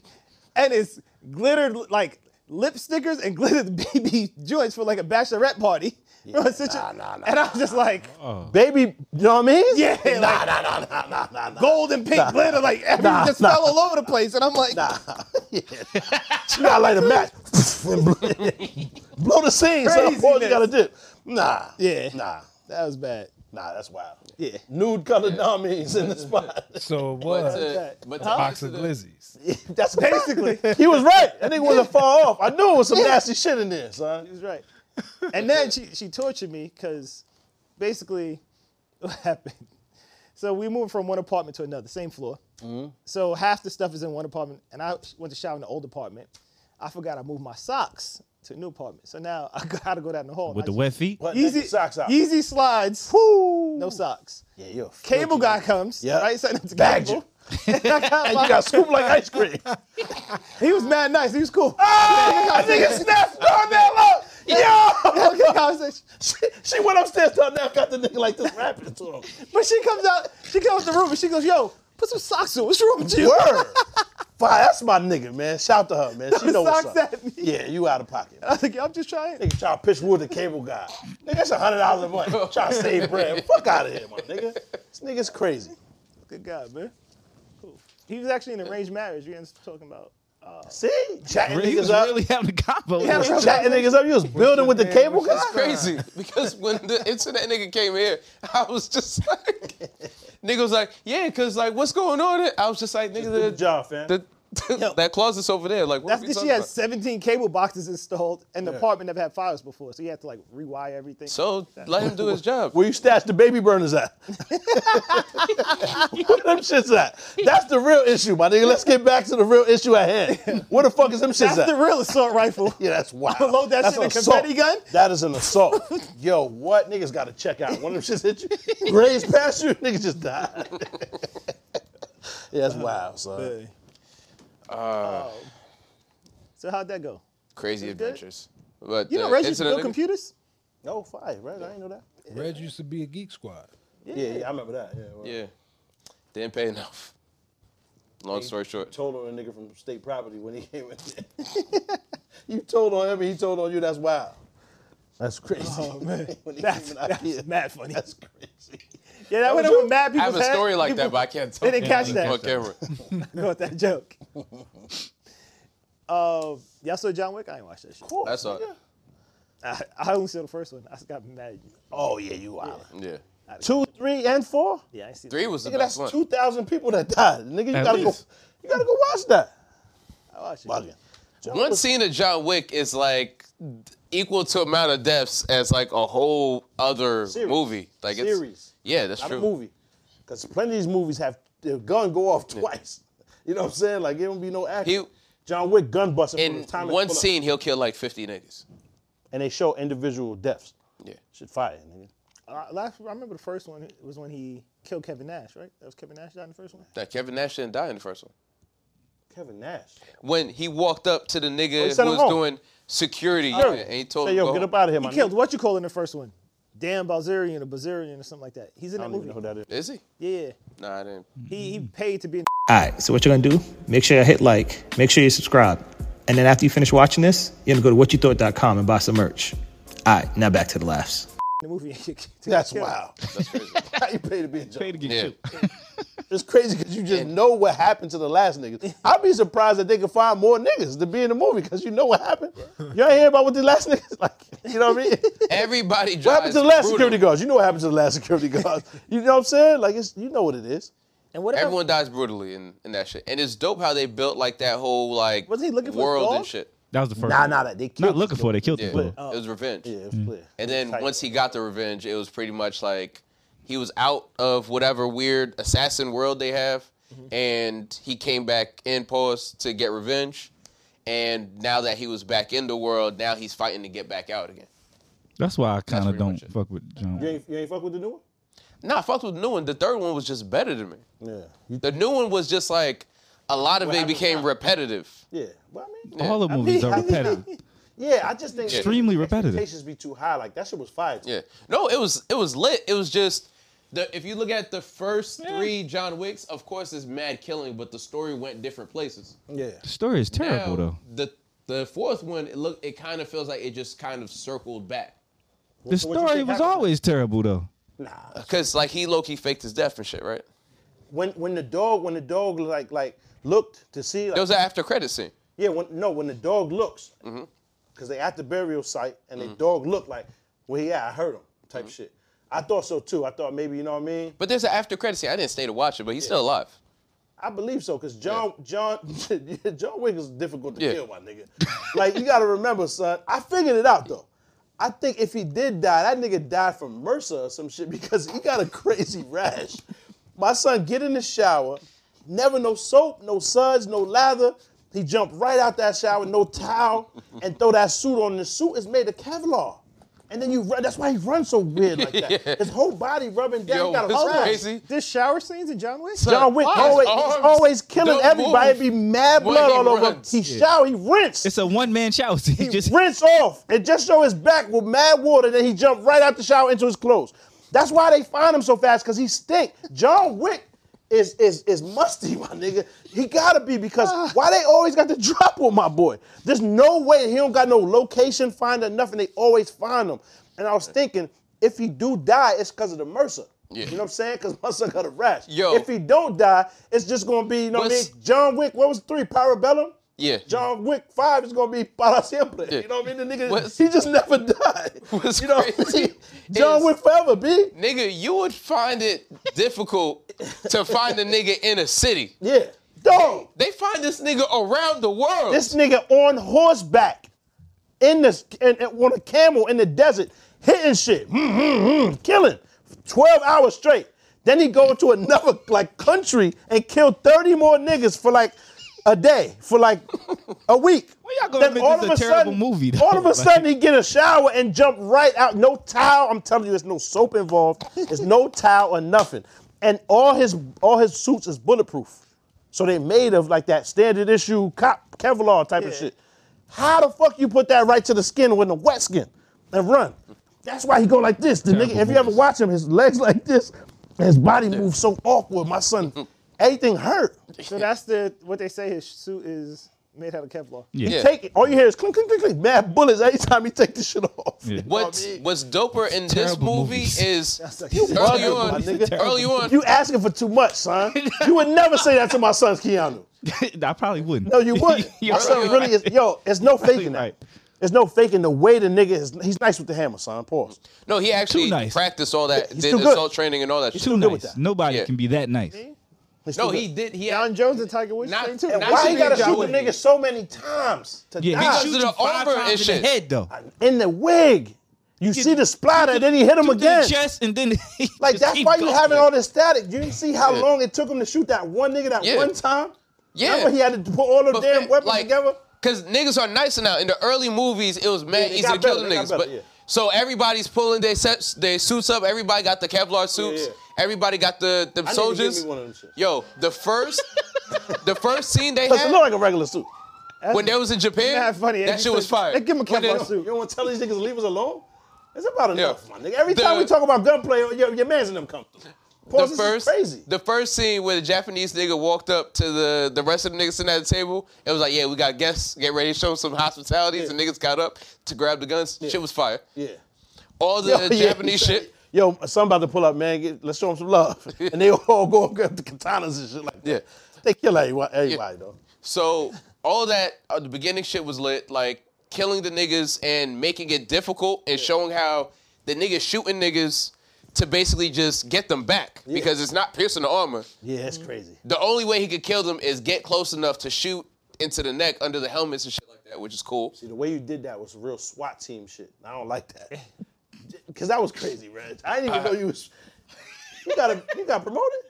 Speaker 1: and it's glittered like lip stickers
Speaker 4: *laughs*
Speaker 1: and glittered BB joints for like a bachelorette party.
Speaker 4: *laughs*
Speaker 1: Nah,
Speaker 4: nah, nah,
Speaker 1: and I was just like,
Speaker 4: Baby, you know what I mean?
Speaker 1: Yeah,
Speaker 4: *laughs* Nah,
Speaker 1: like-
Speaker 4: nah, nah, nah, nah, nah, nah.
Speaker 1: gold and pink glitter, like everything
Speaker 4: Nah,
Speaker 1: just
Speaker 4: nah.
Speaker 1: fell all over the place. And I'm like, *laughs*
Speaker 4: *laughs* You gotta light a match. *laughs* and blow, *laughs* blow the scene. So that's all you
Speaker 1: Craziness.
Speaker 4: gotta do. Nah.
Speaker 1: Yeah.
Speaker 4: Nah.
Speaker 1: that was bad.
Speaker 4: Nah, that's wild.
Speaker 1: Yeah.
Speaker 4: Nude colored dummies in the spot.
Speaker 7: So it
Speaker 3: But
Speaker 7: was a
Speaker 3: to, but to
Speaker 7: box
Speaker 3: answer
Speaker 7: of
Speaker 3: the-
Speaker 7: glizzies.
Speaker 4: that's basically.
Speaker 1: *laughs*
Speaker 4: he was right. That nigga wasn't far off. I knew it was some nasty shit in there, son.
Speaker 1: He was right. And then she, she tortured me because basically *laughs* what happened? So we moved from one apartment to another, same floor.
Speaker 4: Mm-hmm.
Speaker 1: So half the stuff is in one apartment, and I went to shower in the old apartment. I forgot I moved my socks to a new apartment. So now *laughs* I gotta go down the hall.
Speaker 6: with the
Speaker 1: I
Speaker 6: wet feet.
Speaker 4: But
Speaker 1: just-
Speaker 4: Yeezy socks out.
Speaker 1: Yeezy slides, no socks.
Speaker 4: Yeah, you're a
Speaker 1: Cable guy comes,
Speaker 4: Yeah.
Speaker 1: right? Setting up the
Speaker 4: Bagged
Speaker 1: cable.
Speaker 4: you.
Speaker 1: *laughs* and I
Speaker 4: *laughs*
Speaker 1: got
Speaker 4: And
Speaker 1: my-
Speaker 4: you got scooped like ice
Speaker 1: *laughs*
Speaker 4: cream.
Speaker 1: he was mad nice. He was cool.
Speaker 4: Ah, that nigga
Speaker 1: *laughs*
Speaker 4: snapped Darnell up. Yo. *laughs*
Speaker 1: Good conversation.
Speaker 4: She, she went upstairs, Darnell got the nigga like this rapping to him.
Speaker 1: But she comes out, she comes to the room and she goes, yo, put some socks on. What's wrong with you?
Speaker 4: Word. *laughs* Fire, that's my nigga, man. Shout to her, man. She
Speaker 1: Those
Speaker 4: know what's
Speaker 1: socks
Speaker 4: up.
Speaker 1: at me.
Speaker 4: Yeah, you out of pocket.
Speaker 1: *laughs* I was like, "Yo, I'm just trying.
Speaker 4: Nigga trying to pitch wood to cable guy. Nigga, that's a hundred dollars a month. Trying to save bread. Fuck out of here, my nigga. This nigga's crazy.
Speaker 1: Good God, man. Cool. He was actually in arranged marriage. You guys talking about.
Speaker 4: See, chatting
Speaker 6: He
Speaker 4: niggas
Speaker 6: was
Speaker 4: up.
Speaker 6: really having a combo.
Speaker 1: Yeah,
Speaker 6: with it.
Speaker 1: real-
Speaker 4: Chatting niggas up. You was building with the cable guy.
Speaker 3: It's *laughs* crazy because when the internet nigga came here, *laughs* I was just *laughs* like, nigga was like, yeah, cause like, what's going on? I was just like, nigga,
Speaker 4: Good
Speaker 3: the,
Speaker 4: job, fam.
Speaker 3: the, that closet's over there. Like, what are
Speaker 1: That's
Speaker 3: we
Speaker 1: because
Speaker 3: talking
Speaker 1: she had
Speaker 3: about?
Speaker 1: 17 cable boxes installed, and the apartment never had fires before, so you had to like rewire everything.
Speaker 3: So let him do his job.
Speaker 4: Where you stash the baby burners at? *laughs* Where them shits at? That's the real issue, my nigga. Let's get back to the real issue at hand. Where the fuck is them shits
Speaker 1: that's
Speaker 4: at?
Speaker 1: the real
Speaker 3: *laughs*
Speaker 1: assault rifle.
Speaker 4: Yeah, that's wild.
Speaker 1: *laughs* Load that
Speaker 4: that's an
Speaker 1: shit in confetti gun?
Speaker 4: That is an assault. Yo, what niggas got to check out? One of them shits hit you, graze past you, niggas just died. yeah, that's wild, son.
Speaker 1: Hey. Oh. So how'd that go?
Speaker 3: Crazy adventures. But
Speaker 1: You know,
Speaker 3: the
Speaker 1: Reggie
Speaker 3: internet
Speaker 1: built
Speaker 3: nigga-
Speaker 1: computers.
Speaker 4: No Oh, fire, right? I ain't know that.
Speaker 7: Reg used to be a geek squad.
Speaker 4: Yeah, yeah, I remember that. Yeah, well,
Speaker 3: Yeah, didn't pay enough. Long story short,
Speaker 4: told on a nigga from state property when he *laughs* came in there. you told on him, and he told on you. That's wild. That's crazy. Oh man, *laughs* when he
Speaker 1: That's,
Speaker 4: came in out here.
Speaker 1: that's mad funny.
Speaker 4: That's crazy.
Speaker 1: Yeah, that went over mad
Speaker 3: I
Speaker 1: people's
Speaker 3: have a story
Speaker 1: head. *laughs*
Speaker 3: like that,
Speaker 1: People
Speaker 3: but I can't tell.
Speaker 1: didn't catch that.
Speaker 3: on camera.
Speaker 1: go with that joke.
Speaker 3: *laughs*
Speaker 1: Um, y'all saw John Wick? I ain't watched that shit.
Speaker 3: That's all.
Speaker 1: I, I only saw the first one. I just got mad. at you.
Speaker 4: Oh yeah, you wild.
Speaker 3: Yeah,
Speaker 4: Two, three, and four.
Speaker 1: Yeah, I ain't seen
Speaker 3: three was the
Speaker 4: Nigga, that's
Speaker 3: best one.
Speaker 4: two thousand people that died. Nigga, you
Speaker 6: At
Speaker 4: gotta
Speaker 6: least.
Speaker 4: go. You gotta go watch that.
Speaker 1: I watched it.
Speaker 4: Bugging.
Speaker 3: One scene of John Wick is like equal to amount of deaths as like a whole other
Speaker 4: Series.
Speaker 3: movie. Like it's
Speaker 4: Series.
Speaker 3: yeah, that's
Speaker 4: Not
Speaker 3: true.
Speaker 4: a movie, because plenty of these movies have the gun go off twice. *laughs* You know what I'm saying? Like it don't be no action.
Speaker 3: He-
Speaker 4: John Wick gun busting from
Speaker 3: In
Speaker 4: the time it
Speaker 3: one
Speaker 4: pull up.
Speaker 3: scene, he'll kill like fifty niggas.
Speaker 4: and they show individual deaths.
Speaker 3: Yeah,
Speaker 4: Shit fire, nigga.
Speaker 1: Uh, last, I remember the first one was when he killed Kevin Nash, right? That was Kevin Nash died in the first one.
Speaker 3: that Kevin Nash didn't die in the first one.
Speaker 4: Kevin Nash.
Speaker 3: When he walked up to the nigga
Speaker 4: Oh, sent
Speaker 3: who
Speaker 4: him
Speaker 3: was
Speaker 4: home.
Speaker 3: doing security
Speaker 4: Sure.
Speaker 3: and he told
Speaker 4: Say,
Speaker 3: him,
Speaker 4: yo,
Speaker 3: go
Speaker 4: get
Speaker 3: home.
Speaker 4: up out of here,
Speaker 1: He
Speaker 4: my
Speaker 1: killed
Speaker 4: nigga.
Speaker 1: what you call in the first one, Dan Balzerian or Bazarian or something like that. He's in
Speaker 4: I
Speaker 1: that
Speaker 4: don't even
Speaker 1: movie.
Speaker 4: know who that is. Mm-hmm.
Speaker 3: Is he?
Speaker 1: Yeah,
Speaker 3: Nah, I didn't.
Speaker 1: he he paid to be in.
Speaker 8: Alright, so what you're gonna do, make sure you hit like, make sure you subscribe. And then after you finish watching this, you're gonna go to whatyoutthought.com and buy some merch. Alright, now back to the laughs.
Speaker 1: the movie. To *laughs* get
Speaker 4: That's
Speaker 1: killed.
Speaker 4: *laughs* wild. That's crazy. How you pay to be in jail?
Speaker 3: Yeah.
Speaker 4: It's crazy because you just know what happened to the last
Speaker 3: *laughs*
Speaker 4: niggas. I'd be surprised that they could find more niggas to be in the movie because you know what happened. You ain't hear about what the last *laughs* niggas like. You know what I mean?
Speaker 3: Everybody drives.
Speaker 4: what happened to the last
Speaker 3: brutal.
Speaker 4: security guards? You know what happened to the last security *laughs* guards. You know what I'm saying? Like it's you know what it is.
Speaker 1: And what
Speaker 3: Everyone dies brutally in, in that shit. And it's dope how they built like that whole like
Speaker 1: Wasn't he looking for his
Speaker 3: world
Speaker 1: dog?
Speaker 3: and shit.
Speaker 6: That was the first.
Speaker 4: Nah,
Speaker 6: one.
Speaker 4: nah, that they killed.
Speaker 6: Not looking for. it, They killed
Speaker 3: Yeah.
Speaker 6: the bull.
Speaker 3: It was revenge.
Speaker 4: oh. Yeah, it was clear.
Speaker 3: And then
Speaker 4: Tight.
Speaker 3: once he got the revenge, it was pretty much like he was out of whatever weird assassin world they have.
Speaker 4: Mm-hmm.
Speaker 3: and he came back in post to get revenge. And now that he was back in the world, now he's fighting to get back out again.
Speaker 6: That's why I kind of
Speaker 3: pretty
Speaker 6: don't
Speaker 3: much it.
Speaker 6: fuck with John.
Speaker 4: You ain't, you ain't fuck with the new one?
Speaker 3: Nah, I fucked with the new one. The third one was just better to me.
Speaker 4: Yeah.
Speaker 3: The new one was just like a lot of it
Speaker 4: happened
Speaker 3: became
Speaker 4: now?
Speaker 3: repetitive.
Speaker 4: yeah. Well, I mean,
Speaker 6: All
Speaker 4: *laughs*
Speaker 6: the movies are repetitive.
Speaker 4: yeah, I just think
Speaker 6: Oh, Extremely
Speaker 4: the
Speaker 6: repetitive.
Speaker 4: Expectations be too high. Like that shit was fire.
Speaker 3: Yeah. No, it was it was lit. It was just the if you look at the first three John Wicks, of course it's mad killing, but the story went different places.
Speaker 4: Yeah.
Speaker 6: The story is
Speaker 3: Now,
Speaker 6: terrible though.
Speaker 3: The the fourth one, it look it kind of feels like it just kind of circled back.
Speaker 6: The
Speaker 4: so what you
Speaker 6: story
Speaker 4: think
Speaker 6: was
Speaker 4: happened?
Speaker 6: always terrible though.
Speaker 4: Nah.
Speaker 3: Cause like he low key faked his death and shit, right?
Speaker 4: When when the dog when the dog like like looked to see like,
Speaker 3: It was an after credit scene.
Speaker 4: Yeah, when no, when the dog looks, because they at the burial site and the dog looked like, well, yeah, I heard him type shit. I thought so too. I thought maybe you know what I mean.
Speaker 3: But there's an after credit scene. I didn't stay to watch it, but he's still alive.
Speaker 4: I believe so because John *laughs* John John Wick is difficult to
Speaker 3: Yeah.
Speaker 4: kill, my nigga. like you got to remember, son. I figured it out though. I think if he did die, that nigga died from MRSA or some shit because he got a *laughs* crazy rash. My son get in the shower, never no soap, no suds, no lather. He jumped right out that shower, no towel, and throw that suit on. The suit is made of Kevlar. And then you run, that's why he runs so weird like
Speaker 3: *laughs*
Speaker 4: that. His whole body rubbing down,
Speaker 3: Yo,
Speaker 4: he got a
Speaker 3: it's
Speaker 4: rash.
Speaker 3: crazy.
Speaker 1: This shower scenes in John Wick?
Speaker 4: John Wick
Speaker 3: Why?
Speaker 4: always,
Speaker 3: His
Speaker 4: he's
Speaker 3: arms
Speaker 4: always killing
Speaker 3: don't
Speaker 4: everybody.
Speaker 3: move
Speaker 4: It be mad
Speaker 3: when
Speaker 4: blood
Speaker 3: he
Speaker 4: all over. him.
Speaker 3: runs.
Speaker 4: He shower, he rinsed.
Speaker 6: It's a one man show. He
Speaker 4: he
Speaker 6: just
Speaker 4: rinsed off. It just show his back with mad water. Then he jumped right out the shower into his clothes. That's why they find him so fast because he stink. John Wick is is is musty, *laughs* my nigga. He gotta be because
Speaker 3: Ah.
Speaker 4: why they always got to *laughs* drop on my boy? There's no way he don't got no location finder, nothing. They always find him. And I was thinking, if he do die, it's because of the Mercer.
Speaker 3: Yeah.
Speaker 4: You know what I'm saying? *laughs* Because my son got a rash.
Speaker 3: Yo.
Speaker 4: If he don't die, it's just gonna be, you know what I mean?
Speaker 3: What's-
Speaker 4: John Wick, what was three? Parabellum?
Speaker 3: Yeah. *laughs*
Speaker 4: John Wick 5 is going to be para siempre.
Speaker 3: Yeah.
Speaker 4: You know what I mean? The nigga,
Speaker 3: What's-
Speaker 4: he just never died.
Speaker 3: What's
Speaker 4: you know what I
Speaker 3: crazy
Speaker 4: mean? John
Speaker 3: is-
Speaker 4: Wick forever, B.
Speaker 3: Nigga, you would find it difficult to find a nigga in a city.
Speaker 4: Yeah. Dog,
Speaker 3: They find this nigga around the world.
Speaker 4: this nigga on horseback in this, and, and on a camel in the desert, hitting shit, hmm, killing 12 hours straight. Then he go to another *laughs* like country and kill 30 more niggas for like a day, for like a week.
Speaker 6: y'all gonna
Speaker 4: Then
Speaker 6: make
Speaker 4: all
Speaker 6: this
Speaker 4: of
Speaker 6: a terrible
Speaker 4: sudden,
Speaker 6: movie, though?
Speaker 4: All of a
Speaker 6: *laughs* Like-
Speaker 4: sudden, he get a shower and jump right out. No towel. I'm telling you, there's no soap involved. There's no towel or nothing. And all his all his suits is bulletproof. So they made of like that standard issue cop Kevlar type of shit. How the fuck you put that right to the skin with the wet skin and run? That's why he go like this. The nigga, if you ever watch him, his legs *laughs* like this, and his body moves so awkward. My son, everything hurt.
Speaker 1: So that's the what they say his suit is made out of Kevlar.
Speaker 6: yeah.
Speaker 4: Take it. All you hear is clink, clink, clink, clink. Mad bullets every time he take the shit *laughs* off.
Speaker 6: Yeah.
Speaker 3: What's what's doper in this
Speaker 6: Terrible
Speaker 3: movie
Speaker 4: *laughs*
Speaker 6: movies.
Speaker 3: is early
Speaker 4: bugging, my
Speaker 3: on,
Speaker 4: nigga.
Speaker 3: early on,
Speaker 4: *laughs* You asking for too much, son. You would never say that to my son, Keanu.
Speaker 6: *laughs* I probably wouldn't.
Speaker 4: No, you wouldn't. My
Speaker 6: You're
Speaker 4: son
Speaker 6: right.
Speaker 4: really is. Yo, it's no faking
Speaker 6: right.
Speaker 4: that. There's no faking the way the nigga is. He's nice with the hammer, son. Pause.
Speaker 3: no, he actually
Speaker 6: Too nice.
Speaker 3: practiced all that,
Speaker 4: He's
Speaker 3: did
Speaker 4: too good.
Speaker 3: assault training and all that. Shit.
Speaker 6: Too
Speaker 4: good with
Speaker 6: nice.
Speaker 4: that.
Speaker 6: Nobody
Speaker 3: Yeah.
Speaker 6: can be that nice.
Speaker 4: He's
Speaker 3: No,
Speaker 4: too
Speaker 3: he
Speaker 4: good.
Speaker 3: did. He
Speaker 1: John Jones and Tiger Woods
Speaker 3: Not-
Speaker 1: thing too.
Speaker 3: and
Speaker 1: Not
Speaker 4: Why
Speaker 3: why
Speaker 1: just
Speaker 4: he
Speaker 3: shooting
Speaker 4: gotta
Speaker 1: John
Speaker 4: shoot the
Speaker 1: Wick.
Speaker 4: nigga so many times to
Speaker 6: Yeah,
Speaker 4: die?
Speaker 6: he
Speaker 3: Because
Speaker 6: shoots
Speaker 3: of
Speaker 6: you
Speaker 3: the
Speaker 6: five
Speaker 3: armor and
Speaker 6: times in
Speaker 3: shit.
Speaker 6: the head though.
Speaker 4: in the wig. You see the splatter, then he hit him
Speaker 6: Two to
Speaker 4: again.
Speaker 6: the chest, and then *laughs* he
Speaker 4: Like
Speaker 6: just
Speaker 4: that's
Speaker 6: keep
Speaker 4: why you
Speaker 6: going.
Speaker 4: having all this static. You didn't see how
Speaker 3: Yeah.
Speaker 4: long it took him to shoot that one nigga that
Speaker 3: Yeah.
Speaker 4: one time.
Speaker 3: Yeah.
Speaker 4: Remember he had to put all the
Speaker 3: But
Speaker 4: damn
Speaker 3: fa-
Speaker 4: weapons
Speaker 3: like,
Speaker 4: together.
Speaker 3: Cause niggas are nicer now. In the early movies, it was mad
Speaker 4: they
Speaker 3: easy
Speaker 4: got
Speaker 3: to kill
Speaker 4: better,
Speaker 3: the
Speaker 4: they got
Speaker 3: niggas.
Speaker 4: better,
Speaker 3: but
Speaker 4: yeah.
Speaker 3: so everybody's pulling their sets, their suits up. Everybody got the Kevlar suits.
Speaker 4: yeah.
Speaker 3: Everybody got the them
Speaker 4: I need to give me
Speaker 3: soldiers.
Speaker 4: one of them shits.
Speaker 3: Yo, the first, the first scene
Speaker 4: *laughs*
Speaker 3: they
Speaker 4: Cause it
Speaker 3: had
Speaker 4: look like a regular suit.
Speaker 3: when they was in Japan,
Speaker 1: mad funny.
Speaker 3: that
Speaker 1: They
Speaker 3: shit was
Speaker 1: said-
Speaker 3: fire.
Speaker 1: they give him a
Speaker 3: When they-
Speaker 1: Kevlar suit.
Speaker 4: You don't want to tell these niggas to leave us alone? It's about enough,
Speaker 3: Yeah.
Speaker 4: my nigga. Every
Speaker 3: The-
Speaker 4: time we talk about gunplay, your, your man's in them come through. Pause,
Speaker 3: the
Speaker 4: this is
Speaker 3: first
Speaker 4: crazy.
Speaker 3: the first scene where the Japanese nigga walked up to the the rest of the niggas sitting at the table. It was like, yeah, we got guests. Get ready to show some hospitality. The niggas got up to grab the guns. Shit was fire.
Speaker 4: yeah.
Speaker 3: All
Speaker 4: *laughs*
Speaker 3: the
Speaker 4: Yo, yeah,
Speaker 3: Japanese
Speaker 4: he said,
Speaker 3: shit.
Speaker 4: *laughs* Yo, something about to pull up, man. Get- let's show them some
Speaker 3: *laughs*
Speaker 4: love. and they all go and grab the katanas and shit like that.
Speaker 3: Yeah.
Speaker 4: They kill everybody, everybody though.
Speaker 3: So all that uh, the beginning shit was lit, like killing the niggas and making it difficult and showing how the niggas shooting niggas to basically just get them back because it's not piercing the armor.
Speaker 4: Yeah, it's
Speaker 3: Mm-hmm.
Speaker 4: crazy.
Speaker 3: The only way he could kill them is get close enough to shoot into the neck under the helmets and shit like that, which is cool.
Speaker 4: The way you did that was real SWAT team shit. I don't like that. *laughs*
Speaker 3: Uh, *laughs*
Speaker 4: Cause that was crazy, Reg. I didn't even know you was. You got to you got promoted.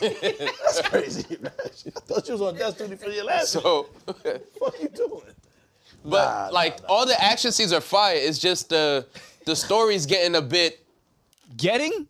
Speaker 4: That's crazy. man. *laughs* I thought you was on death duty for your last.
Speaker 3: *laughs* So,
Speaker 4: what are you doing?
Speaker 3: but like all the action scenes are fire. It's just the the story's getting a bit.
Speaker 4: *laughs*
Speaker 6: Getting?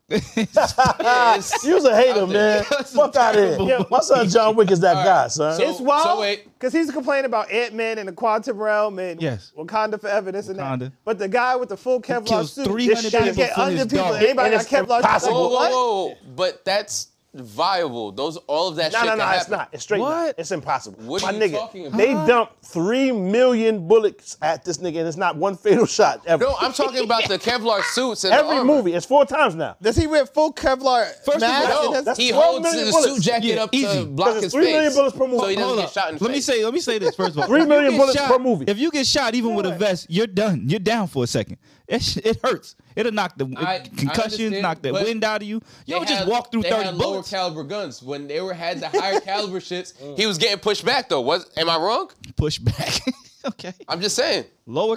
Speaker 3: It's,
Speaker 4: You was a hater,
Speaker 3: *laughs*
Speaker 4: man. Fuck out of here.
Speaker 1: Yeah.
Speaker 4: My son John Wick is that guy, son.
Speaker 3: so-
Speaker 1: It's wild
Speaker 3: So wait,
Speaker 1: because he's complaining about Ant Man and the Quantum Realm and
Speaker 6: Yes.
Speaker 1: Wakanda forever, this and that.
Speaker 6: Wakanda.
Speaker 1: But the guy with the full Kevlar
Speaker 6: kills
Speaker 1: suit
Speaker 6: 300
Speaker 1: gotta
Speaker 6: people
Speaker 1: get
Speaker 6: for
Speaker 1: under
Speaker 6: his
Speaker 1: people.
Speaker 6: dog.
Speaker 4: And
Speaker 1: Anybody got
Speaker 4: it's
Speaker 1: Kevlar suit?
Speaker 4: impossible.
Speaker 3: whoa,
Speaker 1: Like,
Speaker 3: whoa,
Speaker 1: what?
Speaker 3: whoa! But that's viable. Those all of that
Speaker 4: no,
Speaker 3: shit.
Speaker 4: no,
Speaker 3: can
Speaker 4: no, it's
Speaker 3: happen.
Speaker 4: not. It's straight. What?
Speaker 6: What?
Speaker 4: It's impossible.
Speaker 3: What
Speaker 4: My
Speaker 3: are you
Speaker 4: nigga,
Speaker 3: talking about?
Speaker 4: they dumped three million bullets at this nigga, and it's not one fatal *laughs* shot ever.
Speaker 3: No, I'm talking about the Kevlar suits and the
Speaker 4: *laughs* Every
Speaker 3: armor.
Speaker 4: movie, it's four times now.
Speaker 1: Does he wear full Kevlar
Speaker 6: First of
Speaker 1: mask?
Speaker 6: all-
Speaker 1: and
Speaker 3: No,
Speaker 1: that's-
Speaker 3: he
Speaker 4: 12
Speaker 3: holds
Speaker 4: million
Speaker 3: the
Speaker 4: bullets.
Speaker 3: suit jacket
Speaker 6: Yeah,
Speaker 3: up
Speaker 6: easy.
Speaker 3: to block
Speaker 4: Because
Speaker 3: his
Speaker 4: it's 3 million
Speaker 3: face.
Speaker 4: bullets per movie.
Speaker 3: So he doesn't
Speaker 4: Hold
Speaker 3: get shot in the
Speaker 6: Let me
Speaker 3: face.
Speaker 6: say, let me say this first of all.
Speaker 4: Three
Speaker 6: If you
Speaker 4: million
Speaker 6: get
Speaker 4: bullets per movie.
Speaker 6: If you get shot, even with a vest, you're done. You're down for a second. It, sh- it hurts. It'll knock the
Speaker 3: I- I
Speaker 6: concussions,
Speaker 3: understand,
Speaker 6: knock the
Speaker 3: but
Speaker 6: wind out of you. You
Speaker 3: They
Speaker 6: don't just
Speaker 3: had-
Speaker 6: walk through
Speaker 3: they
Speaker 6: thirty
Speaker 3: had Lower
Speaker 6: bullets.
Speaker 3: caliber guns. When they were had the
Speaker 6: *laughs*
Speaker 3: higher caliber shits, he was getting pushed back though. Was am I wrong?
Speaker 6: Push back. *laughs* okay.
Speaker 3: I'm just saying.
Speaker 6: Lower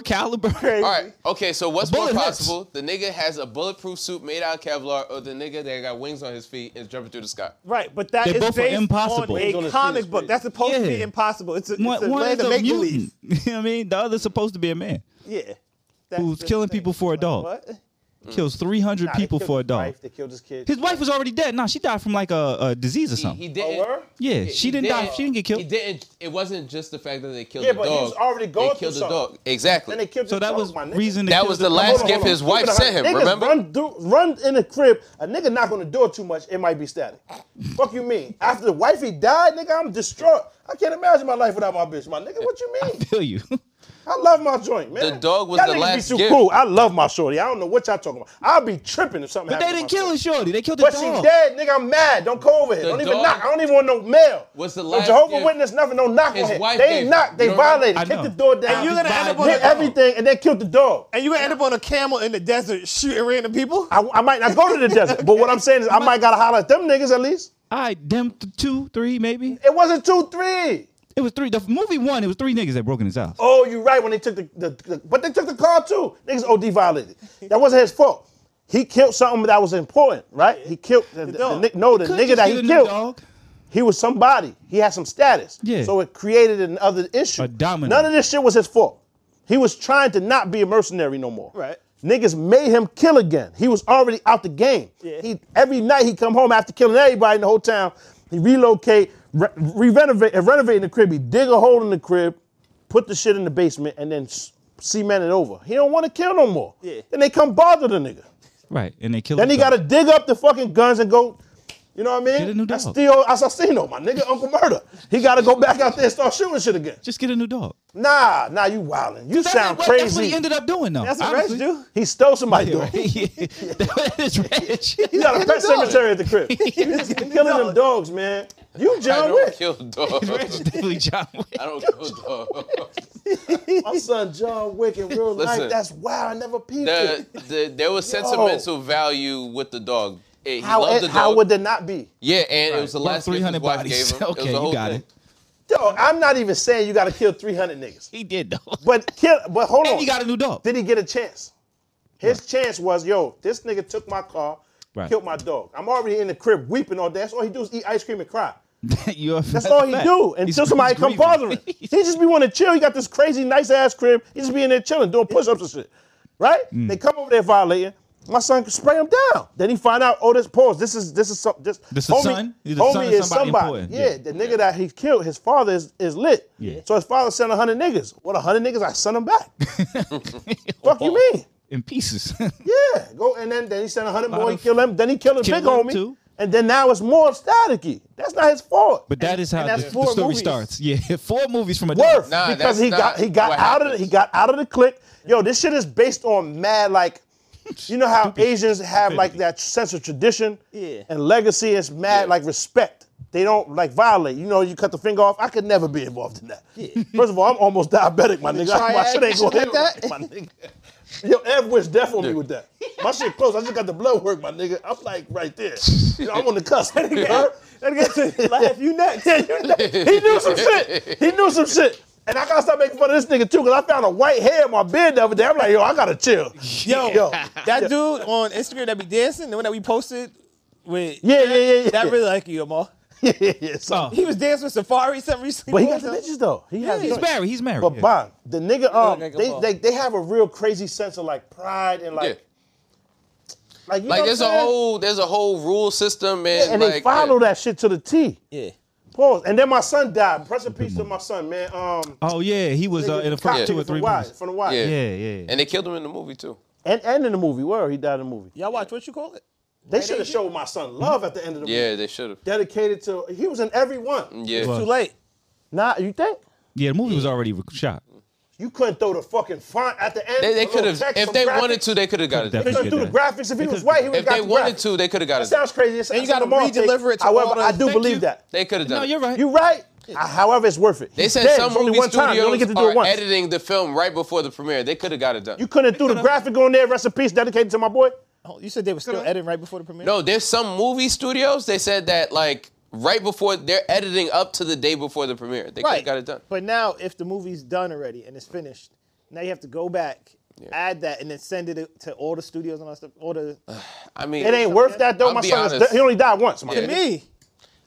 Speaker 4: *laughs*
Speaker 6: caliber.
Speaker 3: All right. Okay. So what's
Speaker 6: A
Speaker 3: more
Speaker 6: bullet hurts.
Speaker 3: possible? The nigga has a bulletproof suit made out of Kevlar, or the nigga that got wings on his feet is jumping through the sky.
Speaker 1: Right, but that
Speaker 6: They
Speaker 1: is
Speaker 6: both are
Speaker 1: based
Speaker 6: impossible.
Speaker 1: on
Speaker 6: Wings
Speaker 1: a
Speaker 4: his feet
Speaker 1: comic
Speaker 4: is
Speaker 1: book. That's supposed to be
Speaker 6: Yeah.
Speaker 1: impossible. It's a, it's
Speaker 6: *laughs* One,
Speaker 1: a
Speaker 6: one
Speaker 1: land of
Speaker 6: is a
Speaker 1: make believe.
Speaker 6: mutant. *laughs* you know what I mean? The other's supposed to be a man
Speaker 1: Yeah.
Speaker 6: who's killing people for a dog.
Speaker 1: What?
Speaker 3: Mm.
Speaker 6: Kills 300
Speaker 4: Nah, they
Speaker 6: people
Speaker 4: killed
Speaker 6: for a
Speaker 4: his
Speaker 6: dog.
Speaker 4: wife, They killed his kid.
Speaker 6: His wife was already dead. Nah, she died from like a, a disease or
Speaker 3: He,
Speaker 6: something.
Speaker 3: he didn't.
Speaker 4: Oh, word?
Speaker 6: yeah, she
Speaker 3: he
Speaker 6: didn't die. She didn't get
Speaker 3: He
Speaker 6: killed.
Speaker 3: didn't. It wasn't just the fact that they killed
Speaker 4: Yeah,
Speaker 3: the
Speaker 4: but
Speaker 3: dog.
Speaker 4: he was already
Speaker 3: They
Speaker 4: going
Speaker 3: killed
Speaker 4: through
Speaker 3: the dog.
Speaker 4: something.
Speaker 3: Exactly.
Speaker 4: Then they killed
Speaker 6: So
Speaker 4: his
Speaker 6: that
Speaker 4: dog,
Speaker 6: was
Speaker 4: my nigga.
Speaker 6: reason to
Speaker 3: That
Speaker 6: kill
Speaker 3: was the
Speaker 4: Hold
Speaker 3: last
Speaker 4: on,
Speaker 3: gift
Speaker 4: hold on.
Speaker 3: his wife
Speaker 4: Keep it
Speaker 3: sent him.
Speaker 4: a hundred. Niggas
Speaker 3: Remember?
Speaker 4: Run, through, run in the crib. A nigga knock on the door too much. It might be static. Fuck you mean? After the wifey died, nigga, I'm distraught. I can't imagine my life without my bitch. My nigga, what you mean?
Speaker 6: kill you.
Speaker 4: I love my joint, man.
Speaker 3: The dog was
Speaker 4: Y'all
Speaker 3: the
Speaker 4: niggas
Speaker 3: last
Speaker 4: be too
Speaker 3: gift.
Speaker 4: cool. I love my shorty. I don't know what y'all talking about. I'll be tripping if something.
Speaker 6: but *laughs* they
Speaker 4: happened
Speaker 6: didn't
Speaker 4: to my
Speaker 6: kill his shorty. They killed the
Speaker 4: But
Speaker 6: dog.
Speaker 4: she dead, nigga. I'm mad. Don't come over here.
Speaker 3: The
Speaker 4: don't even
Speaker 3: dog
Speaker 4: knock. I don't even want no mail.
Speaker 3: was the
Speaker 4: No
Speaker 3: last
Speaker 4: Jehovah
Speaker 3: gift
Speaker 4: Witness, nothing. No knock
Speaker 3: his
Speaker 4: on him.
Speaker 3: wife
Speaker 4: They
Speaker 3: gave
Speaker 4: ain't
Speaker 3: him.
Speaker 4: knocked. They
Speaker 3: You don't remember?
Speaker 4: violated.
Speaker 6: I
Speaker 4: Kicked
Speaker 6: know.
Speaker 4: the door down.
Speaker 1: And you're gonna end up on
Speaker 4: hit
Speaker 1: the dog.
Speaker 4: everything, and then killed the dog.
Speaker 1: And you gonna end up on a camel in the desert shooting random people?
Speaker 4: I, I might not go to the desert, but what I'm saying is I might gotta holler at them niggas at least.
Speaker 6: All right, them th- two, three, maybe.
Speaker 4: It wasn't two, three.
Speaker 6: It was three. The movie one, it was three niggas that broke in his house.
Speaker 4: Oh, you right when they took the, the, the but they took the car too. Niggas OD violated. That wasn't his fault. He killed something that was important, right? He killed the, the,
Speaker 1: dog.
Speaker 4: the ni- no the
Speaker 6: Could've
Speaker 4: nigga
Speaker 6: just
Speaker 4: that
Speaker 6: killed
Speaker 4: he
Speaker 6: a new
Speaker 4: killed.
Speaker 6: Dog.
Speaker 4: He was somebody. He had some status.
Speaker 6: Yeah.
Speaker 4: So it created another issue.
Speaker 6: A domino.
Speaker 4: None of this shit was his fault. He was trying to not be a mercenary no more.
Speaker 1: Right.
Speaker 4: Niggas made him kill again. He was already out the game.
Speaker 1: Yeah.
Speaker 4: He every night he come home after killing everybody in the whole town. He relocate, re- renovate, uh, renovating the crib. He dig a hole in the crib, put the shit in the basement, and then s- cement it over. He don't want to kill no more.
Speaker 1: Yeah.
Speaker 4: Then they come bother the nigga.
Speaker 6: Right, and they killed.
Speaker 4: Then
Speaker 6: his
Speaker 4: he
Speaker 6: dog.
Speaker 4: got to dig up the fucking guns and go. You know what I mean?
Speaker 6: Get a new
Speaker 4: That's
Speaker 6: dog.
Speaker 4: Theo Assassino, my nigga, Uncle Murder. He got to go back out there and start shooting shit again.
Speaker 6: Just get a new dog.
Speaker 4: Nah, nah, you wildin'. You
Speaker 6: That's
Speaker 4: sound
Speaker 6: what-
Speaker 4: crazy.
Speaker 6: That's what he ended up doing, though.
Speaker 1: That's what Reg
Speaker 6: honestly.
Speaker 1: do.
Speaker 4: He stole somebody.
Speaker 6: *laughs* Yeah,
Speaker 4: dog.
Speaker 6: right.
Speaker 4: *laughs*
Speaker 6: that is *laughs* Reg.
Speaker 4: He got a pet cemetery at the
Speaker 6: *laughs*
Speaker 4: crib. He's killing them dogs, man. You
Speaker 3: I
Speaker 4: John
Speaker 3: don't
Speaker 4: Wick. *laughs*
Speaker 3: kill dogs.
Speaker 6: Reg is definitely John Wick.
Speaker 3: I don't kill dogs.
Speaker 4: My son John Wick in real life.
Speaker 3: Listen.
Speaker 4: That's wild. I never peeped
Speaker 3: The,
Speaker 4: it.
Speaker 3: the, there was sentimental value with the dog. Eh, He
Speaker 4: How,
Speaker 3: loved the dog.
Speaker 4: how would there not be?
Speaker 3: yeah, and it was the
Speaker 6: About
Speaker 3: last gift his
Speaker 6: 300
Speaker 3: wife
Speaker 6: bodies.
Speaker 3: gave him.
Speaker 6: Okay,
Speaker 3: it was
Speaker 6: you
Speaker 3: the whole
Speaker 6: got
Speaker 3: thing.
Speaker 6: it.
Speaker 4: Dog, I'm not even saying you got to kill 300 niggas.
Speaker 6: He did though.
Speaker 4: But kill, but hold
Speaker 6: and
Speaker 4: on.
Speaker 6: he got a new dog.
Speaker 4: Did he get a chance? His chance was, yo, this nigga took my car,
Speaker 6: Right.
Speaker 4: killed my dog. I'm already in the crib weeping all day. That's all he do is eat ice cream and cry.
Speaker 6: *laughs* You are-
Speaker 4: That's, all
Speaker 6: a
Speaker 4: he
Speaker 6: fact.
Speaker 4: do
Speaker 6: He's-
Speaker 4: until somebody
Speaker 6: he's
Speaker 4: come
Speaker 6: grieving.
Speaker 4: bother
Speaker 6: *laughs*
Speaker 4: him. he just be want to chill. He got this crazy nice ass crib. He just be in there chilling, doing push ups and shit. Right?
Speaker 6: Mm.
Speaker 4: They come over there violating. My son can spray him down. Then he find out, oh, this pause. This is this is something. This,
Speaker 6: This is son? He's the
Speaker 4: homie
Speaker 6: son of
Speaker 4: is
Speaker 6: somebody
Speaker 4: somebody.
Speaker 6: important.
Speaker 4: Yeah,
Speaker 6: Yeah.
Speaker 4: the nigga that he killed, his father is, is lit.
Speaker 6: Yeah.
Speaker 4: So his father sent hundred niggas. What hundred niggas? I sent him
Speaker 6: *laughs*
Speaker 4: back. Fuck you mean?
Speaker 6: in pieces. *laughs*
Speaker 4: Yeah, go and then then he sent hundred more. He kill him. Then he killed a
Speaker 6: Kill
Speaker 4: big
Speaker 6: him,
Speaker 4: homie.
Speaker 6: too.
Speaker 4: And then now it's more staticky. That's not his fault.
Speaker 6: But that is how
Speaker 1: that's
Speaker 6: the, the
Speaker 1: four
Speaker 6: story
Speaker 1: movies.
Speaker 6: starts. Yeah, *laughs* four movies from a dog.
Speaker 4: worth
Speaker 3: Nah,
Speaker 4: because
Speaker 3: that's
Speaker 4: he
Speaker 3: not
Speaker 4: got he got
Speaker 3: what
Speaker 4: out of the, he
Speaker 3: happens.
Speaker 4: got out of the clique. Yo, this shit is based on mad like, you know how Asians have like that sense of tradition
Speaker 1: Yeah.
Speaker 4: and legacy. It's mad
Speaker 3: Yeah.
Speaker 4: like respect. They don't like violate. You know, you cut the finger off. I could never be involved in that. First of all, I'm almost diabetic, my
Speaker 1: *laughs*
Speaker 4: nigga.
Speaker 1: triad,
Speaker 4: My shit ain't
Speaker 1: shit
Speaker 4: going
Speaker 1: like
Speaker 4: like
Speaker 1: that?
Speaker 4: that. My nigga. Yo, Ev wished death on me with that. My shit close. I just got the blood work, my nigga. I'm like right there. You know, I'm on the cusp. *laughs*
Speaker 1: That nigga said, "Laugh, you next."
Speaker 4: he knew some shit. He knew some shit. And I gotta stop making fun of this nigga too, cause I found a white hair in my beard the other day. I'm like, yo, I gotta chill.
Speaker 1: Yo,
Speaker 4: Yo.
Speaker 1: *laughs* that dude on Instagram that be dancing, the one that we posted Wait.
Speaker 4: Yeah, yeah, yeah, yeah.
Speaker 1: That really like you, Amal.
Speaker 4: *laughs* yeah, yeah, yeah. So,
Speaker 6: Oh.
Speaker 1: He was dancing with Safari something recently.
Speaker 4: But he got the bitches though. He has
Speaker 6: He's
Speaker 4: the-
Speaker 6: married. He's married.
Speaker 4: But
Speaker 6: yeah.
Speaker 4: Bond, the nigga, um,
Speaker 2: nigga
Speaker 4: they,
Speaker 2: ball.
Speaker 4: they they have a real crazy sense of like pride and like, like, you know
Speaker 3: Like
Speaker 4: what
Speaker 3: there's
Speaker 4: I'm
Speaker 3: a
Speaker 4: saying?
Speaker 3: whole there's a whole rule system and,
Speaker 4: and
Speaker 3: like
Speaker 4: they follow that shit to the T.
Speaker 1: Yeah.
Speaker 4: Pause. And then my son died. Press in peace to my son, man. Um,
Speaker 6: Oh yeah, he was uh,
Speaker 4: nigga,
Speaker 6: in the
Speaker 4: cop
Speaker 6: first
Speaker 4: nigga
Speaker 6: two or
Speaker 4: from
Speaker 6: three.
Speaker 4: Wise,
Speaker 6: movies.
Speaker 4: from the Wise.
Speaker 3: Yeah.
Speaker 6: Yeah, yeah.
Speaker 3: and they killed him in the movie too.
Speaker 4: And and in the movie, where he died in the movie.
Speaker 1: Y'all watch what you call it?
Speaker 4: They should have showed my son love at the end of the movie.
Speaker 3: Yeah, they should have.
Speaker 4: Dedicated to he was in every one.
Speaker 3: Yeah.
Speaker 1: Too late.
Speaker 4: Nah, you think?
Speaker 6: yeah, the movie was already re- shot.
Speaker 4: You couldn't throw the fucking font at the end.
Speaker 3: They,
Speaker 4: a
Speaker 3: they
Speaker 4: little
Speaker 3: could have
Speaker 4: text,
Speaker 3: if
Speaker 4: some
Speaker 3: they
Speaker 4: graphics.
Speaker 3: wanted to, they could have got it.
Speaker 6: Could've
Speaker 4: They couldn't
Speaker 6: definitely
Speaker 4: do the
Speaker 6: did that.
Speaker 4: graphics. If he was white, he would
Speaker 3: If
Speaker 4: have got
Speaker 3: they
Speaker 4: the
Speaker 3: wanted
Speaker 4: graphics.
Speaker 3: to, they could have got
Speaker 4: That
Speaker 3: it. done.
Speaker 4: sounds crazy. It's,
Speaker 1: And you gotta re-deliver it to all
Speaker 4: However,
Speaker 1: the-
Speaker 4: I do
Speaker 1: Thank
Speaker 4: believe
Speaker 1: you.
Speaker 4: that.
Speaker 3: They could have done.
Speaker 6: No,
Speaker 3: it.
Speaker 6: Oh, you're right.
Speaker 4: You right. Uh, However, it's worth it.
Speaker 3: They
Speaker 4: He's
Speaker 3: said
Speaker 4: dead.
Speaker 3: some
Speaker 4: It's only
Speaker 3: movie
Speaker 4: one time. You only
Speaker 3: studios
Speaker 4: get to do it
Speaker 3: are
Speaker 4: once.
Speaker 3: editing the film right before the premiere. They could have got it done.
Speaker 4: You couldn't threw the graphic on there. Rest in peace. Dedicated to my boy.
Speaker 1: Oh, you said they were still editing right before the premiere?
Speaker 3: no, there's some movie studios. They said that like right before they're editing up to the day before the premiere. They could have
Speaker 1: Right.
Speaker 3: got it done.
Speaker 1: But now, if the movie's done already and it's finished, now you have to go back, add that, and then send it to all the studios and all, stuff,
Speaker 3: *sighs*
Speaker 1: all the.
Speaker 3: I mean,
Speaker 4: It ain't worth that though.
Speaker 3: I'll
Speaker 4: my
Speaker 3: be
Speaker 4: son, is
Speaker 3: honest.
Speaker 4: dead. he only died once. My
Speaker 3: Yeah.
Speaker 1: To
Speaker 4: nigga.
Speaker 1: me,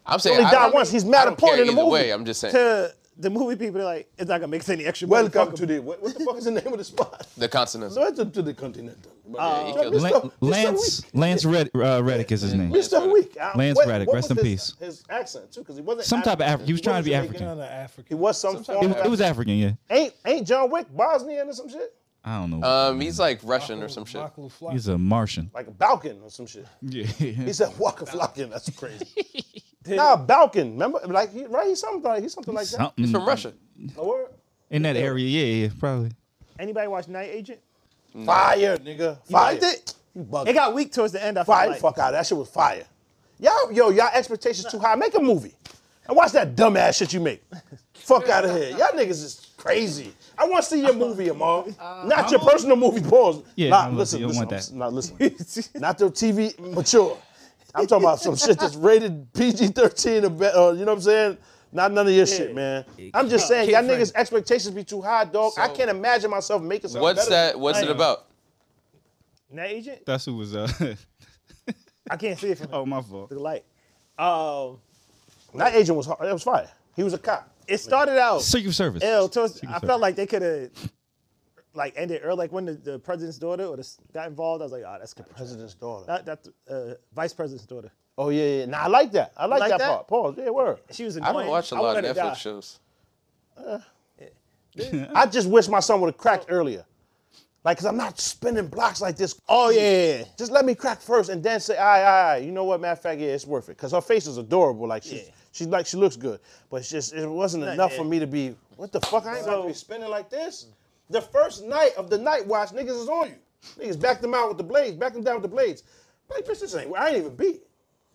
Speaker 3: I'm saying
Speaker 4: only
Speaker 3: I
Speaker 4: died
Speaker 3: don't-
Speaker 4: once. He's mad
Speaker 3: I don't
Speaker 4: important
Speaker 3: care
Speaker 4: in the
Speaker 3: either
Speaker 4: movie.
Speaker 3: Way, I'm just saying
Speaker 1: to the movie people, they're like, it's not gonna make us any extra money.
Speaker 4: Welcome
Speaker 1: Fuck 'em.
Speaker 4: to the what, what the fuck is the name of the *laughs* spot?
Speaker 3: the consonants.
Speaker 4: Welcome to the continental.
Speaker 3: Yeah, he killed
Speaker 4: Mr.
Speaker 3: him.
Speaker 4: Mr.
Speaker 6: Lan- Lance
Speaker 4: Weak.
Speaker 6: Lance Red, uh, Reddick is his name.
Speaker 4: Mr. Weak. I-
Speaker 6: Lance
Speaker 4: what-
Speaker 6: Reddick,
Speaker 4: what
Speaker 6: rest
Speaker 4: was
Speaker 6: in
Speaker 4: his-
Speaker 6: peace.
Speaker 4: His accent too, because he wasn't
Speaker 6: Some type of African. He was trying to be
Speaker 4: wasn't
Speaker 6: African.
Speaker 7: Kind
Speaker 6: It,
Speaker 7: of African.
Speaker 4: He was some form. of
Speaker 6: was- it was African, yeah.
Speaker 4: Ain't ain't John Wick Bosnian or some shit?
Speaker 6: I don't know.
Speaker 3: Um, he's like Russian or some shit.
Speaker 7: Michael Flock.
Speaker 6: He's a Martian.
Speaker 4: Like a Balkan or some shit.
Speaker 6: Yeah. *laughs*
Speaker 4: He said Waka Flockin. That's crazy. nah, Balkan. Remember, like he, right? He's something like he's something like that.
Speaker 6: Something
Speaker 3: From Russia.
Speaker 4: A word?
Speaker 6: in that area. Yeah, yeah, probably.
Speaker 1: Anybody watch Night Agent?
Speaker 4: Fire, nigga. Fire.
Speaker 1: liked it?
Speaker 4: You bugging.
Speaker 1: It got weak towards the end. I feel
Speaker 4: fire. the
Speaker 1: like.
Speaker 4: fuck *laughs* out. That shit was fire. Y'all, yo, y'all expectations too high. Make a movie. And watch that dumbass shit you make. fuck out of here. Y'all niggas is crazy. I want to see your movie, Amal. Not your personal movie, pause.
Speaker 6: Yeah,
Speaker 4: nah,
Speaker 6: I'm
Speaker 4: listen,
Speaker 6: listening. You
Speaker 4: listen,
Speaker 6: don't
Speaker 4: I'm
Speaker 1: *laughs*
Speaker 4: s- Not listen. Not the TV mature. I'm talking about some shit that's rated PG-13 or better. uh, You know what I'm saying? Not none of your shit, man. I'm just saying, y'all niggas' expectations be too high, dog. I
Speaker 3: So-
Speaker 4: can't imagine myself making something
Speaker 3: What's
Speaker 4: better than
Speaker 3: that? What's it
Speaker 1: Right.
Speaker 3: about?
Speaker 1: Night Agent?
Speaker 6: That's who was. Uh, *laughs*
Speaker 1: I can't see
Speaker 4: *laughs*
Speaker 1: it from
Speaker 6: oh, my fault.
Speaker 1: the light. Um,
Speaker 4: That agent was hard. That was fire. He was a cop.
Speaker 1: it started out
Speaker 6: Secret Service.
Speaker 1: ill. Towards, I
Speaker 6: Service.
Speaker 1: felt like they could have like ended early. Like when the, the president's daughter or the, s- got involved, I was like, oh, that's capri-
Speaker 4: President's daughter.
Speaker 1: not that uh, vice president's daughter.
Speaker 4: oh yeah, yeah. Nah, I like that. I like,
Speaker 1: Like
Speaker 4: that,
Speaker 1: that?
Speaker 4: part. Pause. Yeah, word.
Speaker 1: She was
Speaker 3: I
Speaker 1: annoying.
Speaker 3: don't watch a
Speaker 1: want
Speaker 3: lot of
Speaker 1: her to die.
Speaker 3: Netflix shows.
Speaker 4: I just wish my son would have cracked earlier. Like, cause I'm not spinning blocks like this.
Speaker 1: Oh yeah, yeah, yeah.
Speaker 4: Just let me crack first, and then say, "Aye, aye, aye." You know what? Matter of fact, yeah, it's worth it. Cause her face is adorable. Like she's,
Speaker 1: Yeah.
Speaker 4: she's like she looks good, but it's just it wasn't enough
Speaker 1: yeah.
Speaker 4: for me to be. What the fuck? I ain't supposed to be spinning like this. The first night of the night watch, niggas is on you. Niggas back them out with the blades, back them down with the blades. Like, bitch, this ain't. where I ain't even beat.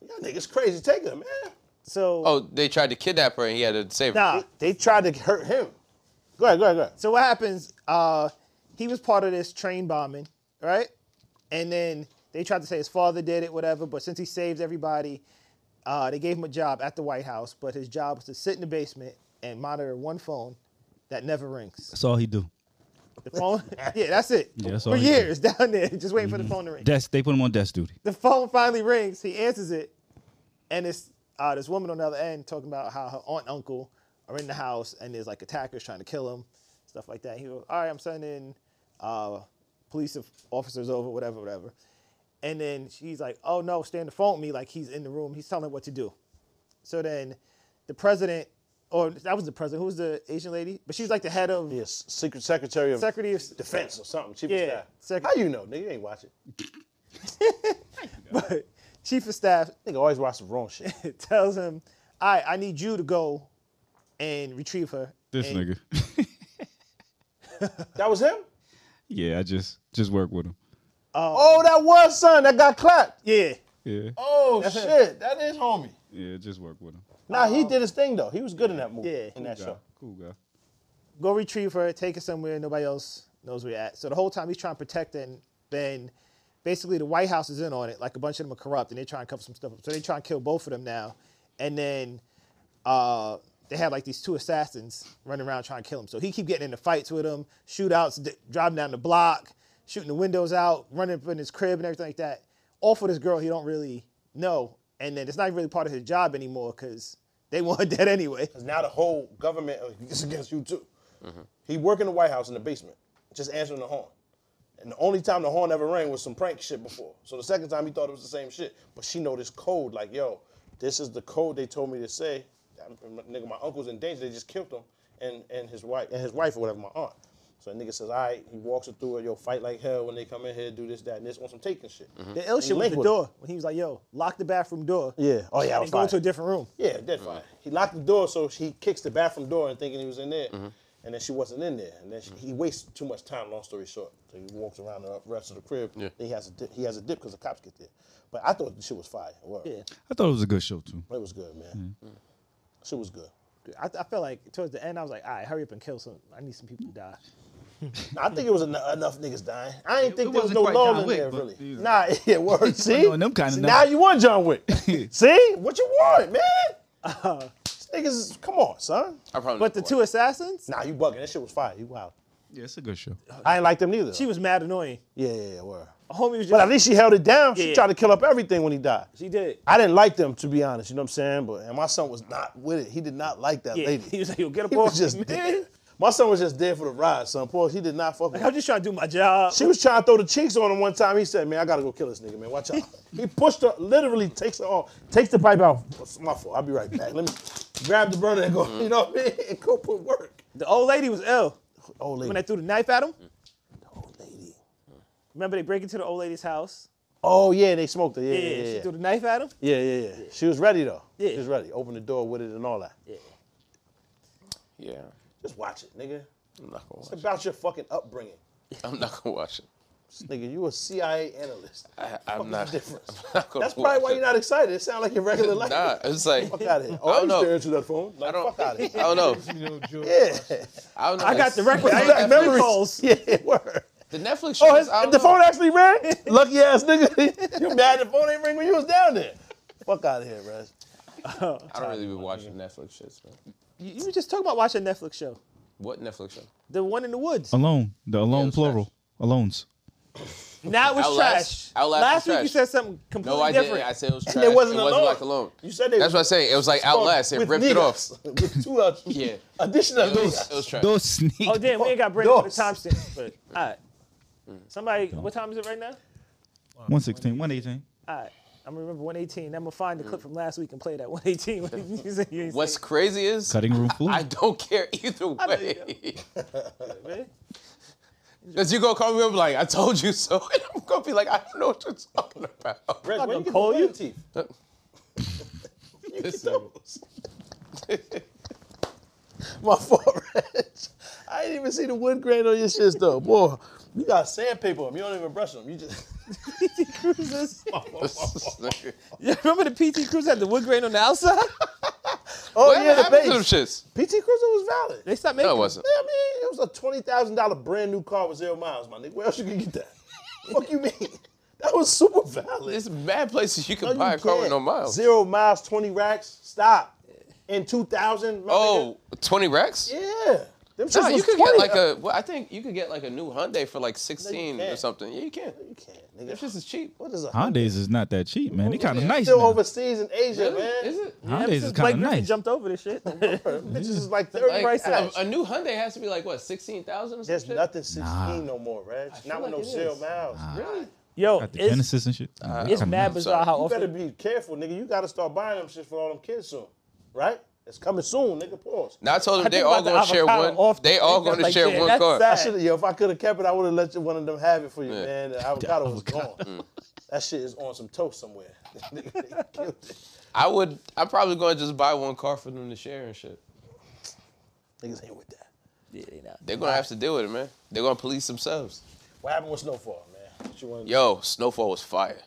Speaker 4: Y'all niggas crazy. Take them, man.
Speaker 1: So
Speaker 3: Oh, they tried to kidnap her and he had to save her.
Speaker 1: nah.
Speaker 4: They tried to hurt him. Go ahead, go ahead, go ahead.
Speaker 1: So what happens? Uh, he was part of this train bombing, right? And then they tried to say his father did it, whatever. But since he saved everybody, uh, they gave him a job at the White House. But his job was to sit in the basement and monitor one phone that never rings.
Speaker 6: That's all he do.
Speaker 1: The phone, *laughs* yeah, that's it.
Speaker 6: that's all
Speaker 1: For
Speaker 6: he did. Mm-hmm.
Speaker 1: years *laughs* down there, just waiting for the phone to ring.
Speaker 6: Desk. They put him on desk duty.
Speaker 1: the phone finally rings. He answers it, and it's uh, this woman on the other end talking about how her aunt and uncle are in the house, and there's like attackers trying to kill him, stuff like that. He goes, "All right, I'm sending uh, police of- officers over, whatever, whatever." And then she's like, "Oh no, stay on the phone with me. Like he's in the room. He's telling her what to do." So then, the president, or that was the president. Who was the Asian lady? But she's like the head of
Speaker 4: Yes, Secret Secretary of
Speaker 1: Secretary of
Speaker 4: Defense or something. Chief
Speaker 1: Yeah,
Speaker 4: of Staff.
Speaker 1: sec-
Speaker 4: How you know, nigga? You ain't watch it.
Speaker 1: Chief of Staff.
Speaker 4: Nigga always watch the wrong
Speaker 1: *laughs*
Speaker 4: shit.
Speaker 1: tells him, "All right, I need you to go and retrieve her."
Speaker 6: This
Speaker 1: And-
Speaker 6: nigga.
Speaker 4: that was him.
Speaker 6: yeah, I just just work with him.
Speaker 4: oh, that was son that got clapped.
Speaker 1: Yeah.
Speaker 6: Yeah.
Speaker 4: Oh shit, that is homie. Uh-huh.
Speaker 6: Yeah, just work with him.
Speaker 4: Nah, he did his thing though. He was good in that movie.
Speaker 1: Yeah.
Speaker 4: in that show.
Speaker 6: Cool guy.
Speaker 1: Go retrieve her, take her somewhere nobody else knows where you're at. So the whole time he's trying to protect her, and then basically the White House is in on it. Like a bunch of them are corrupt and they try and cover some stuff up. So they try and kill both of them now. And then uh, they have like these two assassins running around trying to kill him. So he keep getting into fights with them, shootouts, d- driving down the block, shooting the windows out, running up in his crib and everything like that. All for this girl he don't really no, and then it's not really part of his job anymore because they *laughs* want that anyway.
Speaker 4: Because now the whole government is against you too. He worked in the White House in the basement, just answering the horn. And the only time the horn ever rang was some prank shit before. So the second time he thought it was the same shit. But she know this code, like, yo, this is the code they told me to say. I'm- I'm- nigga, my uncle's in danger. They just killed him and, and his wife and his wife or whatever, my aunt. So the nigga says, all right, he walks her through it, yo, fight like hell when they come in here, do this, that, and this on some taking shit.
Speaker 1: The ill
Speaker 4: And he
Speaker 1: shit was
Speaker 4: linked with
Speaker 1: the
Speaker 4: her.
Speaker 1: door when he was like, "Yo, lock the bathroom door."
Speaker 4: Yeah. Oh yeah, I was
Speaker 1: and go
Speaker 4: fired.
Speaker 1: into a different room.
Speaker 4: Yeah, dead fire.
Speaker 6: Mm-hmm.
Speaker 4: He locked the door, so he kicks the bathroom door and thinking he was in there,
Speaker 6: Mm-hmm.
Speaker 4: and then she wasn't in there. And then she, he wastes too much time. Long story short, so he walks around the rest of the crib. Yeah. He has a dip, he has a dip because the cops get there. But I thought the shit was fire. It was.
Speaker 1: Yeah.
Speaker 6: I thought it was a good show too.
Speaker 4: It was good, man. Shit was good.
Speaker 1: I, I felt like towards the end, I was like, "All right, hurry up and kill some. I need some people to die."
Speaker 4: I think it was eno- enough niggas dying. I ain't think there was
Speaker 6: wasn't
Speaker 4: no
Speaker 6: quite
Speaker 4: law
Speaker 6: John
Speaker 4: in
Speaker 6: Wick,
Speaker 4: there
Speaker 6: but,
Speaker 4: really.
Speaker 6: you
Speaker 1: *laughs*
Speaker 6: know.
Speaker 4: Nah, yeah, word. See,
Speaker 6: on them kinda
Speaker 4: See,
Speaker 6: numbers.
Speaker 4: now you want John *laughs* Wick. See what you want, man.
Speaker 6: *laughs*
Speaker 4: These niggas, is- come on, son.
Speaker 3: I probably
Speaker 1: But the two assassins,
Speaker 4: Nah, you bugging. That shit was fire. You wild.
Speaker 6: Yeah, it's a good show.
Speaker 3: Uh,
Speaker 4: I ain't like them neither.
Speaker 1: she was mad annoying.
Speaker 4: yeah, yeah, yeah, word.
Speaker 1: Homie was just,
Speaker 4: But at least she held it down. She
Speaker 1: Yeah.
Speaker 4: tried to kill up everything when he died.
Speaker 1: she did.
Speaker 4: I didn't like them, to be honest. You know what I'm saying? But and my son was not with it. He did not like that
Speaker 1: Yeah,
Speaker 4: lady.
Speaker 1: he was like, "Yo, get
Speaker 4: *laughs*
Speaker 1: up
Speaker 4: He
Speaker 1: off *laughs*
Speaker 4: was just
Speaker 1: me,
Speaker 4: there.
Speaker 1: man."
Speaker 4: My son was just there for the ride, son. Paul, he did not fuck with her.
Speaker 1: I'm just trying to do my job.
Speaker 4: She was trying to throw the cheeks on him one time. He said, "Man, I gotta go kill this nigga, man. Watch
Speaker 1: *laughs*
Speaker 4: out." he pushed her, literally takes her off, takes the pipe out. It's my fault. I'll be right back. Let me grab the burner and go.
Speaker 1: Mm-hmm.
Speaker 4: You know what I mean? *laughs* And go put work.
Speaker 1: The old lady was ill
Speaker 4: Old lady.
Speaker 1: when I threw the knife at him.
Speaker 4: Mm. old lady.
Speaker 1: Remember they break into the old lady's house?
Speaker 4: Oh yeah, they smoked her. Yeah,
Speaker 1: Yeah,
Speaker 4: yeah, yeah.
Speaker 1: she
Speaker 4: yeah.
Speaker 1: threw the knife at him.
Speaker 4: Yeah, yeah, yeah. She was ready though.
Speaker 1: Yeah.
Speaker 4: She was ready. Open the door with it and all that.
Speaker 3: Yeah,
Speaker 4: Just watch it, nigga.
Speaker 3: I'm not gonna watch.
Speaker 4: It's
Speaker 3: It.
Speaker 4: about your fucking upbringing.
Speaker 3: I'm not gonna watch it. *laughs*
Speaker 4: This nigga, you a CIA analyst.
Speaker 3: I, I'm not. *laughs*
Speaker 4: difference?
Speaker 3: I'm not gonna
Speaker 4: That's
Speaker 3: watch
Speaker 4: probably why
Speaker 3: it.
Speaker 4: you're not excited. It sounds like your regular life.
Speaker 3: *laughs* Nah, it's like
Speaker 4: Fuck out of here.
Speaker 3: I
Speaker 4: Oh,
Speaker 3: don't
Speaker 4: you
Speaker 3: know.
Speaker 4: staring into that phone. Like,
Speaker 3: I don't.
Speaker 4: fuck out of
Speaker 3: *laughs* I
Speaker 4: here.
Speaker 3: don't know.
Speaker 7: You know, George.
Speaker 4: Yeah.
Speaker 3: I don't know.
Speaker 1: I got the record. I ain't
Speaker 4: Black
Speaker 1: got memory
Speaker 4: memories.
Speaker 1: calls.
Speaker 4: Yeah, *laughs* word.
Speaker 3: The Netflix show.
Speaker 4: Oh, his,
Speaker 3: I don't
Speaker 4: the
Speaker 3: know.
Speaker 4: phone actually
Speaker 3: *laughs*
Speaker 4: rang? Lucky ass nigga. *laughs* you mad the phone ain't ring when you was down there. Fuck out of here, bruh.
Speaker 3: I don't really be watching Netflix shits, man.
Speaker 1: You, you were just talking about watching a Netflix show.
Speaker 3: What Netflix show?
Speaker 1: The one in the woods.
Speaker 6: Alone, the alone
Speaker 3: it's
Speaker 6: plural, alones.
Speaker 3: *laughs*
Speaker 1: Now it was
Speaker 3: Outlast-
Speaker 1: trash.
Speaker 3: Outlast was
Speaker 1: Last week you
Speaker 3: trash.
Speaker 1: said something completely
Speaker 3: No, I
Speaker 1: different.
Speaker 3: didn't. I said it was trash.
Speaker 4: It wasn't alone.
Speaker 3: like alone.
Speaker 4: You said they
Speaker 3: That's what I say. It was like Outlast. It
Speaker 4: With
Speaker 3: ripped it off.
Speaker 4: niggas. With two uh,
Speaker 3: *laughs* Yeah.
Speaker 4: additional
Speaker 3: It was,
Speaker 4: niggas.
Speaker 3: it was trash.
Speaker 6: Those sneak.
Speaker 1: oh damn, we ain't got Brandon for the
Speaker 4: Dogs.
Speaker 1: timestamp.
Speaker 3: *laughs*
Speaker 1: But all right. Somebody, what time is it right now?
Speaker 6: 116, 118.
Speaker 1: All right. I'm gonna remember 118. I'm gonna find the clip from last week and play it at *laughs* 118. When you say- you say-
Speaker 3: Mm. What's crazy is
Speaker 6: Cutting room floor.
Speaker 3: I don't care either
Speaker 1: know you
Speaker 3: way.
Speaker 1: man?
Speaker 3: *laughs* Cause you gonna call me up like I told you so, *laughs* and I'm gonna be like I don't know what you're talking about. *laughs*
Speaker 4: Brad, where
Speaker 1: gonna
Speaker 4: you get
Speaker 1: call
Speaker 4: the
Speaker 1: you.
Speaker 4: white teeth?
Speaker 3: This
Speaker 4: *laughs*
Speaker 3: nigga.
Speaker 4: My *laughs* fault, Reg. I ain't even see the wood grain on your shits though. Boy, you got sandpaper them. You don't even brush them. You just *laughs*
Speaker 1: *laughs* Cruises.
Speaker 3: This nigga.
Speaker 1: You remember the PT Cruiser had the wood grain on the outside? *laughs*
Speaker 4: Oh
Speaker 3: What
Speaker 4: yeah, the
Speaker 3: happened to them
Speaker 4: base.
Speaker 3: shits?
Speaker 4: PT Cruiser was valid.
Speaker 1: They stopped making.
Speaker 3: No, it
Speaker 1: them.
Speaker 3: wasn't.
Speaker 4: Yeah, I mean, it was a twenty thousand dollar brand new car with zero miles, my nigga. Where else you can get that? *laughs* Fuck you mean? That was super valid.
Speaker 3: There's bad places you can
Speaker 4: No, you
Speaker 3: buy a car with
Speaker 4: can't.
Speaker 3: no miles.
Speaker 4: Zero miles, twenty racks. Stop. In two thousand.
Speaker 3: Oh, 20 racks?
Speaker 4: yeah. Them shits
Speaker 3: Nah, you
Speaker 4: was
Speaker 3: could get
Speaker 4: 20.
Speaker 3: like a. Well, I think you could get like a new Hyundai for like 16 or
Speaker 4: can't.
Speaker 3: something. Yeah, you can.
Speaker 4: You can't,
Speaker 3: This
Speaker 4: nigga.
Speaker 3: shit is cheap.
Speaker 4: What is a
Speaker 6: Honda's is not that cheap, man. They kind of nice.
Speaker 4: Still
Speaker 6: now.
Speaker 4: overseas in Asia,
Speaker 3: Really?
Speaker 4: man.
Speaker 3: Is it?
Speaker 1: Ever
Speaker 6: Hyundai's is
Speaker 1: since
Speaker 6: kind
Speaker 1: Blake
Speaker 6: of
Speaker 1: Griffin
Speaker 6: nice.
Speaker 1: jumped over this shit.
Speaker 4: Bitches is like thirty
Speaker 3: Like,
Speaker 4: price
Speaker 3: a,
Speaker 4: tags.
Speaker 3: a new Hyundai has to be like what 16,000 or some
Speaker 4: There's
Speaker 3: shit?
Speaker 4: nothing 16 no more, Reg. Not with
Speaker 3: like
Speaker 4: no
Speaker 3: it
Speaker 4: zero
Speaker 3: is.
Speaker 4: miles.
Speaker 3: Really?
Speaker 1: Yo,
Speaker 6: Got the
Speaker 1: it's,
Speaker 6: Genesis and shit. Nah, they
Speaker 1: it's
Speaker 6: kinda
Speaker 1: mad
Speaker 6: nice.
Speaker 1: bizarre how
Speaker 4: You better
Speaker 1: often.
Speaker 4: be careful, nigga. You gotta start buying them shit for all them kids soon, right? It's coming soon, nigga. Pause.
Speaker 3: Now I told them
Speaker 1: I
Speaker 3: they
Speaker 1: think
Speaker 3: all
Speaker 1: about the
Speaker 3: gonna share
Speaker 1: avocado
Speaker 3: one.
Speaker 1: often.
Speaker 3: They all
Speaker 1: That's
Speaker 3: gonna
Speaker 1: like,
Speaker 3: share
Speaker 1: yeah,
Speaker 3: one
Speaker 1: that's
Speaker 3: car.
Speaker 1: sad.
Speaker 4: I should have, yo, if I could have kept it, I would have let you, one of them have it for you,
Speaker 3: Yeah. Mm.
Speaker 4: man. The avocado
Speaker 3: *laughs*
Speaker 4: was gone. That shit is on some toast somewhere. Nigga, they killed it.
Speaker 3: I would. I'm probably gonna just buy one car for them to share and shit.
Speaker 4: Niggas ain't with that.
Speaker 3: They're gonna have to deal with it, man. They're gonna police themselves.
Speaker 4: What happened with Snowfall, man? What you wanna
Speaker 3: Yo, Snowfall was fire.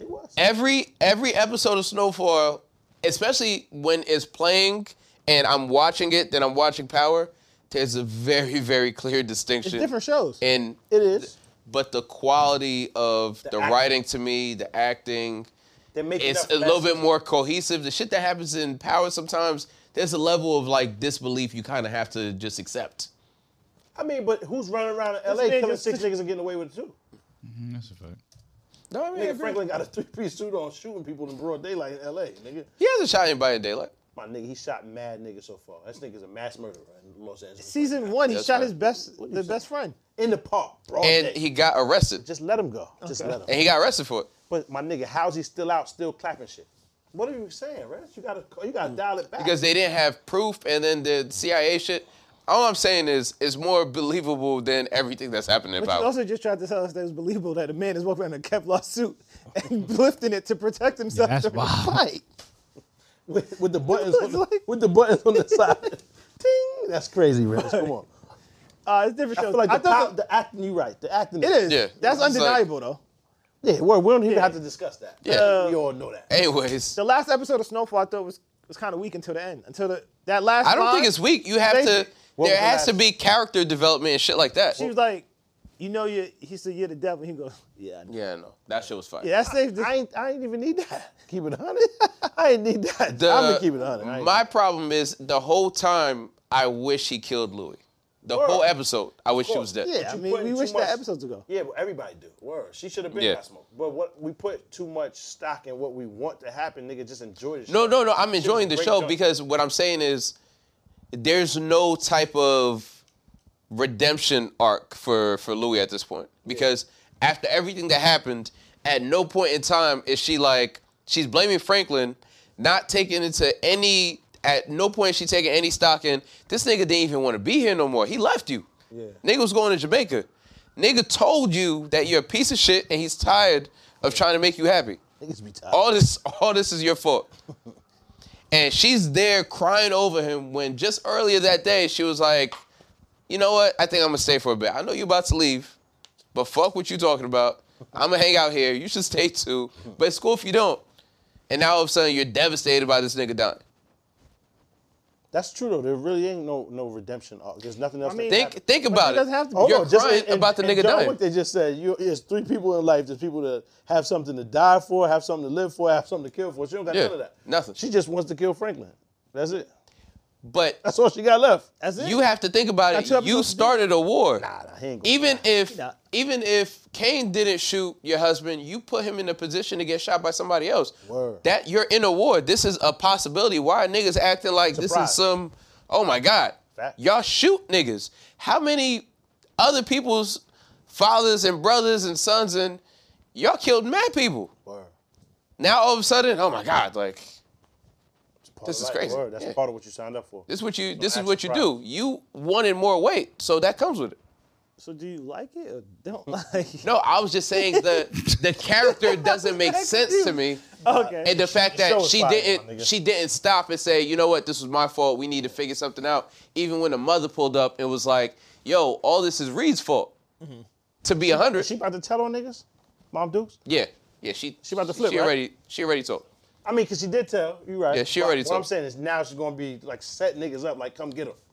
Speaker 4: It was.
Speaker 3: every every episode of Snowfall, especially when it's playing and I'm watching it, then I'm watching Power. There's a very very clear distinction.
Speaker 1: Different shows.
Speaker 3: And
Speaker 4: It is.
Speaker 3: but the quality of the,
Speaker 4: acting.
Speaker 3: writing to me, the acting,
Speaker 4: They're making
Speaker 3: it's
Speaker 4: up
Speaker 3: a little
Speaker 4: messages.
Speaker 3: bit more cohesive. The shit that happens in Power sometimes there's a level of like disbelief you kind of have to just accept.
Speaker 4: I mean, but who's running around in LA
Speaker 1: nigga
Speaker 4: killing
Speaker 1: just-
Speaker 4: six niggas and getting away with it too?
Speaker 6: That's a fact.
Speaker 3: No, I mean, I
Speaker 4: Nigga
Speaker 3: agree.
Speaker 4: Franklin got a three-piece suit on shooting people in broad daylight in L.A., nigga.
Speaker 3: He hasn't shot anybody in daylight.
Speaker 4: My nigga, he shot mad niggas so far. That nigga's a mass murderer in Los Angeles.
Speaker 1: Season one, he
Speaker 3: That's
Speaker 1: shot
Speaker 3: right.
Speaker 1: his best, the best friend.
Speaker 4: in the park, broad
Speaker 3: And
Speaker 4: day.
Speaker 3: he got arrested.
Speaker 4: Just let him go. Just let him.
Speaker 3: And he got arrested for it.
Speaker 4: But my nigga, how's he still out, still clapping shit? What are you saying, Rez? You gotta, you gotta dial it back.
Speaker 3: Because they didn't have proof and then the CIA shit. All I'm saying is it's more believable than everything that's happening
Speaker 1: But you
Speaker 3: about.
Speaker 1: also just tried to tell us that it was believable that a man is walking around in a Kevlar suit and *laughs* lifting it to protect himself
Speaker 9: that's
Speaker 1: during a
Speaker 9: wild.
Speaker 1: fight.
Speaker 4: with, *laughs* with the buttons, on the,
Speaker 1: It's like-
Speaker 4: with the buttons on the side. *laughs* Ding. That's crazy, Rez. Come on.
Speaker 1: Uh, it's different
Speaker 4: I
Speaker 1: shows.
Speaker 4: feel *laughs* like the, pow-
Speaker 1: thought
Speaker 4: the acting. You right. The acting.
Speaker 1: the- it is.
Speaker 3: Yeah.
Speaker 1: That's
Speaker 3: It's like-
Speaker 1: undeniable though.
Speaker 4: Yeah. Well, we don't even have to discuss that. Uh,
Speaker 3: Yeah.
Speaker 4: we all know that.
Speaker 3: Anyways,
Speaker 1: The last episode of Snowfall I thought was was kind of weak until the end. Until the that last.
Speaker 3: I don't
Speaker 1: line,
Speaker 3: think it's weak. You have
Speaker 1: Thank
Speaker 3: to.
Speaker 1: you.
Speaker 4: What
Speaker 3: There
Speaker 4: was the
Speaker 3: has to
Speaker 4: last-
Speaker 3: be character development and shit like that.
Speaker 1: She was like, "You know, you." He said, "You're the devil." He goes, "Yeah, I know."
Speaker 3: Yeah, no, that shit was fire.
Speaker 1: Yeah, that's safe.
Speaker 4: I ain't, I ain't even need
Speaker 1: *laughs*
Speaker 4: that. Keep it hundred. *laughs* I ain't need that.
Speaker 3: *laughs* The-
Speaker 4: I'm gonna keep it hundred. I ain't-
Speaker 3: My problem is the whole time I wish he killed Louis. The whole episode, I wish she was dead.
Speaker 1: yeah, I
Speaker 4: you
Speaker 1: mean,
Speaker 4: putting
Speaker 1: we
Speaker 4: too
Speaker 1: wish
Speaker 4: much-
Speaker 1: that episodes ago.
Speaker 4: Yeah, well, everybody do. Word. She should have been
Speaker 3: Yeah.
Speaker 4: got smoked. But what we put too much stock in what we want to happen, nigga. Just enjoy the show.
Speaker 3: No, no, no.
Speaker 4: She
Speaker 3: I'm
Speaker 4: was a
Speaker 3: enjoying the
Speaker 4: great
Speaker 3: show
Speaker 4: judge.
Speaker 3: because what I'm saying is there's no type of redemption arc for for Louis at this point because after everything that happened, at no point in time is she like she's blaming Franklin, not taking into any. At no point is she taking any stock in this nigga didn't even want to be here no more. He left you. Yeah. Nigga was going to Jamaica. Nigga told you that you're a piece of shit and he's tired of trying to make you happy
Speaker 4: Niggas be tired.
Speaker 3: all this *laughs* all this is your fault. And she's there crying over him when just earlier that day she was like, you know what? I think I'm gonna stay for a bit. I know you about to leave, but fuck what you talking about. I'm gonna hang out here. You should stay too. But it's cool if you don't. And now all of a sudden you're devastated by this nigga dying.
Speaker 4: That's true though. There really ain't no no redemption arc. There's nothing else.
Speaker 1: I mean,
Speaker 4: that
Speaker 3: Think
Speaker 4: happened.
Speaker 3: think
Speaker 1: But
Speaker 3: about
Speaker 1: it
Speaker 3: it.
Speaker 1: doesn't have to be-
Speaker 4: Hold
Speaker 3: You're
Speaker 4: on, just
Speaker 3: crying
Speaker 4: in- in-
Speaker 3: about the
Speaker 4: in
Speaker 3: nigga
Speaker 4: John
Speaker 3: dying.
Speaker 4: Wick, they just said you, there's three people in life. There's people that have something to die for, have something to live for, have something to kill for. She don't got
Speaker 3: Yeah,
Speaker 4: none of that.
Speaker 3: nothing.
Speaker 4: She just wants to kill Franklin. That's it.
Speaker 3: But
Speaker 4: That's all she got left.
Speaker 1: That's it.
Speaker 3: you have to think about
Speaker 1: two
Speaker 3: it. You
Speaker 1: episodes to do.
Speaker 3: started a war.
Speaker 4: Nah, nah, he ain't gonna
Speaker 3: even if
Speaker 1: not.
Speaker 3: even if Kane didn't shoot your husband, you put him in a position to get shot by somebody else.
Speaker 4: Word.
Speaker 3: That you're in a war. This is a possibility. Why are niggas acting like this
Speaker 4: Surprise.
Speaker 3: is some? Oh my God!
Speaker 4: Fact.
Speaker 3: Y'all shoot niggas. How many other people's fathers and brothers and sons and y'all killed mad people?
Speaker 4: Word.
Speaker 3: Now all of a sudden, oh my God! Like
Speaker 4: It's part
Speaker 3: This
Speaker 4: of
Speaker 3: is
Speaker 4: life.
Speaker 3: crazy.
Speaker 4: Word. That's
Speaker 3: Yeah.
Speaker 4: part of what you signed up for.
Speaker 3: this is what you this is
Speaker 4: that's
Speaker 3: what you do. You wanted more weight, so that comes with it.
Speaker 1: So do you like it or don't
Speaker 3: *laughs*
Speaker 1: like? it?
Speaker 3: No, I was just
Speaker 4: *laughs*
Speaker 3: saying the the character doesn't make sense to me.
Speaker 1: Okay.
Speaker 3: And the fact that
Speaker 4: So
Speaker 3: she
Speaker 4: inspired, my
Speaker 3: didn't
Speaker 4: nigga.
Speaker 3: she didn't stop and say, you know what, this was my fault. We need to figure something out. Even when the mother pulled up and was like, yo, all this is Reed's fault. To be hundred.
Speaker 4: Mm-hmm. She about to tell on niggas, Mom Dukes.
Speaker 3: yeah. Yeah, she
Speaker 4: She about to flip,
Speaker 3: She
Speaker 4: right?
Speaker 3: already she already told.
Speaker 4: I mean, because she did tell. You right.
Speaker 3: Yeah, she
Speaker 4: But
Speaker 3: already
Speaker 4: What
Speaker 3: told.
Speaker 4: I'm saying is now she's gonna be like set niggas up. Like, come get them. I'd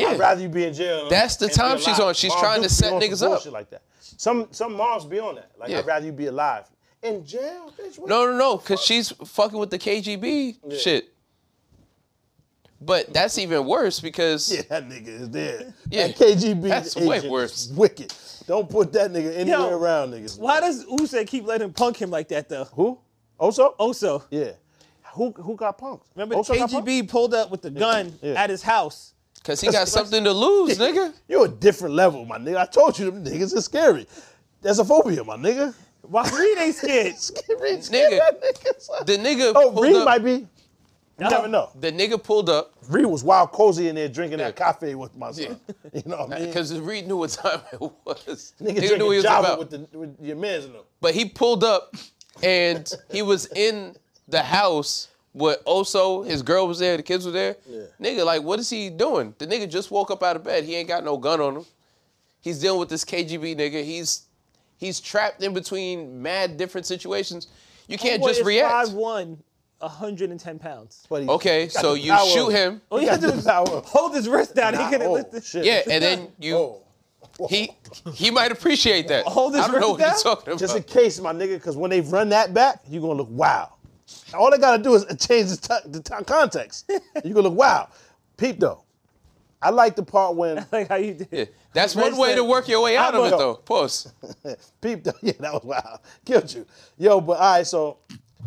Speaker 3: Yeah.
Speaker 4: rather you be in jail.
Speaker 3: That's the
Speaker 4: and be
Speaker 3: time she's
Speaker 4: alive.
Speaker 3: on. She's
Speaker 4: Mom
Speaker 3: trying to
Speaker 4: Dukes be
Speaker 3: set
Speaker 4: on some
Speaker 3: niggas up.
Speaker 4: bullshit Like that. Some some moms be on that. Like,
Speaker 3: Yeah.
Speaker 4: I'd rather you be alive in jail. Bitch, what
Speaker 3: No, no, no, because she's fucking with the KGB shit. But that's even worse because
Speaker 4: Mm-hmm. Yeah, that nigga is dead.
Speaker 3: *laughs* Yeah.
Speaker 4: That KGB
Speaker 3: That's way
Speaker 4: agent is
Speaker 3: worse.
Speaker 4: wicked. Don't put that nigga anywhere
Speaker 1: Yo,
Speaker 4: around niggas.
Speaker 1: Why does Usyk keep letting him punk him like that though?
Speaker 4: who? Oso?
Speaker 1: Also,
Speaker 4: oh, Yeah. Who who got punked?
Speaker 1: remember the
Speaker 4: Oso got punked?
Speaker 1: KGB pulled up with the gun
Speaker 4: Yeah.
Speaker 1: at his house.
Speaker 3: because he got something to lose, nigga.
Speaker 4: You're a different level, my nigga. I told you them niggas is scary. That's a phobia, my nigga. *laughs*
Speaker 3: *laughs*
Speaker 1: Why Reed ain't scared?
Speaker 4: Scary,
Speaker 3: Nigga.
Speaker 4: scary that nigga.
Speaker 3: The nigga
Speaker 4: oh,
Speaker 3: pulled
Speaker 4: Reed
Speaker 3: up-
Speaker 4: might be. You never know.
Speaker 3: The nigga pulled up
Speaker 4: Reed was wild cozy in there drinking that
Speaker 3: Yeah.
Speaker 4: coffee with my son. *laughs* You know what I mean?
Speaker 3: because uh, Reed knew what time it was.
Speaker 4: nigga
Speaker 3: Nigga knew
Speaker 4: drinking
Speaker 3: what he was
Speaker 4: Java
Speaker 3: about.
Speaker 4: with, the, with your mans in them.
Speaker 3: but he pulled up and he was in the house with Oso. His girl was there. The kids were there. Nigga, like, what is he doing? The nigga just woke up out of bed. He ain't got no gun on him. He's dealing with this KGB nigga. He's he's trapped in between mad different situations. You can't just react.
Speaker 1: 5'1", 110 pounds.
Speaker 4: But he
Speaker 3: Okay,
Speaker 4: got
Speaker 3: so
Speaker 4: the
Speaker 3: you
Speaker 4: power. Oh,
Speaker 3: shoot him.
Speaker 1: All you have to do is
Speaker 4: Power.
Speaker 1: hold his wrist down.
Speaker 4: Nah,
Speaker 1: he couldn't
Speaker 4: oh,
Speaker 1: lift it.
Speaker 4: shit.
Speaker 3: Yeah, and then you
Speaker 4: Oh.
Speaker 3: he he might appreciate that.
Speaker 1: Hold his
Speaker 3: I don't know what
Speaker 1: wrist down?
Speaker 3: you're talking about.
Speaker 4: Just in case, my nigga, because when they run that back, you're gonna look wild. All they gotta do is change the, t- the t- context. You're gonna look wild. Peep though, I like the part when
Speaker 1: *laughs* Like how you did.
Speaker 3: Yeah. That's one way to work your way out of it, though. Pause.
Speaker 4: Peep, *laughs* yeah, that was wild. Killed you. Yo, but all right, so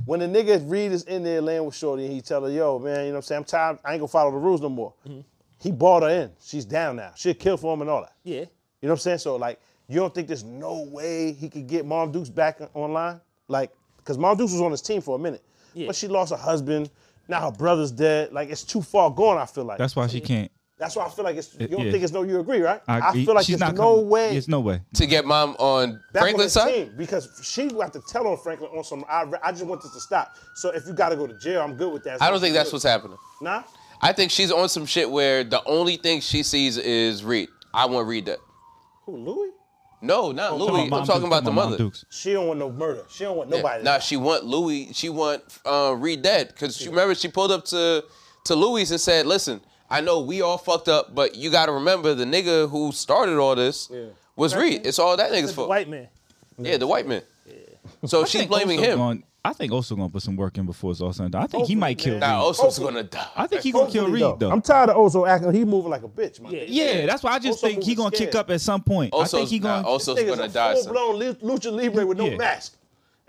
Speaker 4: when the nigga Reed is in there laying with Shorty and he tell her, yo, man, you know what I'm saying? I'm tired. I ain't gonna follow the rules no more.
Speaker 1: Mm-hmm.
Speaker 4: He bought her in. She's down now. She'll kill for him and all that.
Speaker 1: Yeah. *laughs*
Speaker 4: You know what I'm saying? So, like, you don't think there's no way he could get Mom Dukes back online? Like, because Mom Dukes was on his team for a minute.
Speaker 1: Yeah.
Speaker 4: But she lost her husband. Now her brother's dead. Like, it's too far gone, I feel like.
Speaker 6: That's why she can't.
Speaker 4: That's why I feel like it's, you don't
Speaker 6: yeah.
Speaker 4: think it's no, you agree, right?
Speaker 6: I,
Speaker 4: I, feel like
Speaker 6: she's
Speaker 4: there's
Speaker 6: not
Speaker 4: no
Speaker 6: coming.
Speaker 4: way
Speaker 6: There's no way.
Speaker 3: To get mom on
Speaker 4: back on
Speaker 3: Franklin's
Speaker 4: his
Speaker 3: side?
Speaker 4: team because she would have to tell on Franklin on some. I, I just want this to stop. So if you got to go to jail, I'm good with that.
Speaker 3: I don't think that's what's happening.
Speaker 4: Nah,
Speaker 3: I think she's on some shit where the only thing she sees is Reed. I want Reed that.
Speaker 4: who Louis?
Speaker 3: No, not Louis. I'm
Speaker 6: Mom
Speaker 3: talking
Speaker 6: Dukes,
Speaker 3: about the
Speaker 6: Mom
Speaker 3: mother.
Speaker 6: Dukes.
Speaker 4: She don't want no murder. She don't want
Speaker 3: Yeah.
Speaker 4: nobody.
Speaker 3: Nah, she want Louis. She want uh, Reed dead because she remember she pulled up to to Louis and said, "Listen, I know we all fucked up, but you got to remember the nigga who started all this was Reed. It's all that nigga's
Speaker 1: The
Speaker 3: fault.
Speaker 1: white man.
Speaker 3: yeah, the white man. So she's blaming
Speaker 6: Also
Speaker 3: him.
Speaker 6: gonna- I think also gonna put some work in before it's all said and done. I think he might kill.
Speaker 3: Nah,
Speaker 6: Reed.
Speaker 3: Oso's gonna die.
Speaker 6: I think he gonna kill Reed though.
Speaker 4: I'm tired of Ozo acting. He moving like a bitch, man.
Speaker 1: Yeah.
Speaker 6: yeah, that's why I just
Speaker 4: Also
Speaker 6: think he
Speaker 4: moving
Speaker 6: gonna kick
Speaker 4: scared.
Speaker 6: up at some point.
Speaker 3: Oso's,
Speaker 6: I think he gonna.
Speaker 3: nah, Oso's
Speaker 4: Nigga's
Speaker 3: gonna
Speaker 4: a
Speaker 3: die.
Speaker 4: full
Speaker 3: son.
Speaker 4: blown lucha libre with no
Speaker 6: Yeah.
Speaker 4: mask,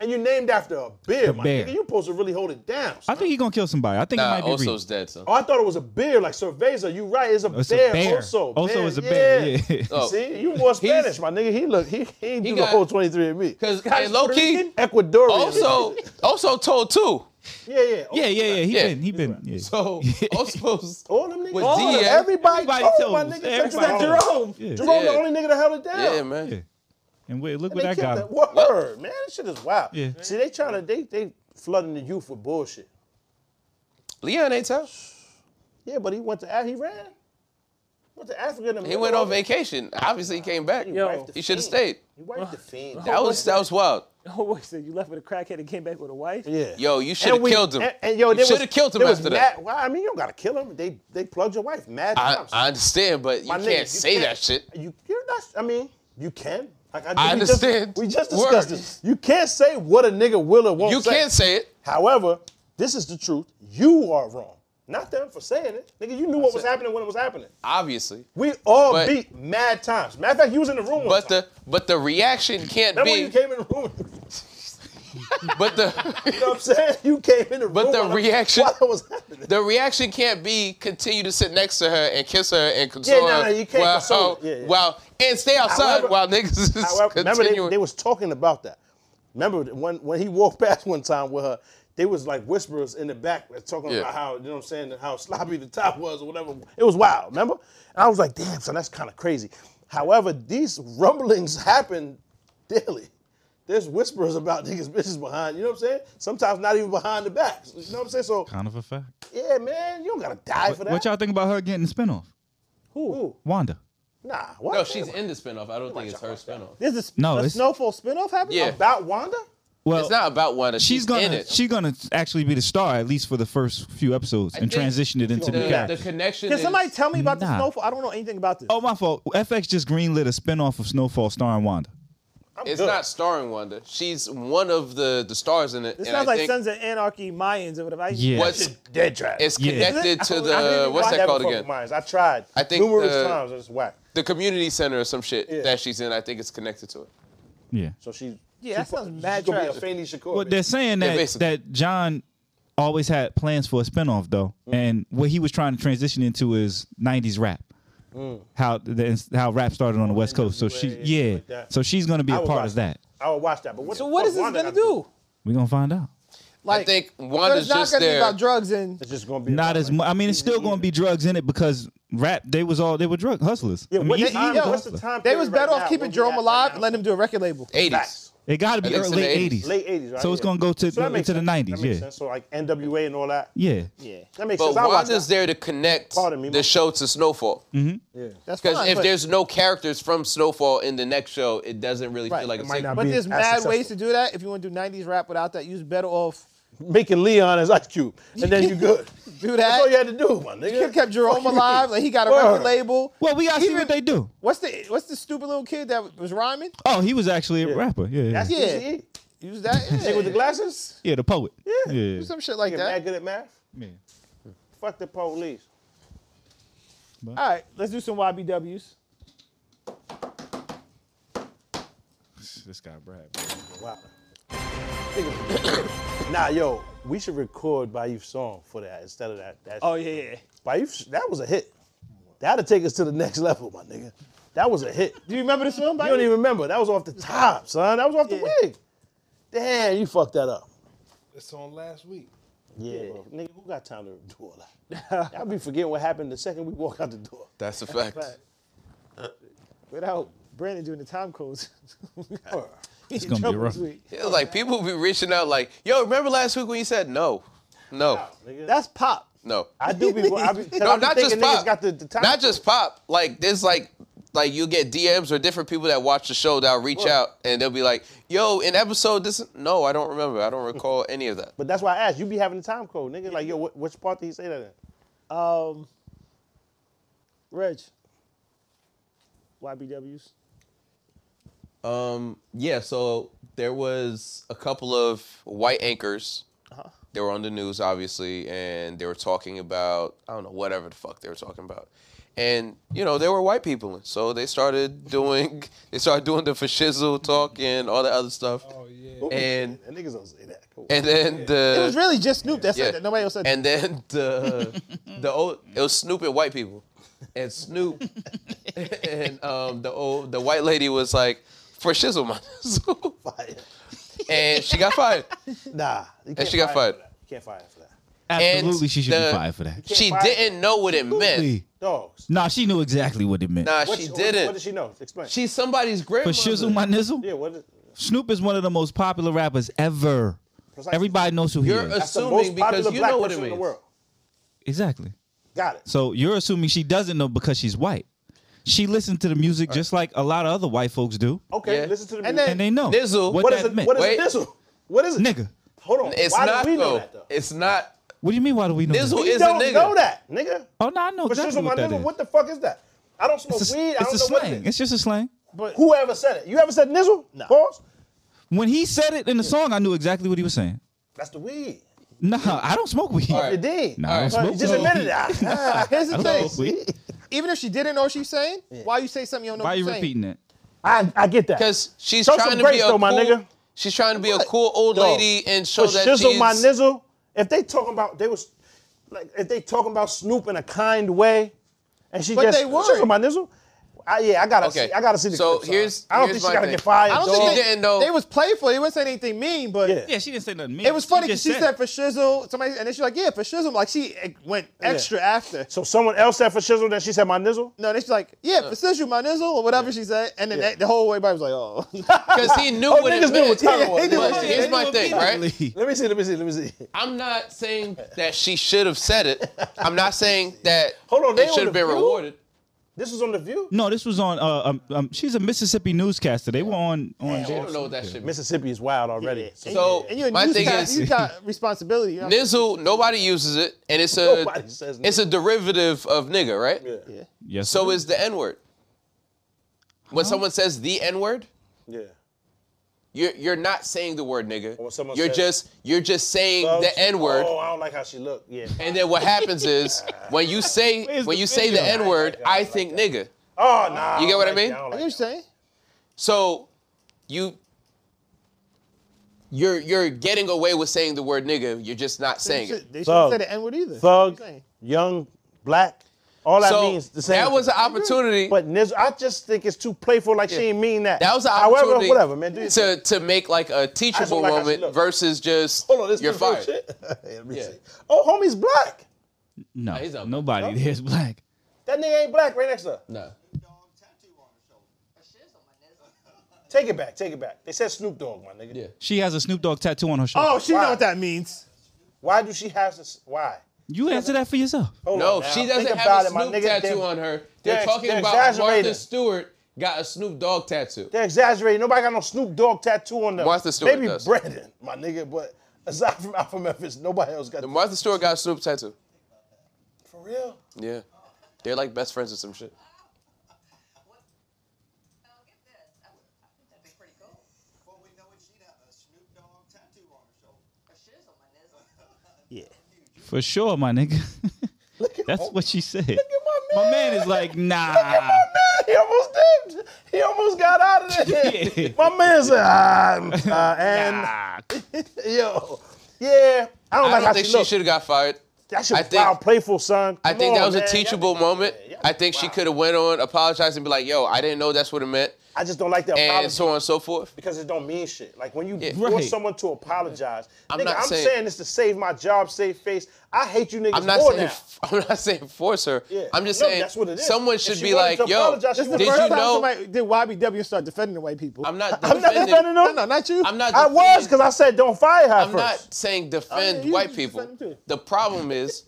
Speaker 4: and you named after a beer,
Speaker 6: The
Speaker 4: my
Speaker 6: bear.
Speaker 4: nigga. You supposed to really hold it down.
Speaker 6: I think he gonna kill somebody. I think
Speaker 3: Nah,
Speaker 6: it might be Reed.
Speaker 3: Oso's dead. Son.
Speaker 4: Oh, I thought it was a beer, like Cerveza. You right? It's a
Speaker 6: It's a
Speaker 4: bear,
Speaker 6: bear.
Speaker 4: also.
Speaker 6: Oso is a bear, yeah.
Speaker 3: Oh.
Speaker 4: See, you more Spanish, my nigga. He look, he, he ain't do the
Speaker 3: got-
Speaker 4: whole 23 and me.
Speaker 3: Because low key,
Speaker 4: Ecuadorian.
Speaker 3: also also told too.
Speaker 4: yeah, yeah,
Speaker 6: *laughs* Yeah, yeah, yeah. He
Speaker 3: Yeah.
Speaker 6: been, he been. Yeah.
Speaker 3: *laughs* So Oso's
Speaker 4: All them niggas,
Speaker 3: With
Speaker 4: all
Speaker 3: D,
Speaker 4: of them,
Speaker 3: yeah.
Speaker 4: everybody,
Speaker 6: Everybody
Speaker 4: told
Speaker 6: told
Speaker 4: Oh, my
Speaker 6: us.
Speaker 4: nigga, except for that
Speaker 6: Everybody
Speaker 1: told
Speaker 4: Jerome.
Speaker 1: us.
Speaker 6: Yeah.
Speaker 4: Jerome, the
Speaker 3: Yeah.
Speaker 4: only nigga that held it down.
Speaker 3: yeah, man.
Speaker 6: Yeah. And wait, look
Speaker 4: They
Speaker 6: what that
Speaker 4: killed
Speaker 6: got. him.
Speaker 4: that word, man. This shit is wild.
Speaker 6: Yeah.
Speaker 4: See, they trying to, they, they flooding the youth with bullshit.
Speaker 3: Leon ain't tell.
Speaker 4: Yeah, but he went to, Af- he ran. Went to Africa. in the
Speaker 3: He
Speaker 4: middle
Speaker 3: went on
Speaker 4: of it.
Speaker 3: vacation. Obviously, he came back.
Speaker 4: He wiped the
Speaker 3: He should have
Speaker 4: fiend.
Speaker 3: stayed.
Speaker 4: He wiped the fiend.
Speaker 3: That was that was wild.
Speaker 1: Homeboy said you left with a crackhead and came back with a wife.
Speaker 4: Yeah.
Speaker 3: Yo, you should have
Speaker 4: And we-
Speaker 3: killed him.
Speaker 4: And, and yo,
Speaker 3: you
Speaker 4: there
Speaker 3: should
Speaker 4: was-
Speaker 3: have killed him
Speaker 4: there was
Speaker 3: after that.
Speaker 4: mad- Well, I mean, you don't gotta kill him. They they plugged your wife mad
Speaker 3: I,
Speaker 4: times.
Speaker 3: I understand, but you
Speaker 4: My
Speaker 3: can't
Speaker 4: nigga,
Speaker 3: say
Speaker 4: can't-
Speaker 3: that shit.
Speaker 4: You, you're not. I mean, you can. Like I,
Speaker 3: I
Speaker 4: we just-
Speaker 3: understand.
Speaker 4: we just discussed
Speaker 3: Word.
Speaker 4: this. You can't say what a nigga will or won't
Speaker 3: You
Speaker 4: say.
Speaker 3: can't say it.
Speaker 4: However, this is the truth. You are wrong. Not them for saying it. Nigga, you knew what was happening when it was happening.
Speaker 3: Obviously,
Speaker 4: We all
Speaker 3: But-
Speaker 4: beat mad times. Matter of fact, you was in the room.
Speaker 3: but the but the reaction can't
Speaker 4: Remember when you
Speaker 3: be.
Speaker 4: came in the room? *laughs* You
Speaker 3: But
Speaker 4: *laughs*
Speaker 3: the *laughs*
Speaker 4: know what I'm saying? You came in the
Speaker 3: But
Speaker 4: room.
Speaker 3: the
Speaker 4: while-
Speaker 3: reaction-
Speaker 4: While it was happening.
Speaker 3: the reaction can't be continue to sit next to her and kiss her and console
Speaker 4: Yeah, no,
Speaker 3: her.
Speaker 4: no, you can't
Speaker 3: while, oh,
Speaker 4: console her. Yeah, yeah.
Speaker 3: while- and stay outside
Speaker 4: However-
Speaker 3: while niggas is
Speaker 4: However, remember
Speaker 3: continuing.
Speaker 4: they, they was talking about that. Remember when when he walked *laughs* past one time with her, they was like whispers in the back talking
Speaker 3: Yeah.
Speaker 4: about how you know what I'm saying how sloppy the top was or whatever. It was wild. Remember, and I was like, damn, son, that's kind of crazy. However, these rumblings happen daily. There's whispers about *laughs* niggas bitches behind. You know what I'm saying? Sometimes not even behind the backs. You know what I'm saying? So
Speaker 6: Kind of a fact.
Speaker 4: yeah, man, you don't gotta die for that.
Speaker 6: What y'all think about her getting the spinoff?
Speaker 4: Ooh,
Speaker 6: Wanda.
Speaker 4: Nah, what?
Speaker 3: no, she's in the spinoff. I don't think it's her spinoff.
Speaker 1: There's a, s-
Speaker 6: No,
Speaker 1: a
Speaker 6: it's-
Speaker 1: snowfall spinoff happening.
Speaker 3: Yeah.
Speaker 4: about Wanda.
Speaker 6: Well,
Speaker 3: It's not about Wanda. She's,
Speaker 6: she's
Speaker 3: in
Speaker 6: gonna
Speaker 3: it.
Speaker 6: she's gonna actually be the star at least for the first few episodes and
Speaker 3: think
Speaker 6: transition it into
Speaker 3: the,
Speaker 6: the
Speaker 3: the
Speaker 6: character.
Speaker 3: connection.
Speaker 1: Can
Speaker 3: is-
Speaker 1: somebody tell me about the
Speaker 6: Nah.
Speaker 1: snowfall? I don't know anything about this.
Speaker 6: Oh my fault. FX just greenlit a spinoff of Snowfall starring Wanda.
Speaker 3: It's not starring Wanda. She's one of the the stars in it.
Speaker 1: This
Speaker 3: and
Speaker 1: sounds
Speaker 3: I
Speaker 1: like
Speaker 3: think
Speaker 1: Sons of Anarchy Mayans or whatever. I-
Speaker 6: Yeah.
Speaker 3: what's
Speaker 4: Dead trap.
Speaker 3: it's
Speaker 6: Yeah.
Speaker 3: connected
Speaker 1: I
Speaker 3: to
Speaker 1: didn't even
Speaker 3: the what's
Speaker 1: watch
Speaker 3: that
Speaker 1: that
Speaker 3: called
Speaker 4: Fuck
Speaker 3: again?
Speaker 4: mines. I tried.
Speaker 3: I think
Speaker 4: numerous
Speaker 3: the-
Speaker 4: times. It's whack.
Speaker 3: The community center or some shit
Speaker 4: Yeah.
Speaker 3: that she's in. I think it's connected to it.
Speaker 6: Yeah.
Speaker 4: So she.
Speaker 1: Yeah, that
Speaker 4: she fu-
Speaker 1: sounds
Speaker 4: she's
Speaker 1: mad
Speaker 4: gonna
Speaker 1: trash.
Speaker 4: be a Fanny Shakur.
Speaker 6: Well,
Speaker 4: bitch.
Speaker 6: they're saying that
Speaker 3: basically.
Speaker 6: that John always had plans for a spinoff though,
Speaker 4: Mm.
Speaker 6: and what he was trying to transition into is '90s rap.
Speaker 4: Mm.
Speaker 6: How the how rap started on the West Coast. So she, yeah.
Speaker 4: like that.
Speaker 6: so she's gonna be
Speaker 4: I
Speaker 6: a
Speaker 4: would
Speaker 6: part
Speaker 4: watch
Speaker 6: of that.
Speaker 4: I would watch that. But what
Speaker 1: So
Speaker 4: the
Speaker 1: what
Speaker 4: fuck
Speaker 1: is this
Speaker 4: Wanda
Speaker 1: gonna
Speaker 4: gotta
Speaker 1: do?
Speaker 6: We're gonna find out.
Speaker 3: I think
Speaker 1: It's
Speaker 3: Wanda's
Speaker 1: not
Speaker 3: just
Speaker 1: gonna be
Speaker 3: there.
Speaker 1: about drugs and
Speaker 4: It's just gonna be
Speaker 6: Not
Speaker 4: about,
Speaker 6: as
Speaker 4: like,
Speaker 6: much. I mean, it's still going to be drugs in it because rap. They was all they were drug hustlers.
Speaker 4: Yeah,
Speaker 6: I mean,
Speaker 4: what
Speaker 6: he- he
Speaker 4: time,
Speaker 6: was a
Speaker 4: what's the
Speaker 6: hustler.
Speaker 4: time?
Speaker 1: they
Speaker 4: period
Speaker 1: was
Speaker 4: right
Speaker 1: better
Speaker 4: now?
Speaker 1: off keeping
Speaker 4: Where we
Speaker 1: Jerome
Speaker 4: at right
Speaker 1: alive
Speaker 4: now?
Speaker 1: and letting him do a record label.
Speaker 3: 80s.
Speaker 4: Facts.
Speaker 6: It got to be
Speaker 3: I think it's
Speaker 6: early
Speaker 3: in the
Speaker 6: 80s.
Speaker 4: Late '80s, right?
Speaker 6: So it's
Speaker 4: Yeah.
Speaker 6: gonna go to-
Speaker 4: that makes
Speaker 6: into the
Speaker 4: sense.
Speaker 6: 90s,
Speaker 4: That makes
Speaker 6: yeah.
Speaker 4: sense. So like NWA and all that.
Speaker 6: Yeah.
Speaker 1: Yeah,
Speaker 4: That makes
Speaker 3: But
Speaker 4: sense. I watch
Speaker 3: Wanda's
Speaker 4: that.
Speaker 3: there to connect
Speaker 4: Pardon me,
Speaker 3: the
Speaker 4: my-
Speaker 3: show to Snowfall.
Speaker 6: Mm-hmm.
Speaker 1: that's
Speaker 3: Because
Speaker 1: fine,
Speaker 3: if
Speaker 1: but-
Speaker 3: there's no characters from Snowfall in the next show, it doesn't really
Speaker 1: Right.
Speaker 3: feel like
Speaker 1: It
Speaker 3: a
Speaker 4: might
Speaker 3: sequel.
Speaker 4: not
Speaker 1: but
Speaker 4: be
Speaker 1: there's
Speaker 4: as
Speaker 1: mad ways to
Speaker 4: successful.
Speaker 1: do that. If you want to do '90s rap without that, you're better off.
Speaker 4: making Leon as Ice Cube, and
Speaker 1: *laughs*
Speaker 4: then you good.
Speaker 1: Do
Speaker 4: That's
Speaker 1: that.
Speaker 4: all you had to do, my nigga.
Speaker 1: You could've kept Jerome
Speaker 4: Fuck you
Speaker 1: alive.
Speaker 4: mean?
Speaker 1: Like he got a
Speaker 4: Word.
Speaker 1: record label.
Speaker 6: Well, we gotta see
Speaker 1: Even-
Speaker 6: what they do.
Speaker 1: What's the what's the stupid little kid that was rhyming?
Speaker 6: Oh, he was actually a rapper. Yeah, yeah,
Speaker 4: That's
Speaker 6: yeah.
Speaker 1: Yeah.
Speaker 4: easy.
Speaker 1: Use that. Yeah.
Speaker 4: Nigga E. with the glasses.
Speaker 6: Yeah, the poet. Yeah,
Speaker 1: Do some shit like
Speaker 4: Nigga mad
Speaker 1: that.
Speaker 4: good at math.
Speaker 6: Yeah.
Speaker 4: Fuck the police.
Speaker 6: But
Speaker 1: All right, let's do some YBWs.
Speaker 6: this guy Brad.
Speaker 4: Wow. nah, yo, we should record Bayou's song for that instead of that. that
Speaker 1: Oh yeah, yeah.
Speaker 4: Bayou, that was a hit. That'll take us to the next level, my nigga. That was a hit.
Speaker 1: Do you remember this film?
Speaker 4: You
Speaker 1: Bayou?
Speaker 4: don't even remember. That was off the top, son. That was off the
Speaker 1: Yeah.
Speaker 4: wig. Damn, you fucked that up.
Speaker 7: It's on last week.
Speaker 4: Yeah, nigga, who got time to do all *laughs* that? I'll be forgetting what happened the second we walk out the door.
Speaker 3: That's a fact.
Speaker 1: But without Brandon doing the time
Speaker 6: *laughs*
Speaker 1: codes, *laughs* it's
Speaker 6: gonna be rough.
Speaker 3: It was like people be reaching out like, yo, remember last week when you said no? No.
Speaker 1: That's pop.
Speaker 3: No.
Speaker 4: I do be. I
Speaker 1: *laughs*
Speaker 4: be, 'cause
Speaker 3: No,
Speaker 4: I be
Speaker 3: not
Speaker 4: thinking
Speaker 3: just
Speaker 4: niggas
Speaker 3: pop.
Speaker 4: Got the, the time
Speaker 3: Not just pop. Like there's like like you get DMs or different people that watch the show that'll reach out and they'll be like, yo, in episode this no, I don't remember. I don't recall any of that.
Speaker 4: But that's why I asked. You be having the time code, nigga. Like, yo, what, which part did he say that in? Um,
Speaker 1: Reg. YBWs.
Speaker 3: Um, Yeah, so there was a couple of white anchors.
Speaker 1: Uh-huh.
Speaker 3: They were on the news, obviously, and they were talking about I don't know whatever the fuck they were talking about, and you know they were white people, and so they started
Speaker 1: *laughs*
Speaker 3: doing they started doing the fashizzle talk and all that other stuff,
Speaker 7: Oh yeah.
Speaker 3: and
Speaker 4: That niggas don't say that. Come on.
Speaker 3: and then the
Speaker 1: It was really just Snoop that said
Speaker 3: yeah.
Speaker 1: that. Nobody else said that.
Speaker 3: And then the
Speaker 6: *laughs*
Speaker 3: the old it was Snoop and white people, and Snoop and um, the old the white lady was like for shizzle *laughs* my nizzle." and she got fired.
Speaker 4: Nah, you can't
Speaker 3: she got
Speaker 4: fire him
Speaker 3: fired.
Speaker 4: for that. You can't fire him for that.
Speaker 6: Absolutely, she should
Speaker 3: the-
Speaker 6: be fired for that.
Speaker 3: She
Speaker 4: fire-
Speaker 3: didn't know what it meant.
Speaker 6: Absolutely.
Speaker 4: Dogs.
Speaker 6: Nah, she knew exactly what it meant.
Speaker 3: Nah,
Speaker 4: What-
Speaker 3: she
Speaker 4: what-
Speaker 3: didn't.
Speaker 4: What did she know? Explain.
Speaker 3: She's somebody's grandmother.
Speaker 6: For shizzle my nizzle,
Speaker 4: yeah, what? Is,
Speaker 6: Snoop is one of the most popular rappers ever.
Speaker 4: Precisely.
Speaker 6: Everybody knows who
Speaker 3: You're
Speaker 6: he is.
Speaker 4: that's the
Speaker 3: Assuming
Speaker 4: most
Speaker 3: because
Speaker 4: popular
Speaker 3: you
Speaker 4: black
Speaker 3: know what
Speaker 4: person
Speaker 3: it
Speaker 4: in the
Speaker 3: means.
Speaker 4: world.
Speaker 6: exactly.
Speaker 4: Got it.
Speaker 6: So you're assuming she doesn't know because she's white. She listened to the music just like a lot of other white folks do,
Speaker 4: Okay,
Speaker 3: Yeah.
Speaker 4: listen to the
Speaker 1: And
Speaker 4: music.
Speaker 1: then-
Speaker 6: and they know
Speaker 3: Nizzle.
Speaker 6: what,
Speaker 4: what
Speaker 6: that
Speaker 4: is it?
Speaker 6: meant.
Speaker 4: What is it?
Speaker 3: Wait.
Speaker 4: Nizzle? What is it?
Speaker 6: Nigga,
Speaker 4: Hold on.
Speaker 3: It's
Speaker 4: why
Speaker 3: not
Speaker 4: do we know
Speaker 3: though.
Speaker 4: that though?
Speaker 3: It's not.
Speaker 6: what do you mean? Why do we know? that?
Speaker 3: Nizzle
Speaker 4: we
Speaker 3: is a
Speaker 4: don't
Speaker 3: nigga.
Speaker 4: know that, nigga.
Speaker 6: Oh no, I know
Speaker 4: But
Speaker 6: exactly
Speaker 4: shizzle, my
Speaker 6: what that
Speaker 4: nigga,
Speaker 6: is.
Speaker 4: what the fuck is that? I don't smoke
Speaker 6: It's a,
Speaker 4: weed. I don't
Speaker 6: it's a
Speaker 4: know what
Speaker 6: slang.
Speaker 4: it is.
Speaker 6: It's just a slang.
Speaker 4: Whoever said it, you ever said nizzle? No. Pause.
Speaker 6: When he said it in the song, I knew exactly what he was saying.
Speaker 4: That's the weed.
Speaker 6: Nah, I don't smoke weed.
Speaker 4: The dean.
Speaker 6: Nah, I don't
Speaker 4: You
Speaker 6: smoke
Speaker 4: just
Speaker 6: weed.
Speaker 4: *laughs* admitted that.
Speaker 1: Ah, Here's
Speaker 6: I
Speaker 1: the
Speaker 6: don't
Speaker 1: thing.
Speaker 6: smoke weed.
Speaker 1: Even if she didn't know what she was saying, why you say something you don't know
Speaker 6: Why
Speaker 1: what
Speaker 6: are
Speaker 1: you're
Speaker 6: you
Speaker 1: saying?
Speaker 6: repeating that?
Speaker 4: I, I get that.
Speaker 3: Because she's
Speaker 4: Show some
Speaker 3: trying to be
Speaker 4: grace,
Speaker 3: a
Speaker 4: though,
Speaker 3: cool.
Speaker 4: my nigga.
Speaker 3: She's trying to be a cool old
Speaker 4: Dog.
Speaker 3: lady and show
Speaker 4: But
Speaker 3: that
Speaker 4: shizzle
Speaker 3: she's
Speaker 4: my nizzle. If they talking about they was like if they talking about Snoop in a kind way, and she
Speaker 1: But
Speaker 4: just
Speaker 1: they weren't.
Speaker 4: shizzle my nizzle. I, yeah, I gotta
Speaker 3: Okay,
Speaker 4: see, I gotta see the
Speaker 3: so
Speaker 4: clip, son.
Speaker 3: here's-
Speaker 4: I don't
Speaker 3: here's
Speaker 4: think she
Speaker 3: my
Speaker 4: gotta
Speaker 3: thing.
Speaker 4: get fired.
Speaker 1: I don't
Speaker 4: dog.
Speaker 1: think they,
Speaker 3: didn't know.
Speaker 1: they was playful. They wouldn't say anything mean, but
Speaker 4: Yeah.
Speaker 6: she didn't say nothing. mean.
Speaker 1: it was funny because
Speaker 6: just
Speaker 1: she said for shizzle. Somebody and then she's like, yeah, for shizzle. Like she eh, went extra after.
Speaker 4: so someone else said for shizzle that she said my nizzle.
Speaker 1: No, then she's like, yeah, for shizzle, my nizzle, or whatever she said. And then that, the whole everybody was like, oh. *laughs*
Speaker 3: Because he knew
Speaker 4: Oh,
Speaker 3: what it
Speaker 4: niggas knew what
Speaker 3: meant.
Speaker 4: time it
Speaker 1: Yeah,
Speaker 4: was.
Speaker 1: they knew
Speaker 4: Niggas
Speaker 3: But
Speaker 1: what-
Speaker 4: knew.
Speaker 3: here's my thing, right?
Speaker 4: Let me see. Let me see. Let me see.
Speaker 3: I'm not saying that she should have said it. I'm not saying that
Speaker 4: Hold on, they
Speaker 3: it should
Speaker 4: on
Speaker 3: have
Speaker 4: the
Speaker 3: been
Speaker 4: View?
Speaker 3: rewarded.
Speaker 4: This was on the View.
Speaker 6: No, this was on. Uh, um, um, she's a Mississippi newscaster. They were on on.
Speaker 3: I don't know what that shit means.
Speaker 4: Mississippi is wild already. So
Speaker 3: So
Speaker 1: And you're a
Speaker 3: my thing
Speaker 1: newscast,
Speaker 3: is, *laughs*
Speaker 1: you got responsibility. You know?
Speaker 3: nizzle. Nobody uses it, and it's a
Speaker 4: Nobody says
Speaker 3: it's a derivative of nigga, right?
Speaker 6: Yes.
Speaker 3: So
Speaker 6: sir.
Speaker 3: is the n word. When someone says the n word,
Speaker 4: yeah.
Speaker 3: you're you're not saying the word nigga.
Speaker 4: when someone
Speaker 3: you're
Speaker 4: says-
Speaker 3: just you're just saying the n word.
Speaker 4: Oh, I don't like how she looked. Yeah.
Speaker 3: And then what
Speaker 4: *laughs*
Speaker 3: happens is when you say
Speaker 6: Where's
Speaker 3: when
Speaker 6: the
Speaker 3: you say the
Speaker 6: video?
Speaker 3: n word, I think nigga.
Speaker 4: Oh nah.
Speaker 3: You get
Speaker 4: don't
Speaker 3: what I
Speaker 4: like
Speaker 3: mean?
Speaker 4: that, don't
Speaker 1: I
Speaker 4: like
Speaker 1: get what you're saying.
Speaker 3: So you you're you're getting away with saying the word nigga. You're just not
Speaker 1: They
Speaker 3: saying it.
Speaker 1: should- They
Speaker 4: Thug.
Speaker 1: shouldn't say the N word either.
Speaker 4: that. Thug,
Speaker 1: What you saying?
Speaker 4: young, black. All that
Speaker 3: So
Speaker 4: means the same.
Speaker 3: that was
Speaker 4: thing.
Speaker 3: an opportunity.
Speaker 4: But Niz, I just think it's too playful. Like she ain't mean that.
Speaker 3: That was an opportunity.
Speaker 4: However, whatever, man. Do your thing.
Speaker 3: to to make like a teachable
Speaker 4: don't like how she
Speaker 3: moment
Speaker 4: look.
Speaker 3: versus just
Speaker 4: Hold on, this
Speaker 3: you're
Speaker 4: is real
Speaker 3: fired.
Speaker 4: shit. *laughs* Let me
Speaker 3: Yeah.
Speaker 4: see. Oh, homie's black.
Speaker 6: no,
Speaker 3: he's up.
Speaker 6: nobody there's black.
Speaker 4: That nigga ain't black. Right next to her.
Speaker 3: No.
Speaker 4: *laughs* Take it back. Take it back. They said Snoop Dogg, my nigga.
Speaker 3: Yeah.
Speaker 6: She has a Snoop Dogg tattoo on her shoulder.
Speaker 1: Oh, she
Speaker 4: Why?
Speaker 1: know what that means.
Speaker 4: Why do she have this? Why?
Speaker 6: you answer that for yourself.
Speaker 4: Hold
Speaker 3: No,
Speaker 4: on now.
Speaker 3: she
Speaker 4: Think
Speaker 3: doesn't
Speaker 4: about
Speaker 3: have a
Speaker 4: it, my
Speaker 3: Snoop
Speaker 4: nigga.
Speaker 3: tattoo
Speaker 4: They're-
Speaker 3: on her. They're,
Speaker 4: they're ex-
Speaker 3: talking
Speaker 4: they're
Speaker 3: about Martha
Speaker 4: exaggerating.
Speaker 3: Stewart got a Snoop Dogg tattoo.
Speaker 4: They're exaggerating. Nobody got no Snoop Dogg tattoo on them.
Speaker 3: Martha Stewart
Speaker 4: Maybe
Speaker 3: does.
Speaker 4: Brandon, my nigga. But aside from Alpha Memphis, nobody else got.
Speaker 3: Martha Stewart got a Snoop tattoo.
Speaker 4: For real?
Speaker 3: Yeah. They're like best friends or some shit.
Speaker 1: Yeah.
Speaker 6: For sure, my nigga. *laughs* That's what she said.
Speaker 4: Look at my
Speaker 6: My man is like, nah.
Speaker 4: He almost did. He almost got out of
Speaker 3: *laughs*
Speaker 4: there. My man said, ah, uh, and yo, yeah. I don't
Speaker 3: I
Speaker 4: like
Speaker 3: don't
Speaker 4: how
Speaker 3: think
Speaker 4: she,
Speaker 3: she
Speaker 4: looked.
Speaker 3: should have got fired.
Speaker 4: That shit
Speaker 3: I
Speaker 4: was
Speaker 3: think-
Speaker 4: wild, playful, son.
Speaker 3: I
Speaker 4: Come
Speaker 3: think that
Speaker 4: on,
Speaker 3: was
Speaker 4: man.
Speaker 3: a teachable moment. I think she could have went on, apologized, and be like, "Yo, I didn't know that's what it meant,"
Speaker 4: I just don't like that
Speaker 3: and
Speaker 4: apology
Speaker 3: so on and so forth.
Speaker 4: because it don't mean shit. Like when you
Speaker 3: Yeah.
Speaker 4: force
Speaker 6: Right.
Speaker 4: someone to apologize,
Speaker 3: I'm
Speaker 4: nigga,
Speaker 3: not
Speaker 4: I'm
Speaker 3: saying-
Speaker 4: saying, this to save my job, save face. I hate you niggas
Speaker 3: I'm not
Speaker 4: more
Speaker 3: saying
Speaker 4: now.
Speaker 3: *laughs* I'm not saying force her.
Speaker 4: Yeah.
Speaker 3: I'm just
Speaker 4: No,
Speaker 3: saying
Speaker 4: that's what it is.
Speaker 3: someone
Speaker 4: If
Speaker 3: should
Speaker 4: she
Speaker 3: be
Speaker 4: wanted
Speaker 3: like,
Speaker 4: to
Speaker 3: "Yo,
Speaker 4: apologize, she
Speaker 1: This is the
Speaker 3: did
Speaker 1: first
Speaker 3: you
Speaker 1: time
Speaker 3: know?"
Speaker 1: somebody did YBW start defending the white people.
Speaker 3: I'm
Speaker 1: *laughs*
Speaker 3: not.
Speaker 4: I'm not defending
Speaker 1: no,
Speaker 4: them.
Speaker 1: no, not you.
Speaker 3: I'm not.
Speaker 4: I
Speaker 1: *laughs*
Speaker 4: was
Speaker 3: defending-
Speaker 4: because I said don't fire her
Speaker 3: I'm
Speaker 4: first.
Speaker 3: not saying defend
Speaker 1: Oh, yeah, you
Speaker 3: white
Speaker 1: defend
Speaker 3: people.
Speaker 1: them too.
Speaker 3: The problem is,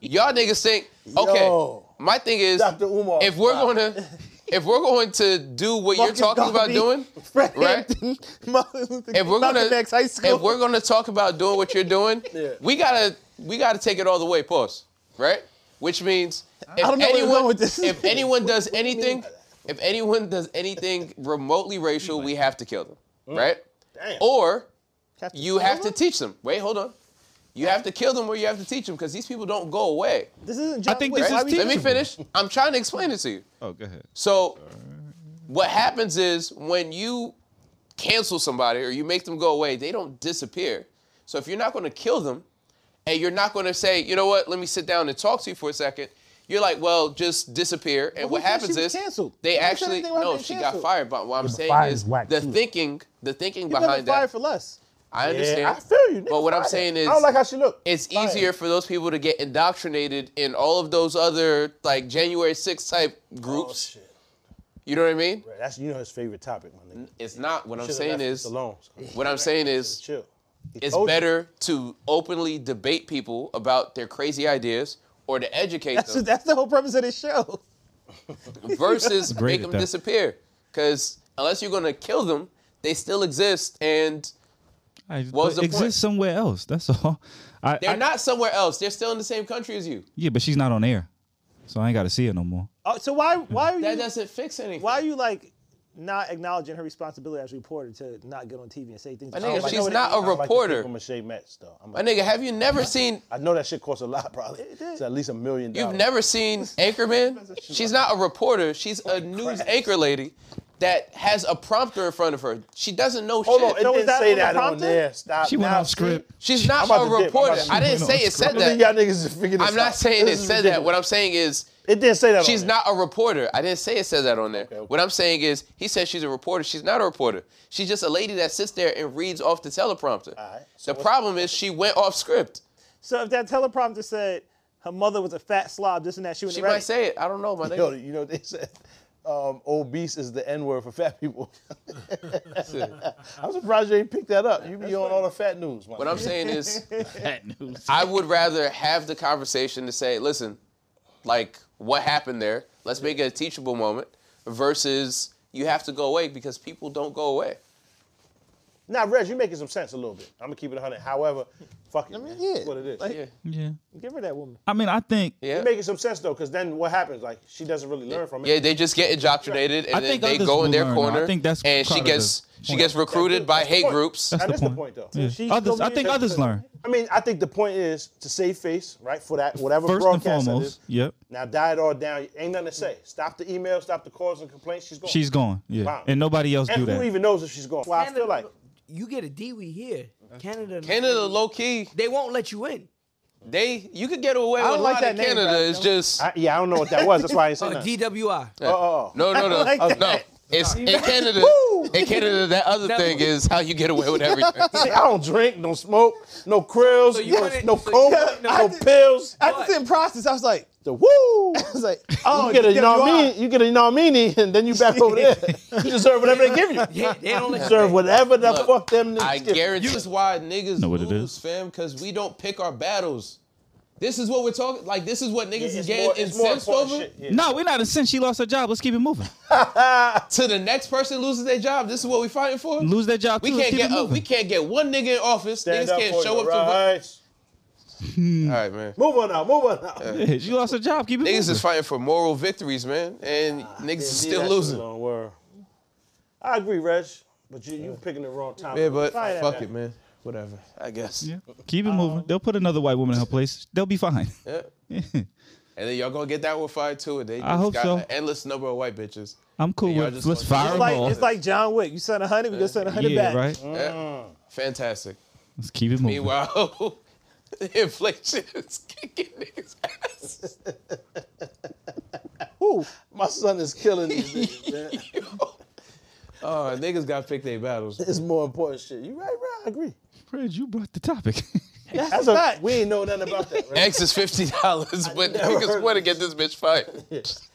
Speaker 3: y'all niggas
Speaker 4: *laughs*
Speaker 3: think. Okay,
Speaker 4: Yo.
Speaker 3: my thing is,
Speaker 4: Dr. Umar,
Speaker 3: if we're
Speaker 4: wow.
Speaker 3: gonna, if we're going to do what you're
Speaker 1: Marcus
Speaker 3: talking about
Speaker 1: Garvey,
Speaker 3: doing,
Speaker 1: Fred
Speaker 3: right?
Speaker 1: Hampton, Martin Luther
Speaker 3: if
Speaker 1: King,
Speaker 3: we're gonna,
Speaker 1: Malcolm X High School.
Speaker 3: if we're gonna talk about doing what you're doing,
Speaker 4: *laughs* Yeah.
Speaker 3: we gotta, we gotta take it all the way, pause, right? Which means, if
Speaker 1: don't know where you're
Speaker 3: anyone,
Speaker 1: going with this. *laughs*
Speaker 3: if anyone does anything, if anyone does anything remotely racial, we have to kill them, right?
Speaker 4: Mm. Damn.
Speaker 3: Or
Speaker 1: Have to
Speaker 3: you
Speaker 1: kill
Speaker 3: have to
Speaker 1: them?
Speaker 3: teach them. Wait, hold on. You have to kill them or you have to teach them because these people don't go away.
Speaker 1: this isn't John
Speaker 6: think
Speaker 1: Wick.
Speaker 6: this is
Speaker 1: Why we-
Speaker 3: Let me finish. I'm trying to explain it to you.
Speaker 6: Oh, go ahead.
Speaker 3: So, what happens is when you cancel somebody or you make them go away, they don't disappear. So, if you're not going to kill them and you're not going to say, you know what, let me sit down and talk to you for a second, you're like, well, just disappear. And
Speaker 1: who
Speaker 3: what
Speaker 1: said she
Speaker 3: happens
Speaker 1: was
Speaker 3: is
Speaker 1: canceled?
Speaker 3: they
Speaker 1: Who said
Speaker 3: actually,
Speaker 1: anything about
Speaker 3: no,
Speaker 1: being
Speaker 3: she got
Speaker 1: canceled?
Speaker 3: fired. But what I'm saying
Speaker 7: fired
Speaker 3: is
Speaker 7: is whack,
Speaker 3: the
Speaker 7: too.
Speaker 3: thinking, the thinking
Speaker 1: You've been
Speaker 3: behind
Speaker 1: fired
Speaker 3: that.
Speaker 1: for less.
Speaker 3: I understand.
Speaker 4: Yeah, I feel you. Nigga,
Speaker 3: But what I'm
Speaker 4: fire her.
Speaker 3: saying is,
Speaker 4: I don't like how she looked.
Speaker 3: it's
Speaker 4: Fire her.
Speaker 3: easier for those people to get indoctrinated in all of those other like January 6th type
Speaker 4: Oh,
Speaker 3: groups.
Speaker 4: shit.
Speaker 3: you know what I mean?
Speaker 4: Bro, That's you know his favorite topic, my nigga.
Speaker 3: It's not what I'm
Speaker 4: Should've
Speaker 3: saying
Speaker 4: left
Speaker 3: is
Speaker 4: this alone.
Speaker 3: what I'm saying is
Speaker 4: Chill. He
Speaker 3: it's
Speaker 4: told you.
Speaker 3: better to openly debate people about their crazy ideas or to educate
Speaker 1: That's,
Speaker 3: them
Speaker 1: that's the whole purpose of this show.
Speaker 4: *laughs*
Speaker 3: versus make
Speaker 6: at
Speaker 3: them
Speaker 6: that.
Speaker 3: disappear. Because unless you're gonna kill them, they still exist and
Speaker 6: I
Speaker 3: was the
Speaker 6: exist
Speaker 3: point?
Speaker 6: somewhere else. That's all. I,
Speaker 3: they're
Speaker 6: I-
Speaker 3: not somewhere else. They're still in the same country as you.
Speaker 6: Yeah, but she's not on air, so I ain't got to see her no more.
Speaker 1: Uh, so why why are
Speaker 3: That
Speaker 1: you
Speaker 3: doesn't fix anything.
Speaker 1: why are you like not acknowledging her responsibility as a reporter to not get on TV and say things?
Speaker 3: My
Speaker 1: that
Speaker 3: nigga,
Speaker 1: don't like
Speaker 3: she's
Speaker 1: her?
Speaker 3: not
Speaker 4: I
Speaker 3: a
Speaker 4: don't like the
Speaker 3: reporter.
Speaker 4: papier-mâché mats, though. I'm
Speaker 3: My nigga, have you never seen
Speaker 4: I know that shit costs a lot, probably. It's at least a million dollars.
Speaker 3: You've never seen Anchorman? She's not a reporter. She's a news anchor lady that has a prompter in front of her. She doesn't know
Speaker 4: Hold on,
Speaker 3: shit.
Speaker 4: it
Speaker 1: So is
Speaker 4: didn't
Speaker 1: that
Speaker 4: say
Speaker 1: on the
Speaker 4: that on
Speaker 1: prompter?
Speaker 4: there. Stop.
Speaker 6: She went
Speaker 4: now,
Speaker 6: off
Speaker 4: see?
Speaker 6: script.
Speaker 3: She's not
Speaker 4: about
Speaker 3: a
Speaker 4: to dip. I'm
Speaker 3: reporter.
Speaker 4: about to
Speaker 3: I didn't
Speaker 6: dip.
Speaker 3: say it said
Speaker 4: I think
Speaker 3: that.
Speaker 4: y'all niggas just figured this
Speaker 3: I'm not
Speaker 4: out.
Speaker 3: saying it
Speaker 4: This is
Speaker 3: said that. What
Speaker 4: ridiculous.
Speaker 3: I'm saying is
Speaker 4: It didn't say that.
Speaker 3: she's
Speaker 4: on
Speaker 3: not a reporter. I didn't say it said that on there.
Speaker 4: okay.
Speaker 3: What I'm saying is he said she's a reporter. She's not a reporter. She's just a lady that sits there and reads off the teleprompter.
Speaker 4: right.
Speaker 3: the problem is she went off script.
Speaker 1: So if that teleprompter said her mother was a fat slob, this and that, she would
Speaker 3: She might say it. I don't know, my
Speaker 4: there. Yo,
Speaker 3: nigga.
Speaker 4: you know they said um, obese is the N word for fat people. I'm surprised you ain't picked that up. You be on all the fat news.
Speaker 3: What I'm
Speaker 4: *laughs*
Speaker 3: saying is, I would rather have the conversation to say, listen, like what happened there. Let's make it a teachable moment versus you have to go away because people don't go away.
Speaker 4: Now, Reg, you making some sense a little bit. I'm gonna keep it 100. However, fuck it. I mean,
Speaker 1: yeah,
Speaker 4: What it is.
Speaker 1: like-
Speaker 3: Yeah.
Speaker 6: Yeah.
Speaker 1: Give her that woman.
Speaker 6: I mean, I think.
Speaker 3: Yeah.
Speaker 4: You're making some sense though, because then what happens? Like she doesn't really learn from it.
Speaker 3: Yeah, they just get indoctrinated and
Speaker 6: I
Speaker 3: then
Speaker 6: think
Speaker 3: they
Speaker 6: others
Speaker 3: go in
Speaker 6: will
Speaker 3: their
Speaker 6: learn, though. I
Speaker 3: corner.
Speaker 6: think that's
Speaker 3: and she
Speaker 6: part of
Speaker 3: gets
Speaker 6: the
Speaker 3: she
Speaker 6: point.
Speaker 3: gets recruited by
Speaker 4: That's the
Speaker 3: hate
Speaker 4: point.
Speaker 1: *laughs*
Speaker 3: groups.
Speaker 4: And that's
Speaker 6: the
Speaker 4: the point,
Speaker 6: point.
Speaker 4: though.
Speaker 6: Yeah.
Speaker 1: She
Speaker 6: Others,
Speaker 1: still
Speaker 6: I think
Speaker 1: being-
Speaker 6: others learn.
Speaker 4: I mean, I think the point is to save face, right? For that, whatever
Speaker 6: First and
Speaker 4: broadcast that
Speaker 6: foremost,
Speaker 4: is.
Speaker 6: yep.
Speaker 4: Now, die it all down. Ain't nothing to say. Stop the email. Stop the calls and complaints. She's gone.
Speaker 6: She's gone. Yeah.
Speaker 4: Wow.
Speaker 6: And nobody else
Speaker 4: And
Speaker 6: do
Speaker 4: who
Speaker 6: that.
Speaker 4: even knows if she's gone? Well, I
Speaker 2: Canada-
Speaker 4: feel like
Speaker 2: you get a D we here. Canada.
Speaker 3: Canada low key,
Speaker 2: They won't let you in.
Speaker 3: they you could get away
Speaker 1: don't
Speaker 3: with a
Speaker 1: like
Speaker 3: lot
Speaker 1: that
Speaker 3: in
Speaker 1: name,
Speaker 3: Canada.
Speaker 1: bro.
Speaker 3: it's just
Speaker 4: I, yeah, I don't know what that was. That's why I ain't
Speaker 2: Uh,
Speaker 4: saying that.
Speaker 2: DWI.
Speaker 4: Oh,
Speaker 1: *laughs*
Speaker 3: no, no, no,
Speaker 1: like that.
Speaker 3: no.
Speaker 1: *laughs*
Speaker 3: It's in Canada. In Canada, that other thing is how you get
Speaker 1: *laughs*
Speaker 3: away with everything.
Speaker 4: I don't drink, don't smoke, no krills,
Speaker 2: So you
Speaker 4: no,
Speaker 2: wanna-
Speaker 4: no
Speaker 2: so you
Speaker 4: coke,
Speaker 2: wanna-
Speaker 4: no,
Speaker 2: I
Speaker 1: did-
Speaker 4: pills.
Speaker 1: I just didn't process. I was like, *laughs*
Speaker 4: The woo.
Speaker 1: I was like, oh,
Speaker 4: You get a
Speaker 1: you
Speaker 4: Narmini, you get a Narmini, and *laughs* then you
Speaker 1: *laughs*
Speaker 4: back over there. You deserve whatever they give you.
Speaker 2: Yeah, they don't let you
Speaker 4: Deserve
Speaker 2: in.
Speaker 4: whatever the
Speaker 3: Look,
Speaker 4: fuck them. niggas
Speaker 3: I
Speaker 4: give you.
Speaker 3: guarantee this is why niggas
Speaker 6: Know what it
Speaker 3: lose,
Speaker 6: is.
Speaker 3: fam, because we don't pick our battles. This is what we're talking. Like this is what niggas is
Speaker 4: It's
Speaker 3: getting
Speaker 4: more- it's more
Speaker 3: incensed
Speaker 4: important
Speaker 3: over.
Speaker 4: shit, yeah.
Speaker 6: No, we're not. Since she lost her job, let's keep it moving.
Speaker 3: To the next person loses their job. This is what we fighting for.
Speaker 6: Lose that job
Speaker 3: we
Speaker 6: too.
Speaker 3: can't
Speaker 6: let's keep
Speaker 3: get
Speaker 6: it
Speaker 3: uh,
Speaker 6: moving.
Speaker 3: we can't get one nigga in office.
Speaker 4: Stand
Speaker 3: niggas
Speaker 4: up
Speaker 3: can't
Speaker 4: for
Speaker 3: show
Speaker 4: your
Speaker 3: up
Speaker 4: rights.
Speaker 3: to. All right, man.
Speaker 4: Move on now, move on now.
Speaker 6: Yeah, she lost her job. Keep it
Speaker 3: Niggas
Speaker 6: moving.
Speaker 3: is fighting for moral victories, man, and niggas is
Speaker 4: Yeah,
Speaker 3: still
Speaker 4: that's a
Speaker 3: losing.
Speaker 4: long word. I agree, Reg, but you you picking the wrong time.
Speaker 3: Yeah, but
Speaker 4: Fire that
Speaker 3: fuck
Speaker 4: back.
Speaker 3: it, man. Whatever. I guess.
Speaker 6: Yeah. Keep it moving. They'll put another white woman in her place. They'll be fine.
Speaker 3: Yeah. and then y'all gonna get that with fire too. And they
Speaker 6: I
Speaker 3: just
Speaker 6: hope
Speaker 3: got
Speaker 6: so.
Speaker 3: an endless number of white bitches.
Speaker 6: *laughs* I'm cool
Speaker 3: Y'all
Speaker 6: with
Speaker 3: just
Speaker 6: let's
Speaker 3: want-
Speaker 6: fire
Speaker 3: It's
Speaker 1: It's
Speaker 6: them all.
Speaker 1: like, it's like John Wick. You send a hundred, we gonna send a hundred
Speaker 6: yeah,
Speaker 1: back.
Speaker 6: right.
Speaker 4: Mm.
Speaker 3: Fantastic.
Speaker 6: Let's keep it moving.
Speaker 3: Mm-hmm. Meanwhile, *laughs* inflation is kicking niggas' ass.
Speaker 4: *laughs* My son is killing these
Speaker 3: *laughs*
Speaker 4: niggas, man.
Speaker 3: Oh, niggas got to pick their
Speaker 4: *laughs*
Speaker 3: battles.
Speaker 4: It's more important shit. You right, bro? I agree.
Speaker 6: Fred, you brought the topic. *laughs*
Speaker 4: That's, a fact. We ain't know nothing about that, right?
Speaker 3: X is fifty dollars, but niggas want to get this bitch
Speaker 4: *laughs*
Speaker 3: fight.
Speaker 4: X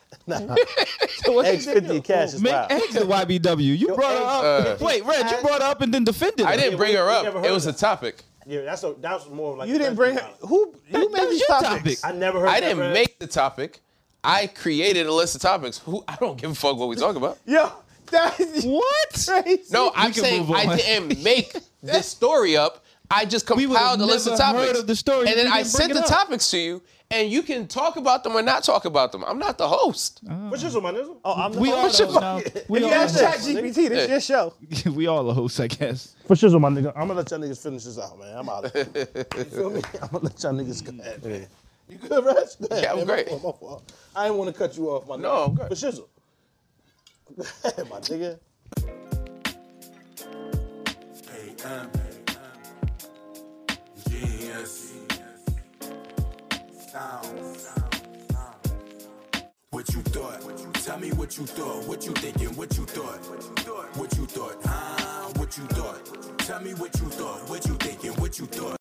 Speaker 4: fifty cash is
Speaker 6: Make
Speaker 4: wild.
Speaker 6: X the YBW. You brought her up. *laughs* Wait, Red, you brought her up and then defended her.
Speaker 3: I didn't bring her
Speaker 4: we never
Speaker 3: up.
Speaker 4: heard
Speaker 3: It was a topic.
Speaker 4: Yeah, that's a, that was more like
Speaker 1: You didn't bring her. Who you
Speaker 6: That
Speaker 1: made
Speaker 6: was
Speaker 1: these
Speaker 6: your
Speaker 1: topics?
Speaker 6: topic.
Speaker 4: I never heard.
Speaker 3: I
Speaker 4: that, bro.
Speaker 3: didn't make the topic. I created a list of topics. Who I don't give a fuck what we talk about.
Speaker 1: Yo, *laughs* that is
Speaker 6: What?
Speaker 1: crazy.
Speaker 3: No, I'm
Speaker 6: can
Speaker 3: saying
Speaker 6: move
Speaker 3: I
Speaker 6: on.
Speaker 3: didn't
Speaker 6: *laughs*
Speaker 3: make this story up. I just
Speaker 6: We would've
Speaker 3: compiled a list of
Speaker 6: never heard
Speaker 3: topics.
Speaker 6: of the story if
Speaker 3: and then
Speaker 6: you
Speaker 3: I
Speaker 6: didn't
Speaker 3: sent
Speaker 6: bring
Speaker 3: the
Speaker 6: it up.
Speaker 3: topics to you, and you can talk about them or not talk about them. I'm not the host.
Speaker 4: What's yours, my nigga?
Speaker 1: Oh, I'm the
Speaker 6: We all
Speaker 1: host.
Speaker 6: hosts now. We
Speaker 1: If
Speaker 6: all
Speaker 1: you
Speaker 6: are
Speaker 1: ask
Speaker 6: hosts.
Speaker 1: ChatGPT, this your show.
Speaker 6: *laughs* we all are hosts, I guess.
Speaker 4: For shizzle, my nigga. I'm gonna let y'all niggas finish this out, man. I'm out of here. *laughs* You feel me? I'm gonna let y'all niggas go ahead, man. You good, Reg? Go ahead,
Speaker 3: Yeah, I'm
Speaker 4: man.
Speaker 3: great.
Speaker 4: My fault, my fault. I didn't want to cut you off, my nigga.
Speaker 3: No, I'm good.
Speaker 4: For shizzle. *laughs* Go ahead, my nigga.
Speaker 5: AM. Genius. Sound. What you thought? Tell me what you thought. What you thinking? What you thought? What you thought? Huh? What you thought? Tell me what you thought. What you thinking? What you thought?